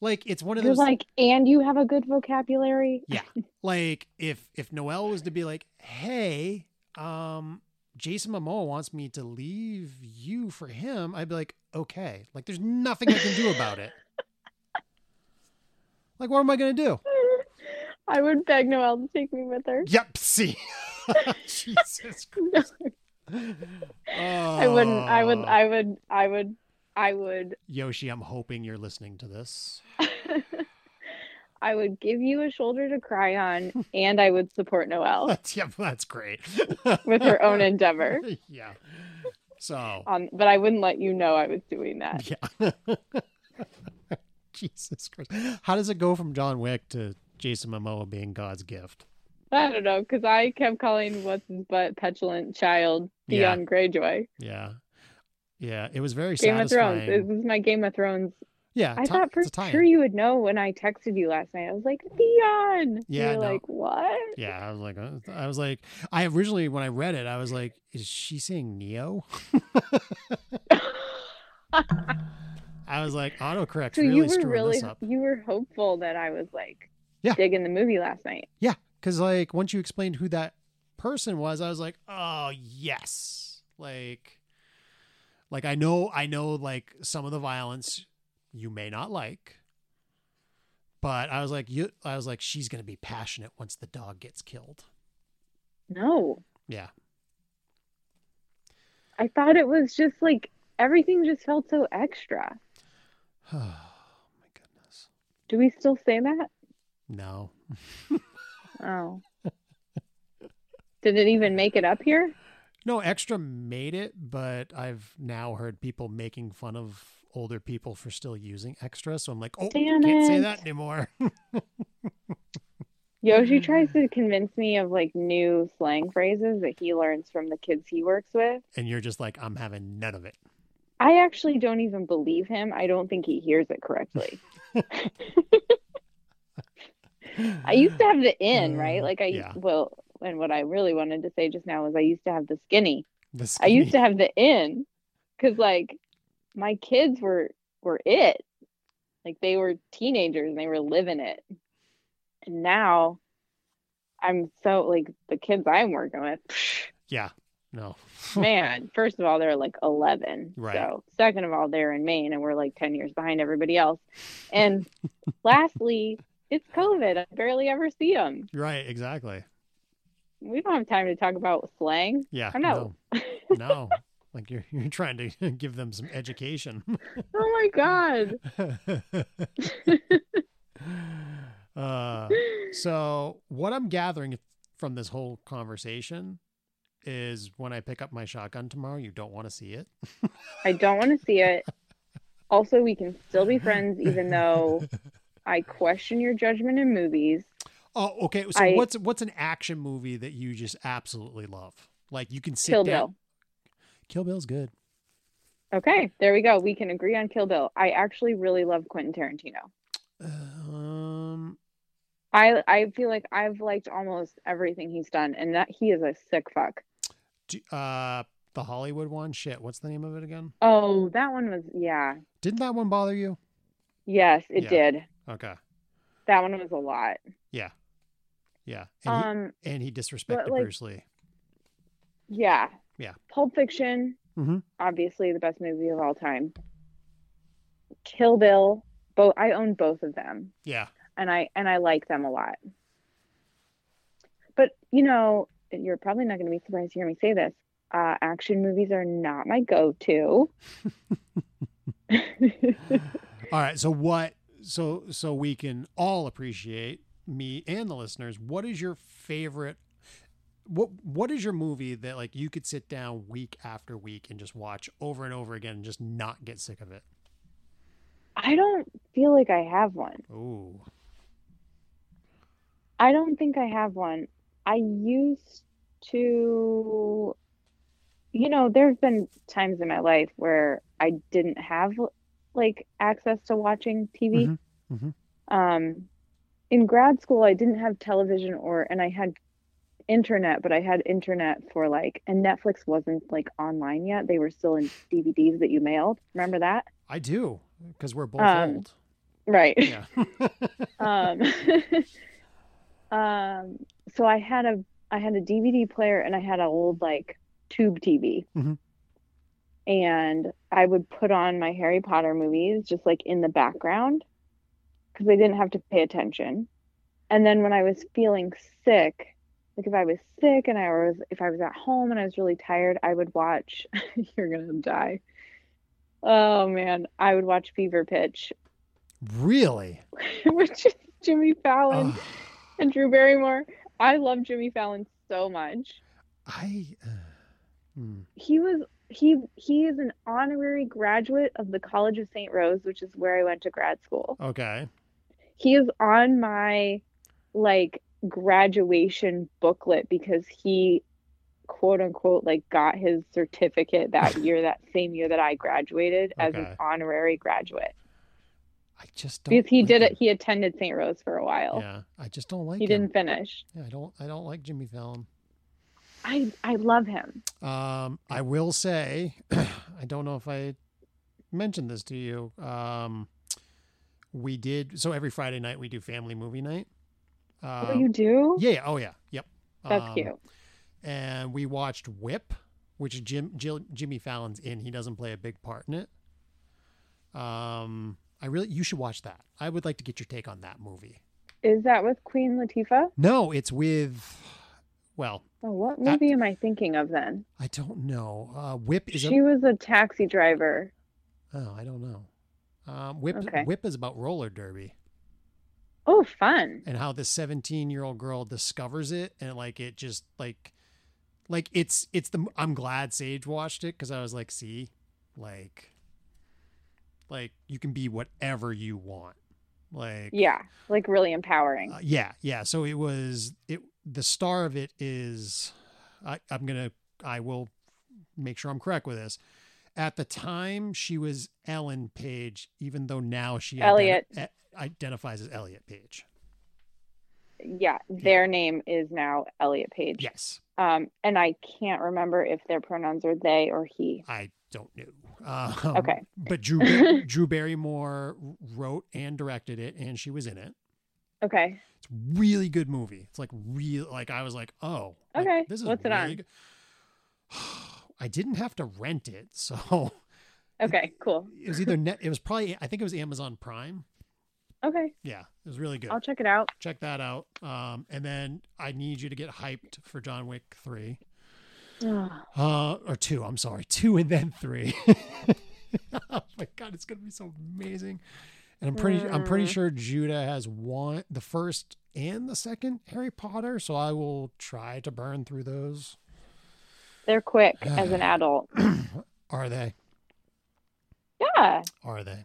Speaker 1: like it's one of
Speaker 2: You're
Speaker 1: those
Speaker 2: like, and you have a good vocabulary.
Speaker 1: Yeah. like if if Noelle was to be like, "Hey, um Jason Momoa wants me to leave you for him." I'd be like, "Okay." Like there's nothing I can do about it. Like what am I going to do?
Speaker 2: I would beg Noelle to take me with her.
Speaker 1: Yep, see. Jesus. Christ.
Speaker 2: I wouldn't. I would.
Speaker 1: Oh.
Speaker 2: I would. I would. I would.
Speaker 1: Yoshi, I'm hoping you're listening to this.
Speaker 2: I would give you a shoulder to cry on, and I would support Noelle
Speaker 1: That's yep, that's great.
Speaker 2: with her own endeavor.
Speaker 1: yeah. So,
Speaker 2: Um, but I wouldn't let you know I was doing that.
Speaker 1: Yeah. Jesus Christ. How does it go from John Wick to Jason Momoa being God's gift?
Speaker 2: I don't know because I kept calling what's his butt petulant child
Speaker 1: Yeah.
Speaker 2: Theon Greyjoy.
Speaker 1: Yeah. Yeah. It was very
Speaker 2: Game of Thrones.
Speaker 1: satisfying.
Speaker 2: This is my Game of Thrones
Speaker 1: Yeah.
Speaker 2: I
Speaker 1: ti-
Speaker 2: thought for
Speaker 1: it's a tie-in.
Speaker 2: sure you would know when I texted you last night. I was like, Theon.
Speaker 1: Yeah, no.
Speaker 2: You're like, what?
Speaker 1: Yeah, I was like, uh, I was like, I originally when I read it, I was like, is she saying Neo? I was like, autocorrect
Speaker 2: So
Speaker 1: really
Speaker 2: you
Speaker 1: screwing
Speaker 2: were really
Speaker 1: this up.
Speaker 2: you were hopeful that I was like
Speaker 1: Yeah.
Speaker 2: digging the movie last night.
Speaker 1: Yeah, because like once you explained who that person was, I was like, oh yes, like, like I know, I know, like some of the violence you may not like, but I was like, you, I was like, she's gonna be passionate once the dog gets killed.
Speaker 2: No.
Speaker 1: Yeah.
Speaker 2: I thought it was just like everything just felt so extra.
Speaker 1: Oh my goodness,
Speaker 2: Do we still say that?
Speaker 1: no.
Speaker 2: Oh. Did it even make it up here?
Speaker 1: No, extra made it, but I've now heard people making fun of older people for still using extra. So I'm like, oh,
Speaker 2: Damn
Speaker 1: can't say
Speaker 2: it.
Speaker 1: that anymore.
Speaker 2: Yoshi tries to convince me of like new slang phrases that he learns from the kids he works with.
Speaker 1: and you're just like, I'm having none of it.
Speaker 2: I actually don't even believe him. I don't think he hears it correctly. I used to have the in, right? Like I
Speaker 1: Yeah.
Speaker 2: well, and what I really wanted to say just now was I used to have the skinny.
Speaker 1: The
Speaker 2: I used to
Speaker 1: skinny-
Speaker 2: have the in cuz like my kids were were it. Like they were teenagers and they were living it. And now I'm so like the kids I'm working with,
Speaker 1: Yeah. No.
Speaker 2: man, first of all, they're like 11.
Speaker 1: Right.
Speaker 2: So, second of all, they're in Maine and we're like 10 years behind everybody else. And lastly, it's COVID. I barely ever see them.
Speaker 1: right. Exactly.
Speaker 2: We don't have time to talk about slang.
Speaker 1: Yeah.
Speaker 2: I'm not-
Speaker 1: No. no. Like you're you're trying to give them some education.
Speaker 2: Oh my God.
Speaker 1: uh, so what I'm gathering from this whole conversation is when I pick up my shotgun tomorrow, you don't want to see it.
Speaker 2: I don't want to see it. Also, we can still be friends, even though I question your judgment in movies.
Speaker 1: Oh, okay. So
Speaker 2: I-
Speaker 1: what's what's an action movie that you just absolutely love? Like you can sit
Speaker 2: Kill
Speaker 1: down.
Speaker 2: Bill.
Speaker 1: Kill Bill's good.
Speaker 2: Okay, there we go. We can agree on Kill Bill. I actually really love Quentin Tarantino.
Speaker 1: Um,
Speaker 2: I I feel like I've liked almost everything he's done, and that he is a sick fuck.
Speaker 1: do- uh, the Hollywood one. Shit, what's the name of it again?
Speaker 2: Oh, that one was yeah.
Speaker 1: Didn't that one bother you?
Speaker 2: Yes, it
Speaker 1: Yeah.
Speaker 2: did.
Speaker 1: Okay.
Speaker 2: That one was a lot.
Speaker 1: Yeah. Yeah. And,
Speaker 2: um,
Speaker 1: he, and he disrespected
Speaker 2: like-
Speaker 1: Bruce Lee.
Speaker 2: yeah.
Speaker 1: Yeah.
Speaker 2: Pulp Fiction,
Speaker 1: Mhm.
Speaker 2: obviously the best movie of all time. Kill Bill, both I own both of them,
Speaker 1: Yeah.
Speaker 2: and I and I like them a lot. But you know, you're probably not going to be surprised to hear me say this. Uh, action movies are not my go-to.
Speaker 1: All right. So what? So so we can all appreciate me and the listeners. What is your favorite? What what is your movie that like you could sit down week after week and just watch over and over again and just not get sick of it?
Speaker 2: I don't feel like I have one.
Speaker 1: Oh,
Speaker 2: I don't think I have one. I used to, you know, there have been times in my life where I didn't have like access to watching TV.
Speaker 1: Mhm, mhm.
Speaker 2: Um, in grad school, I didn't have television or, and I had internet, but I had internet for like, and Netflix wasn't like online yet. They were still in DVDs that you mailed. Remember that?
Speaker 1: I do because we're both
Speaker 2: Um,
Speaker 1: old.
Speaker 2: Right.
Speaker 1: Yeah.
Speaker 2: um, um, so I had a I had a DVD player and I had an old like tube TV,
Speaker 1: Mhm.
Speaker 2: and I would put on my Harry Potter movies just like in the background because I didn't have to pay attention. And then when I was feeling sick, like if I was sick and I was if I was at home and I was really tired, I would watch. you're gonna die. Oh man, I would watch Fever Pitch,
Speaker 1: really.
Speaker 2: which is Jimmy Fallon
Speaker 1: Ugh,
Speaker 2: and Drew Barrymore. I love Jimmy Fallon so much.
Speaker 1: I. Uh, hmm.
Speaker 2: He was he he is an honorary graduate of the College of St. Rose, which is where I went to grad school.
Speaker 1: Okay.
Speaker 2: He is on my like graduation booklet because he quote unquote like got his certificate that year that same year that I graduated as an
Speaker 1: Okay.
Speaker 2: honorary graduate.
Speaker 1: I just don't
Speaker 2: because he
Speaker 1: like
Speaker 2: did
Speaker 1: him.
Speaker 2: it. He attended St. Rose for a while.
Speaker 1: Yeah, I just don't like
Speaker 2: he
Speaker 1: him.
Speaker 2: didn't finish.
Speaker 1: Yeah, I don't. I don't like Jimmy Fallon.
Speaker 2: I I love him.
Speaker 1: Um, I will say, I don't know if I mentioned this to you. Um, we did so every Friday night we do family movie night. Um,
Speaker 2: oh, you do?
Speaker 1: yeah, yeah. Oh, yeah. Yep.
Speaker 2: That's
Speaker 1: Um,
Speaker 2: cute.
Speaker 1: And we watched Whip, which Jim Jill, Jimmy Fallon's in. He doesn't play a big part in it. Um, I really you should watch that. I would like to get your take on that movie.
Speaker 2: Is that with Queen Latifah?
Speaker 1: No, it's with. Well,
Speaker 2: Oh, what
Speaker 1: That-
Speaker 2: movie am I thinking of then?
Speaker 1: I don't know. Uh, Whip is a
Speaker 2: She was a taxi driver.
Speaker 1: Oh, I don't know. Um, whip
Speaker 2: Okay.
Speaker 1: whip is about roller derby
Speaker 2: Oh, fun.
Speaker 1: and how this 17 year old girl discovers it and like it just like like it's it's the I'm glad Sage watched it because I was like, see, like like you can be whatever you want, like
Speaker 2: Yeah, like really empowering.
Speaker 1: uh, yeah, yeah. So it was it. The star of it is, I, I'm gonna, I will make sure I'm correct with this. At the time, she was Ellen Page, even though now she identi-
Speaker 2: Elliot.
Speaker 1: e- identifies as Elliot Page.
Speaker 2: yeah, their name is now Elliot Page.
Speaker 1: Yes,
Speaker 2: Um, and I can't remember if their pronouns are they or he.
Speaker 1: I don't know. Um,
Speaker 2: Okay.
Speaker 1: but Drew Bar- Drew Barrymore wrote and directed it, and she was in it.
Speaker 2: Okay.
Speaker 1: It's a really good movie. It's like real. Like I was like, oh, like,
Speaker 2: Okay,
Speaker 1: this is
Speaker 2: what's it
Speaker 1: really
Speaker 2: on?
Speaker 1: good. I didn't have to rent it, so
Speaker 2: Okay, cool.
Speaker 1: it was either net. It was probably I think it was Amazon Prime.
Speaker 2: Okay,
Speaker 1: Yeah, it was really good.
Speaker 2: I'll check it out.
Speaker 1: Check that out. Um, and then I need you to get hyped for John Wick three,
Speaker 2: Ugh.
Speaker 1: uh, or two. I'm sorry, two and then three. oh my god, it's gonna be so amazing. And I'm pretty I'm pretty
Speaker 2: Mm.
Speaker 1: sure Judah has one the first and the second Harry Potter, so I will try to burn through those.
Speaker 2: They're quick as an adult.
Speaker 1: Are they?
Speaker 2: Yeah,
Speaker 1: Are they?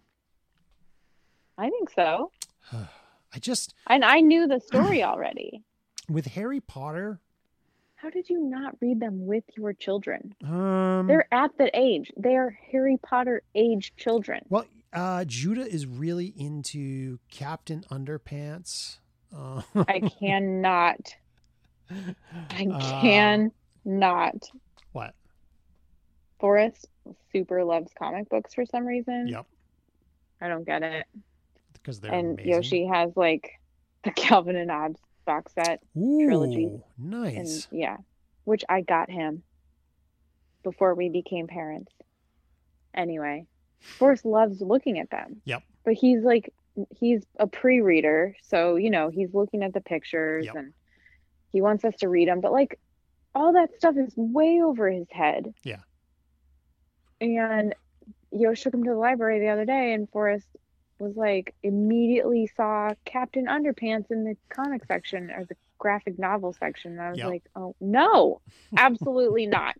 Speaker 2: I think so.
Speaker 1: I just
Speaker 2: And I knew the story already.
Speaker 1: with Harry Potter,
Speaker 2: How did you not read them with your children?
Speaker 1: um
Speaker 2: They're at that age. They are Harry Potter age children.
Speaker 1: Well, uh, Judah is really into Captain Underpants. Uh,
Speaker 2: I cannot. I
Speaker 1: Uh,
Speaker 2: can not.
Speaker 1: what?
Speaker 2: Forrest super loves comic books for some reason.
Speaker 1: Yep,
Speaker 2: I don't get it.
Speaker 1: because they're
Speaker 2: and
Speaker 1: amazing.
Speaker 2: Yoshi has like the Calvin and Hobbes box set,
Speaker 1: Ooh,
Speaker 2: trilogy.
Speaker 1: Nice.
Speaker 2: and yeah, which I got him before we became parents. Anyway, Forrest loves looking at them.
Speaker 1: Yep.
Speaker 2: But he's like, he's a pre-reader, so you know he's looking at the pictures
Speaker 1: Yep.
Speaker 2: and he wants us to read them. But like, all that stuff is way over his head.
Speaker 1: Yeah.
Speaker 2: And Yosh took him to the library the other day, and Forrest was like immediately saw Captain Underpants in the comic section or the graphic novel section. And I was
Speaker 1: Yep.
Speaker 2: like, oh, no, absolutely not.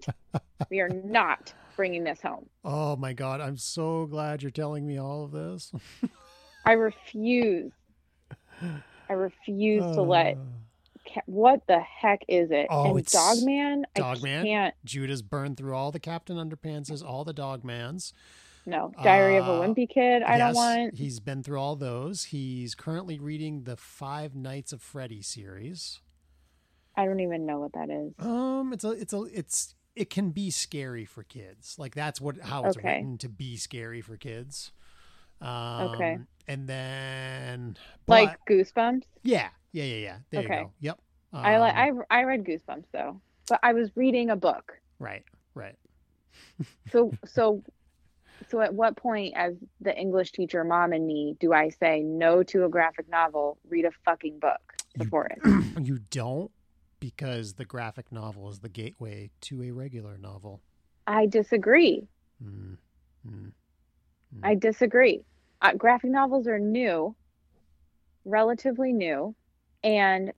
Speaker 2: We are not bringing this home.
Speaker 1: Oh my God, I'm so glad you're telling me all of this.
Speaker 2: I refuse. I refuse to let.
Speaker 1: Uh,
Speaker 2: Ca- What the heck is it?
Speaker 1: Oh,
Speaker 2: and
Speaker 1: it's
Speaker 2: Dogman? I
Speaker 1: Dogman?
Speaker 2: can't.
Speaker 1: Judah's burned through all the Captain Underpantses, all the Dogmans.
Speaker 2: No. Diary of a
Speaker 1: Uh,
Speaker 2: Wimpy Kid, I don't
Speaker 1: Yes,
Speaker 2: want.
Speaker 1: He's been through all those. He's currently reading the Five Nights of Freddy series.
Speaker 2: I don't even know what that is.
Speaker 1: Um, it's a, it's a, it's, it can be scary for kids. Like that's what how it's
Speaker 2: Okay.
Speaker 1: written to be scary for kids. Um,
Speaker 2: Okay.
Speaker 1: And then,
Speaker 2: Like
Speaker 1: but-
Speaker 2: Goosebumps.
Speaker 1: yeah, yeah, yeah, yeah. There
Speaker 2: Okay.
Speaker 1: you go. Yep.
Speaker 2: I like.
Speaker 1: Um,
Speaker 2: I I read Goosebumps though, but I was reading a book.
Speaker 1: right, right.
Speaker 2: So so so at what point as the English teacher mom and me do I say no to a graphic novel, read a fucking book
Speaker 1: You-
Speaker 2: before it?
Speaker 1: You don't because the graphic novel is the gateway to a regular novel.
Speaker 2: I disagree.
Speaker 1: Mm, mm.
Speaker 2: I disagree. Uh, graphic novels are new, relatively new, and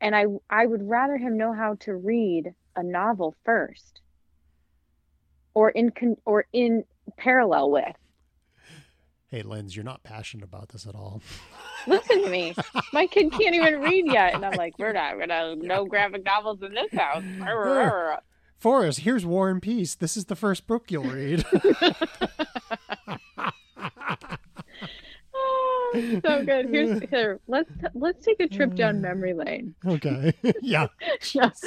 Speaker 2: and I I would rather him know how to read a novel first, or in con, or in parallel with.
Speaker 1: Hey, Lens, you're not passionate about this at all.
Speaker 2: Listen to me, my kid can't even read yet, and I'm like, we're not gonna no graphic novels in this house.
Speaker 1: Forrest, here's War and Peace. This is the first book you'll read.
Speaker 2: Ah, so good. Here's here. Let's let's take a trip down memory lane.
Speaker 1: Okay. yeah.
Speaker 2: Yes.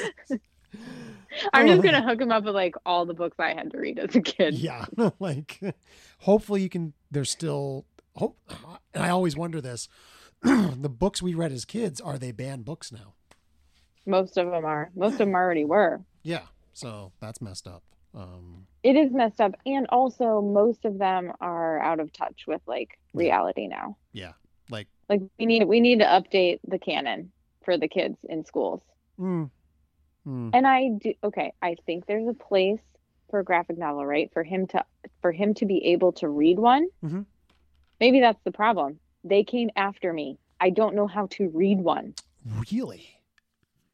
Speaker 2: I'm just gonna hook him up with like all the books I had to read as a kid.
Speaker 1: Yeah. like, hopefully you can. There's still hope. And I always wonder this: the books we read as kids are they banned books now?
Speaker 2: Most of them are. Most of them already were.
Speaker 1: Yeah. So that's messed up. Um,
Speaker 2: It is messed up, and also most of them are out of touch with like reality now.
Speaker 1: yeah. Like.
Speaker 2: Like we need we need to update the canon for the kids in schools.
Speaker 1: Mm, mm,
Speaker 2: And I do okay, I think there's a place for a graphic novel, right? For him to for him to be able to read one.
Speaker 1: Mhm.
Speaker 2: Maybe that's the problem. They came after me. I don't know how to read one.
Speaker 1: really.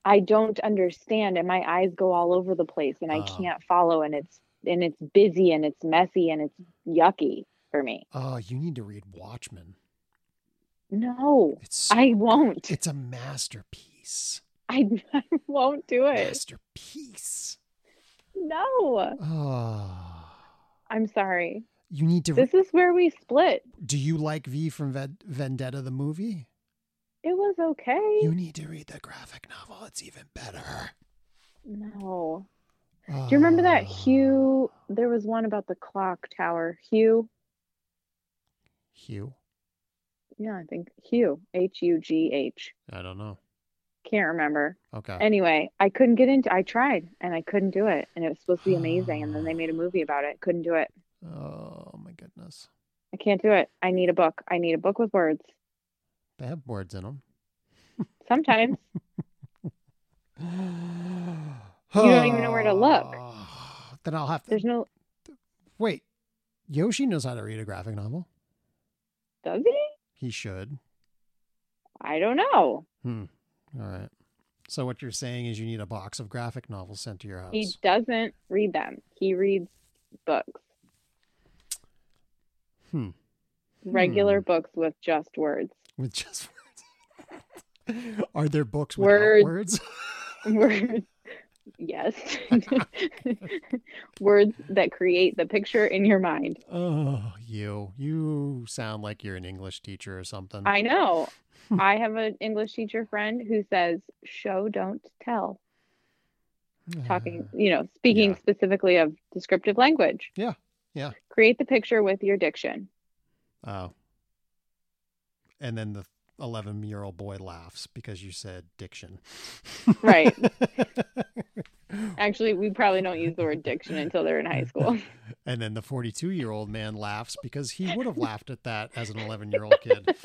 Speaker 2: I don't understand and my eyes go all over the place and I
Speaker 1: Ah.
Speaker 2: can't follow and it's and it's busy and it's messy and it's yucky for me.
Speaker 1: Oh, you need to read Watchmen.
Speaker 2: No.
Speaker 1: It's so,
Speaker 2: I won't.
Speaker 1: it's a masterpiece.
Speaker 2: I, I won't do it.
Speaker 1: Masterpiece.
Speaker 2: No.
Speaker 1: Oh,
Speaker 2: I'm sorry.
Speaker 1: you need to.
Speaker 2: This is where we split.
Speaker 1: do you like V from Ved- Vendetta the movie?
Speaker 2: It was okay.
Speaker 1: You need to read the graphic novel. It's even better.
Speaker 2: No. Do you remember
Speaker 1: Uh, Ah.
Speaker 2: that Hugh? There was one about the clock tower. Hugh?
Speaker 1: Hugh.
Speaker 2: Yeah, I think Hugh. H U G H.
Speaker 1: I don't know.
Speaker 2: Can't remember.
Speaker 1: Okay.
Speaker 2: Anyway, I couldn't get into I tried and I couldn't do it. And it was supposed to be amazing. And then they made a movie about it. Couldn't do it.
Speaker 1: oh my goodness.
Speaker 2: I can't do it. I need a book. I need a book with words.
Speaker 1: They have words in them.
Speaker 2: Sometimes.
Speaker 1: you
Speaker 2: don't even know where to look.
Speaker 1: Then I'll have to
Speaker 2: There's no
Speaker 1: wait. Yoshi knows how to read a graphic novel.
Speaker 2: does he?
Speaker 1: He should.
Speaker 2: I don't know.
Speaker 1: Hmm. All right. So what you're saying is you need a box of graphic novels sent to your house.
Speaker 2: He doesn't read them. He reads books.
Speaker 1: Hmm.
Speaker 2: Regular books with just words.
Speaker 1: With just words. Are there books with
Speaker 2: Words.
Speaker 1: words?
Speaker 2: words yes words that create the picture in your mind
Speaker 1: Oh, you. You sound like you're an English teacher or something.
Speaker 2: i know i have an english teacher friend who says show don't tell talking you know speaking
Speaker 1: Yeah.
Speaker 2: specifically of descriptive language
Speaker 1: Yeah, yeah.
Speaker 2: create the picture with your diction
Speaker 1: Uh, oh. And then the 11 year old boy laughs because you said diction.
Speaker 2: right actually we probably don't use the word diction until they're in high school
Speaker 1: And then the 42 year old man laughs because he would have laughed at that as an 11 year old kid.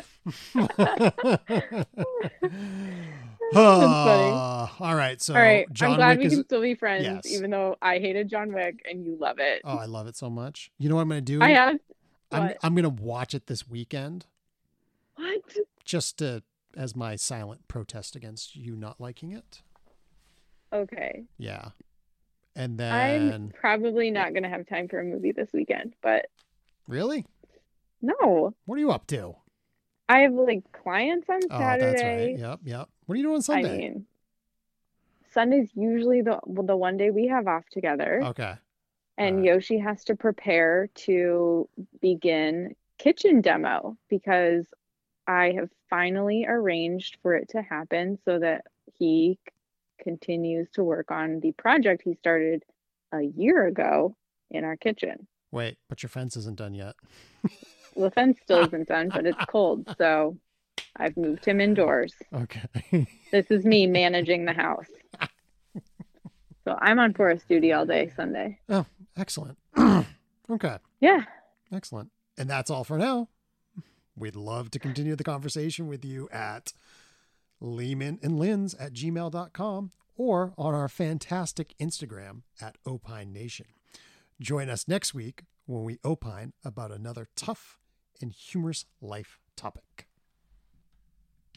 Speaker 1: Ah, all right. So,
Speaker 2: all right
Speaker 1: John
Speaker 2: i'm glad
Speaker 1: Wick
Speaker 2: we
Speaker 1: is.
Speaker 2: can still be friends
Speaker 1: Yes.
Speaker 2: even though i hated john wick and you love it
Speaker 1: Oh, I love it so much. You know what I'm going to do?
Speaker 2: i have
Speaker 1: I'm,
Speaker 2: what?
Speaker 1: I'm going to watch it this weekend
Speaker 2: what
Speaker 1: just to, as my silent protest against you not liking it.
Speaker 2: okay
Speaker 1: Yeah. And
Speaker 2: I'm
Speaker 1: then,
Speaker 2: probably not going to have time for a movie this weekend, but
Speaker 1: really?
Speaker 2: no.
Speaker 1: What are you up to?
Speaker 2: I have like clients on
Speaker 1: Oh, that's right.
Speaker 2: Saturday.
Speaker 1: Yep, yep. What are you doing Sunday?
Speaker 2: I mean, Sunday's usually the well, the one day we have off together,
Speaker 1: okay.
Speaker 2: and
Speaker 1: alright.
Speaker 2: Yoshi has to prepare to begin kitchen demo because I have finally arranged for it to happen so that he c- continues to work on the project he started a year ago in our kitchen.
Speaker 1: Wait, but your fence isn't done yet.
Speaker 2: The fence still isn't done, but it's cold, so I've moved him indoors.
Speaker 1: Okay.
Speaker 2: This is me managing the house. So I'm on forest duty all day Sunday.
Speaker 1: Excellent. okay.
Speaker 2: Yeah.
Speaker 1: Excellent. And that's all for now. We'd love to continue the conversation with you at Lehman and Lins at gmail.com or on our fantastic Instagram at Opine Nation. Join us next week when we opine about another tough and humorous life topic.